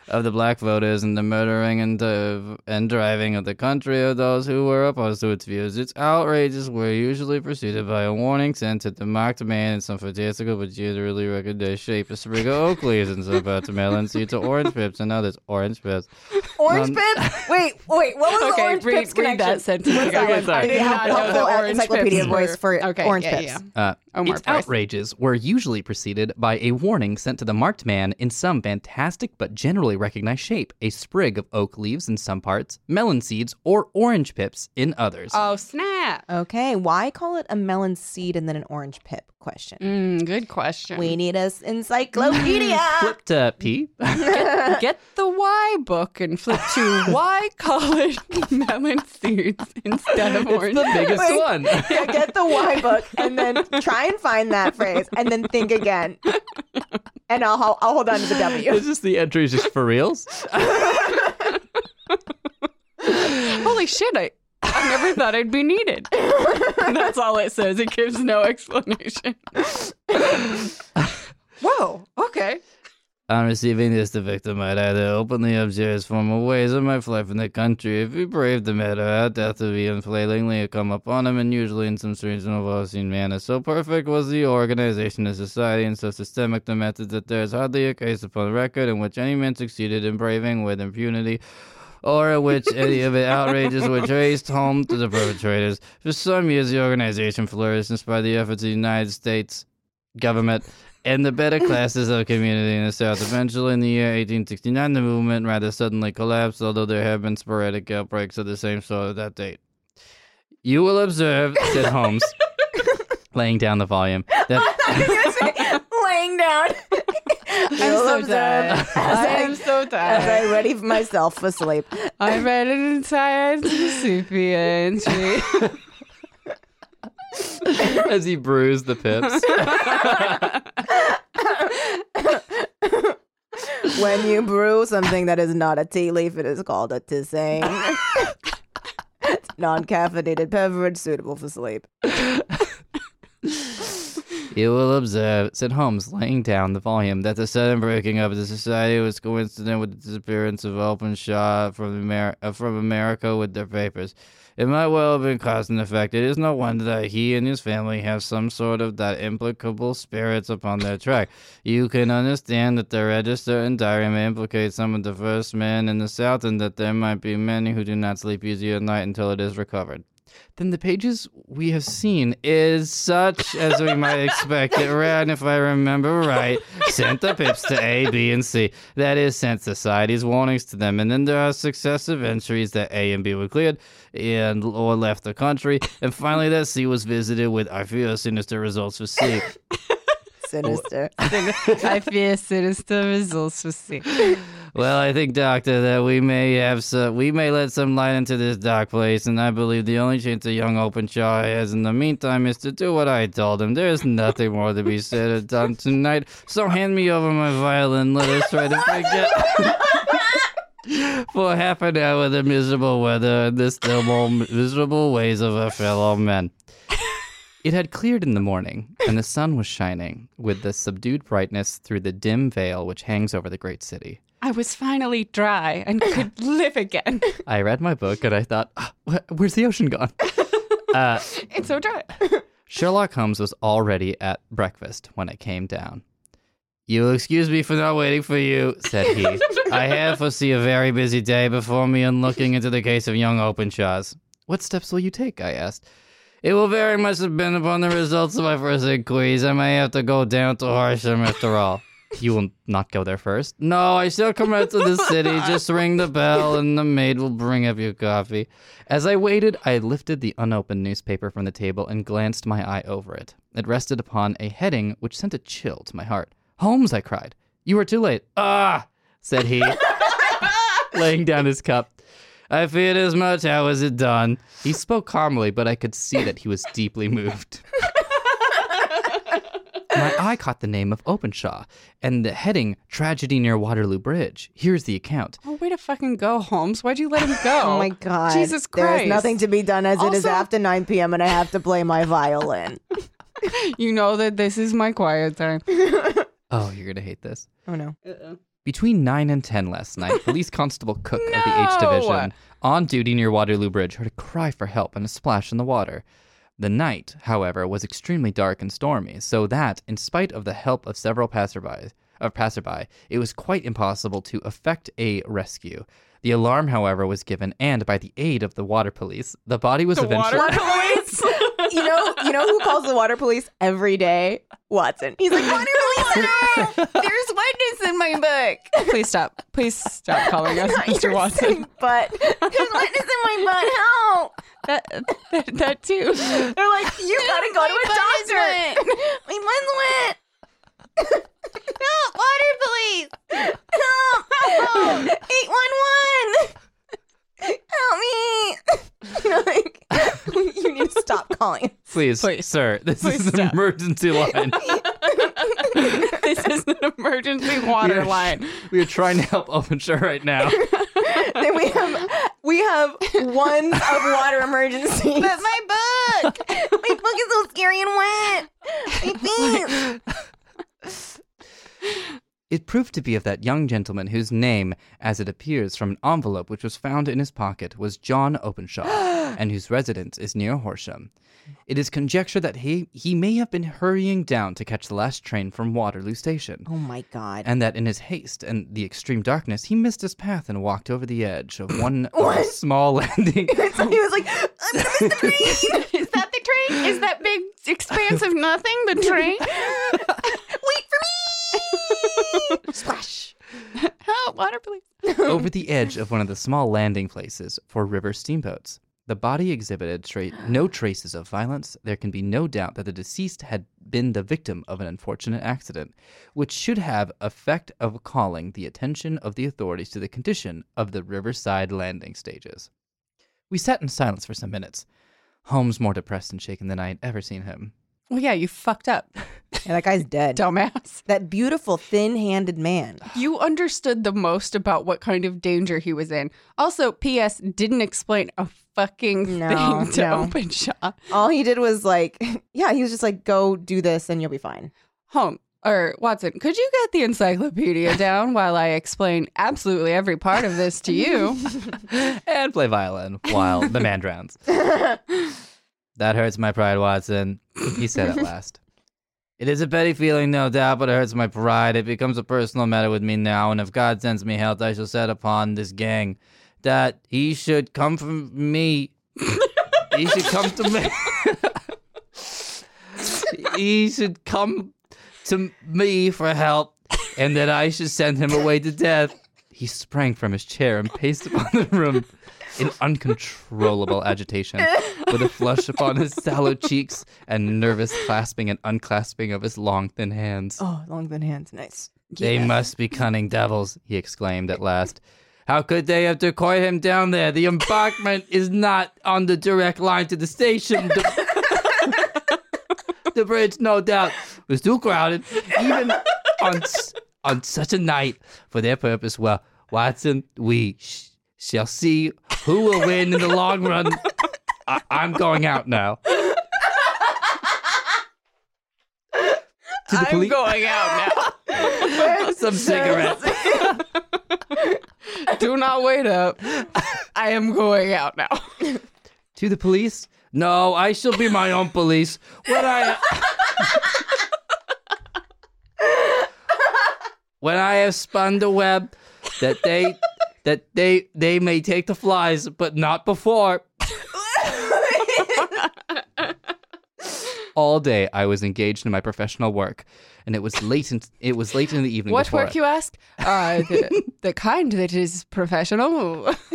[SPEAKER 5] of the black voters and the murdering and uh, and driving of the country of those who were opposed to its views. Its outrages were usually preceded by a warning sent to the mocked man in some fantastical but generally recognized shape, a sprig of oak leaves and some about to melon seed to orange pips and others. Orange pips.
[SPEAKER 3] Orange
[SPEAKER 5] Um,
[SPEAKER 3] Pips? Wait, wait. What was the
[SPEAKER 4] okay,
[SPEAKER 3] Orange Pips
[SPEAKER 4] read, read
[SPEAKER 3] connection?
[SPEAKER 4] that sentence.
[SPEAKER 3] What's that
[SPEAKER 4] again.
[SPEAKER 3] one?
[SPEAKER 5] sorry.
[SPEAKER 4] I did not know
[SPEAKER 3] Helpful
[SPEAKER 4] the orange
[SPEAKER 3] encyclopedia
[SPEAKER 4] pips
[SPEAKER 3] voice
[SPEAKER 4] were-
[SPEAKER 3] for
[SPEAKER 4] okay,
[SPEAKER 3] orange
[SPEAKER 4] yeah,
[SPEAKER 3] pips.
[SPEAKER 4] yeah.
[SPEAKER 5] Uh,
[SPEAKER 4] Omar
[SPEAKER 5] its
[SPEAKER 4] Oh, Price.
[SPEAKER 5] outrages were usually preceded by a warning sent to the marked man in some fantastic but generally recognized shape, a sprig of oak leaves in some parts, melon seeds, or orange pips in others.
[SPEAKER 4] Oh snap!
[SPEAKER 3] Okay, why call it a melon seed and then an orange pip question?
[SPEAKER 4] Mm, good question.
[SPEAKER 3] We need us encyclopedia.
[SPEAKER 4] Mm.
[SPEAKER 5] Flip to P.
[SPEAKER 4] Get the Y book and flip to Y colored melon seeds instead of orange.
[SPEAKER 5] the biggest
[SPEAKER 3] Wait.
[SPEAKER 5] one.
[SPEAKER 3] Yeah, get the Y book and then try and find that phrase and then think again. And I'll, I'll, I'll hold on to the W.
[SPEAKER 5] Is this the entries just for reals?
[SPEAKER 4] Holy shit! I, I never thought I'd be needed. That's all it says. It gives no explanation. Whoa. Okay.
[SPEAKER 5] On receiving this, the victim might either openly abjure his former ways or might fly from the country. If he braved the matter out, death would be unfailingly come upon him, and usually in some strange and overseen manner. So perfect was the organization of society and so systemic the method that there is hardly a case upon record in which any man succeeded in braving with impunity or in which any of the outrages were traced home to the perpetrators. For some years, the organization flourished despite the efforts of the United States government and the better classes of community in the South. Eventually, in the year 1869, the movement rather suddenly collapsed, although there have been sporadic outbreaks of the same sort at that date. You will observe, said Holmes, laying down the volume, that
[SPEAKER 3] laying down.
[SPEAKER 4] I'm
[SPEAKER 3] You'll
[SPEAKER 4] so
[SPEAKER 3] observe
[SPEAKER 4] tired.
[SPEAKER 3] as
[SPEAKER 4] I
[SPEAKER 3] I-
[SPEAKER 4] am so
[SPEAKER 3] As
[SPEAKER 4] tired.
[SPEAKER 3] I ready myself for sleep.
[SPEAKER 4] I read an entire encyclopedia entry.
[SPEAKER 5] as he bruised the pips.
[SPEAKER 3] when you brew something that is not a tea leaf, it is called a tisane. Non caffeinated beverage suitable for sleep.
[SPEAKER 5] You will observe, said Holmes, laying down the volume, that the sudden breaking up of the society was coincident with the disappearance of Openshaw from, Amer- uh, from America with their papers. It might well have been cause and effect. It is no wonder that he and his family have some sort of that implicable spirits upon their track. You can understand that the register and diary may implicate some of the first men in the South, and that there might be many who do not sleep easy at night until it is recovered then the pages we have seen is such as we might expect. It ran, if I remember right, sent the pips to A, B, and C. That is, sent society's warnings to them. And then there are successive entries that A and B were cleared and or left the country. And finally, that C was visited with, I feel, sinister results for C.
[SPEAKER 3] Sinister.
[SPEAKER 4] I fear sinister results will see.
[SPEAKER 5] Well, I think, Doctor, that we may have some, we may let some light into this dark place, and I believe the only chance the young Openshaw has in the meantime is to do what I told him. There is nothing more to be said or done tonight, so hand me over my violin. Let us try to forget. For half an hour, the miserable weather and the still more miserable ways of our fellow men. It had cleared in the morning, and the sun was shining with the subdued brightness through the dim veil which hangs over the great city.
[SPEAKER 4] I was finally dry and could live again.
[SPEAKER 5] I read my book and I thought, "Ah, wh- where's the ocean gone? uh,
[SPEAKER 4] It's so dry.
[SPEAKER 5] Sherlock Holmes was already at breakfast when I came down. You'll excuse me for not waiting for you, said he. I have foresee a very busy day before me in looking into the case of young Openshaws. What steps will you take? I asked. It will very much depend upon the results of my first inquiries. I may have to go down to Horsham after all. You will not go there first. No, I shall come out to the city. Just ring the bell, and the maid will bring up your coffee. As I waited, I lifted the unopened newspaper from the table and glanced my eye over it. It rested upon a heading which sent a chill to my heart. Holmes, I cried. You are too late. Ah, said he, laying down his cup. I feared as much. How is it done? He spoke calmly, but I could see that he was deeply moved. My eye caught the name of Openshaw and the heading Tragedy Near Waterloo Bridge. Here's the account.
[SPEAKER 4] Oh, way to fucking go, Holmes. Why'd you let him go?
[SPEAKER 3] Oh my God.
[SPEAKER 4] Jesus
[SPEAKER 3] There
[SPEAKER 4] Christ.
[SPEAKER 3] is nothing to be done as it is
[SPEAKER 4] Also-
[SPEAKER 3] after 9 p.m. and I have to play my violin.
[SPEAKER 4] You know that this is my quiet time.
[SPEAKER 5] Oh, you're going to hate this.
[SPEAKER 3] Oh no.
[SPEAKER 5] Between 9 and 10 last night, Police Constable Cook of the H
[SPEAKER 4] No!
[SPEAKER 5] Division on duty near Waterloo Bridge heard a cry for help and a splash in the water. The night, however, was extremely dark and stormy, so that, in spite of the help of several passerby, of passerby, it was quite impossible to effect a rescue. The alarm, however, was given, and by the aid of the water police, the body was eventually
[SPEAKER 4] police.
[SPEAKER 3] You know, you know who calls the water police every day? Watson. He's like, water police!
[SPEAKER 4] There's witness in my book. Please stop. Please stop calling us Mr. Watson.
[SPEAKER 3] But there's witness in my butt. Help!
[SPEAKER 4] That, that, that too.
[SPEAKER 3] They're like, you gotta go to a
[SPEAKER 4] My
[SPEAKER 3] doctor. My buns went. Help! Water, please. Help! Eight one one. Help me. You know, like, you need to stop calling.
[SPEAKER 5] Please, sir, this
[SPEAKER 4] Please
[SPEAKER 5] is an
[SPEAKER 4] stop.
[SPEAKER 5] emergency line.
[SPEAKER 4] this is an emergency water
[SPEAKER 5] Yeah.
[SPEAKER 4] line.
[SPEAKER 5] we are trying to help Openshaw right now.
[SPEAKER 3] Then we have we have ones of water emergencies. But my book, my book is so scary and wet. My feet.
[SPEAKER 5] It proved to be of that young gentleman whose name, as it appears from an envelope which was found in his pocket, was John Openshaw, and whose residence is near Horsham. It is conjectured that he, he may have been hurrying down to catch the last train from Waterloo Station,
[SPEAKER 3] Oh my god.
[SPEAKER 5] and that in his haste and the extreme darkness he missed his path and walked over the edge of one of the small landing.
[SPEAKER 3] So he was like, I'm gonna miss the train.
[SPEAKER 4] Is that the train? Is that big expanse of nothing the train?
[SPEAKER 3] Wait for me. Splash.
[SPEAKER 4] Help, water police.
[SPEAKER 5] over the edge of one of the small landing places for river steamboats. The body exhibited tra- no traces of violence. There can be no doubt that the deceased had been the victim of an unfortunate accident, which should have effect of calling the attention of the authorities to the condition of the riverside landing stages. We sat in silence for some minutes. Holmes more depressed and shaken than I had ever seen him.
[SPEAKER 4] Well, yeah, you fucked up,
[SPEAKER 3] And that guy's dead.
[SPEAKER 4] dumbass.
[SPEAKER 3] that beautiful, thin handed man.
[SPEAKER 4] You understood the most about what kind of danger he was in. Also, P.S. didn't explain a fucking
[SPEAKER 3] No,
[SPEAKER 4] thing to
[SPEAKER 3] no.
[SPEAKER 4] Open Shop
[SPEAKER 3] All he did was like, yeah, he was just like, go do this and you'll be fine.
[SPEAKER 4] Home or Watson. Could you get the encyclopedia down while I explain absolutely every part of this to you?
[SPEAKER 5] and play violin while the man drowns.
[SPEAKER 3] Oh,
[SPEAKER 5] That hurts my pride, Watson. He said at last. It is a petty feeling, no doubt, but it hurts my pride. It becomes a personal matter with me now, and if God sends me help, I shall set upon this gang that he should come from me. he should come to me. he should come to me for help, and that I should send him away to death. He sprang from his chair and paced upon the room in uncontrollable agitation, with a flush upon his sallow cheeks and nervous clasping and unclasping of his long, thin hands.
[SPEAKER 3] Oh, long thin hands. Nice.
[SPEAKER 5] They must be cunning devils, he exclaimed at last. How could they have decoyed him down there? The embankment is not on the direct line to the station. The, the bridge, no doubt, was too crowded, even on, s- on such a night for their purpose. Well, Watson, we sh- shall see who will win in the long run. I- I'm going out now. To the police.
[SPEAKER 4] going out
[SPEAKER 5] Some cigarettes.
[SPEAKER 4] now. Do not wait up. I am going out now.
[SPEAKER 5] To the police? No, I shall be my own police. When I When I have spun the web that they that they they may take the flies, but not before. All day I was engaged in my professional work, and it was late in it was late in the evening.
[SPEAKER 4] What
[SPEAKER 5] before
[SPEAKER 4] work, you ask? Uh, the, the kind that is professional.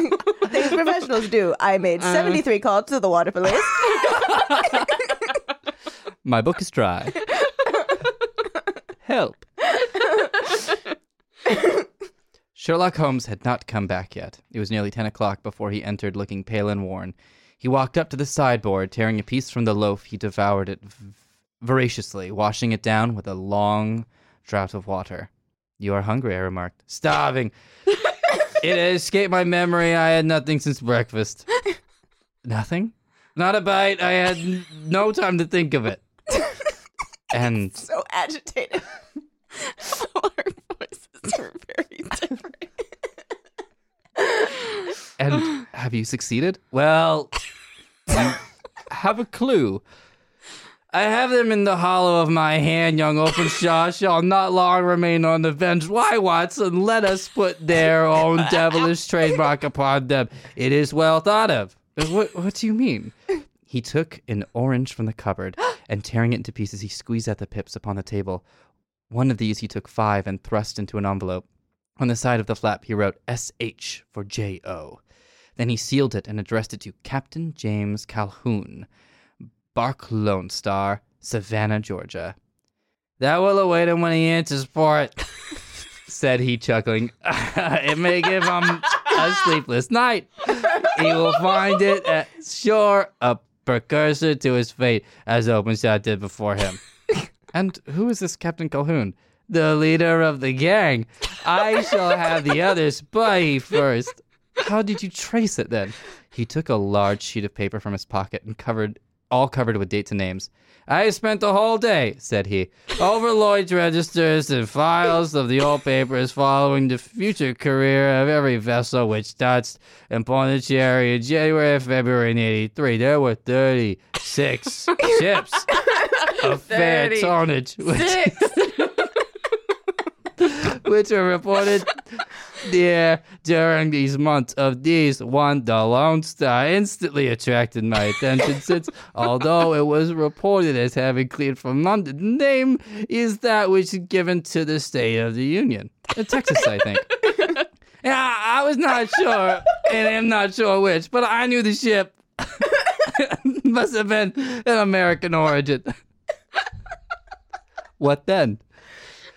[SPEAKER 3] Things professionals do. I made
[SPEAKER 4] Uh-huh.
[SPEAKER 3] 73 calls to the water police.
[SPEAKER 5] My book is dry. Help. Sherlock Holmes had not come back yet. It was nearly 10 o'clock before he entered, looking pale and worn. He walked up to the sideboard, tearing a piece from the loaf. He devoured it v- voraciously, washing it down with a long draught of water. You are hungry, I remarked. Starving. it had escaped my memory. I had nothing since breakfast. Nothing? Not a bite. I had n- no time to think of it. and
[SPEAKER 3] so agitated.
[SPEAKER 4] Our voices are very different.
[SPEAKER 5] and have you succeeded? Well, you have a clue. I have them in the hollow of my hand, young Openshaw shall not long remain on the bench. Why, Watson, let us put their own devilish trademark upon them. It is well thought of. But What, what do you mean? He took an orange from the cupboard, and tearing it into pieces, he squeezed out the pips upon the table. One of these he took five and thrust into an envelope. On the side of the flap, he wrote SH for J.O. Then he sealed it and addressed it to Captain James Calhoun, Bark Lone Star, Savannah, Georgia. That will await him when he answers for it, said he, chuckling. it may give him a sleepless night. He will find it uh, sure a precursor to his fate, as Openshot did before him. And who is this Captain Calhoun? The leader of the gang. I shall have the others, but he first. How did you trace it then? He took a large sheet of paper from his pocket and covered all covered with dates and names. I spent the whole day, said he, over Lloyd's registers and files of the old papers following the future career of every vessel which touched in Pondicherry in January and February in 83. There were 36 ships of fair
[SPEAKER 4] Thirty
[SPEAKER 5] tonnage. which-
[SPEAKER 4] Six.
[SPEAKER 5] which were reported there during these months. Of these, one, the Lone Star, instantly attracted my attention since, although it was reported as having cleared from London, the name is that which is given to the State of the Union. Uh, Texas, I think. Yeah, I was not sure, and I'm not sure which, but I knew the ship must have been an American origin. What then?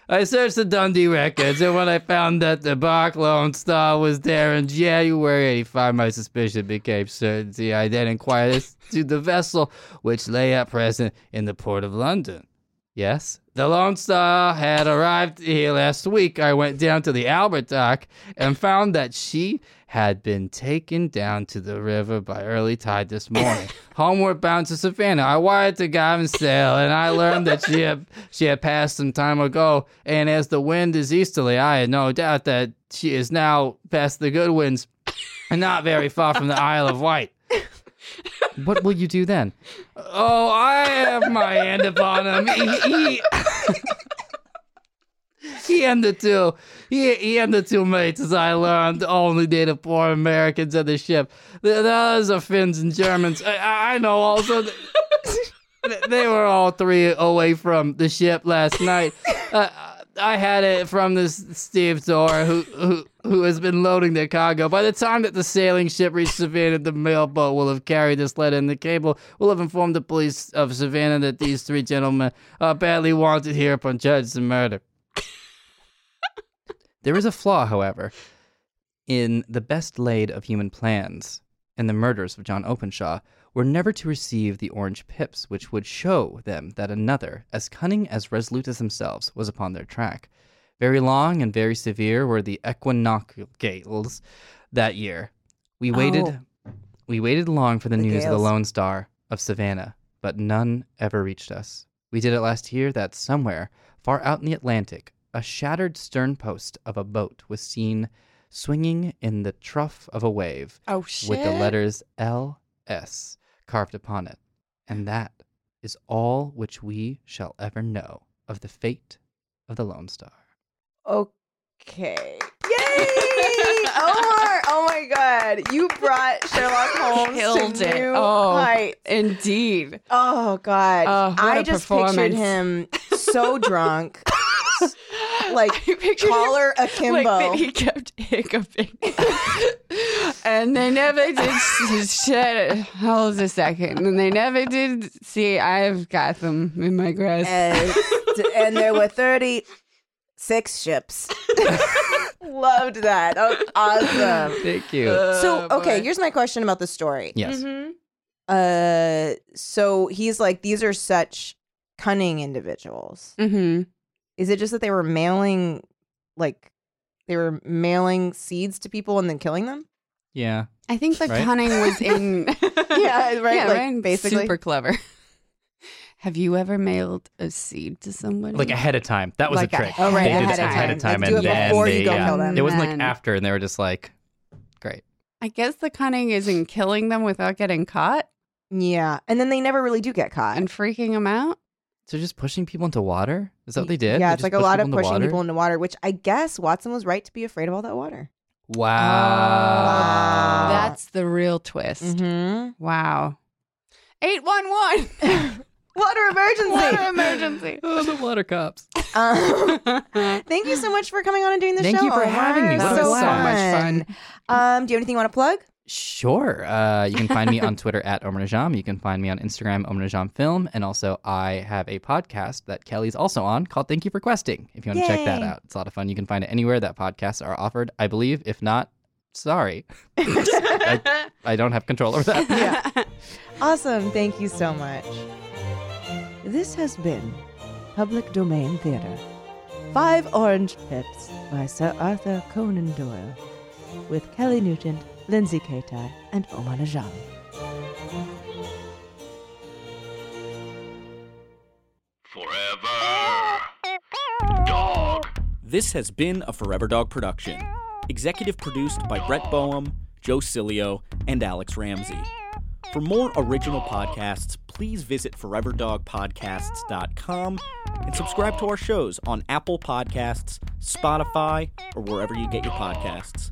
[SPEAKER 5] I searched the Dundee records, and when I found that the Bark Lone Star was there in January 85, my suspicion became certainty. I then inquired as to the vessel which lay at present in the port of London. Yes, the Lone Star had arrived here last week. I went down to the Albert Dock and found that she had been taken down to the river by early tide this morning, homeward bound to Savannah. I wired to Gavin and I learned that she had she had passed some time ago. And as the wind is easterly, I had no doubt that she is now past the good winds and not very far from the Isle of Wight. What will you do then? Oh, I have my hand upon him. He, he, he and the two, he, he and the two mates, as I learned, only dated poor Americans on the ship. The, the others are Finns and Germans. I- I, I know also. That, th- they were all three away from the ship last night. Uh, I had it from this Steve Dorr who, who who has been loading their cargo. By the time that the sailing ship reached Savannah, the mail boat will have carried this letter, and the cable will have informed the police of Savannah that these three gentlemen are badly wanted here upon charges of murder. there is a flaw, however, in the best laid of human plans and the murders of John Openshaw were never to receive the orange pips which would show them that another, as cunning as resolute as themselves, was upon their track. Very long and very severe were the equinoctial gales that year. We waited we waited long for the,
[SPEAKER 3] The
[SPEAKER 5] news of the
[SPEAKER 3] gales.
[SPEAKER 5] Lone Star of Savannah, but none ever reached us. We did it last year that somewhere, far out in the Atlantic, a shattered stern post of a boat was seen swinging in the trough of a wave
[SPEAKER 4] Oh shit.
[SPEAKER 5] with the letters LS carved upon it. And that is all which we shall ever know of the fate of the Lone Star.
[SPEAKER 3] Okay. Yay! Omar! Oh my god. You brought Sherlock Holmes
[SPEAKER 4] Killed
[SPEAKER 3] to
[SPEAKER 4] it.
[SPEAKER 3] new
[SPEAKER 4] Oh.
[SPEAKER 3] heights.
[SPEAKER 4] Indeed.
[SPEAKER 3] Oh god.
[SPEAKER 4] Oh, what
[SPEAKER 3] I
[SPEAKER 4] a
[SPEAKER 3] just pictured
[SPEAKER 4] performance.
[SPEAKER 3] him so drunk, Like,
[SPEAKER 4] I pictured him-
[SPEAKER 3] collar
[SPEAKER 4] Like
[SPEAKER 3] akimbo.
[SPEAKER 4] that he kept hiccuping. and they never did s- shit. Hold a second. And they never did see I've got them in my grasp.
[SPEAKER 3] and, and there were 36 ships. Loved that. That was awesome.
[SPEAKER 5] Thank you.
[SPEAKER 3] So,
[SPEAKER 4] Oh,
[SPEAKER 3] okay,
[SPEAKER 4] boy.
[SPEAKER 3] here's my question about the story.
[SPEAKER 5] yes.
[SPEAKER 4] Mhm.
[SPEAKER 3] Uh, so he's like, these are such cunning individuals.
[SPEAKER 4] Mhm.
[SPEAKER 3] Is it just that they were mailing, like, they were mailing seeds to people and then killing them?
[SPEAKER 5] Yeah.
[SPEAKER 4] I think the
[SPEAKER 5] Right?
[SPEAKER 4] cunning was in.
[SPEAKER 3] Yeah, right, like, basically.
[SPEAKER 4] Super clever. Have you ever mailed a seed to someone?
[SPEAKER 5] Like ahead of time. That was
[SPEAKER 4] Like
[SPEAKER 5] a trick.
[SPEAKER 4] ahead-
[SPEAKER 3] Oh, right,
[SPEAKER 5] they did
[SPEAKER 4] ahead
[SPEAKER 5] this
[SPEAKER 4] of
[SPEAKER 5] ahead of
[SPEAKER 4] time.
[SPEAKER 5] time
[SPEAKER 3] Like,
[SPEAKER 5] and
[SPEAKER 3] do it
[SPEAKER 5] then
[SPEAKER 3] before
[SPEAKER 5] they,
[SPEAKER 3] you go
[SPEAKER 5] yeah.
[SPEAKER 3] kill them.
[SPEAKER 5] It wasn't like
[SPEAKER 4] Then-
[SPEAKER 5] after and they were just like great.
[SPEAKER 4] I guess the cunning is in killing them without getting caught
[SPEAKER 3] Yeah. And then they never really do get caught.
[SPEAKER 4] and freaking them out.
[SPEAKER 5] So just pushing people into water? Is that what they did?
[SPEAKER 3] Yeah,
[SPEAKER 5] They
[SPEAKER 3] it's
[SPEAKER 5] just
[SPEAKER 3] like a
[SPEAKER 5] pushed
[SPEAKER 3] lot of
[SPEAKER 5] into
[SPEAKER 3] pushing
[SPEAKER 5] water?
[SPEAKER 3] people into water, which I guess Watson was right to be afraid of all that water.
[SPEAKER 5] Wow. Ah.
[SPEAKER 3] Wow.
[SPEAKER 4] That's the real twist.
[SPEAKER 3] Mm-hmm.
[SPEAKER 4] Wow. 811.
[SPEAKER 3] Water emergency.
[SPEAKER 4] Water emergency.
[SPEAKER 5] Oh, the water cops.
[SPEAKER 3] Um, thank you so much for coming on and doing the
[SPEAKER 5] Thank
[SPEAKER 3] show.
[SPEAKER 5] you for having me.
[SPEAKER 3] Omar.
[SPEAKER 4] That
[SPEAKER 3] That
[SPEAKER 4] was so much fun.
[SPEAKER 3] Um, do you have anything you want to plug?
[SPEAKER 5] Sure. Uh, you can find me on Twitter at Omranajam. You can find me on Instagram, Omranajam Film. And also, I have a podcast that Kelly's also on called Thank You for Questing. If you want to check that
[SPEAKER 3] Yay.
[SPEAKER 5] out, it's a lot of fun. You can find it anywhere that podcasts are offered, I believe. If not, sorry. I, I don't have control over that.
[SPEAKER 3] Awesome. Thank you so much. This has been Public Domain Theater. Five Orange Pips by Sir Arthur Conan Doyle with Kelly Nugent, Lindsay Kaitai, and Omar Najam.
[SPEAKER 1] Forever. Dog.
[SPEAKER 6] This has been a Forever Dog production. Executive produced by Brett Boehm, Joe Cilio, and Alex Ramsey. For more original podcasts, please visit foreverdogpodcasts.com and subscribe to our shows on Apple Podcasts, Spotify, or wherever you get your podcasts.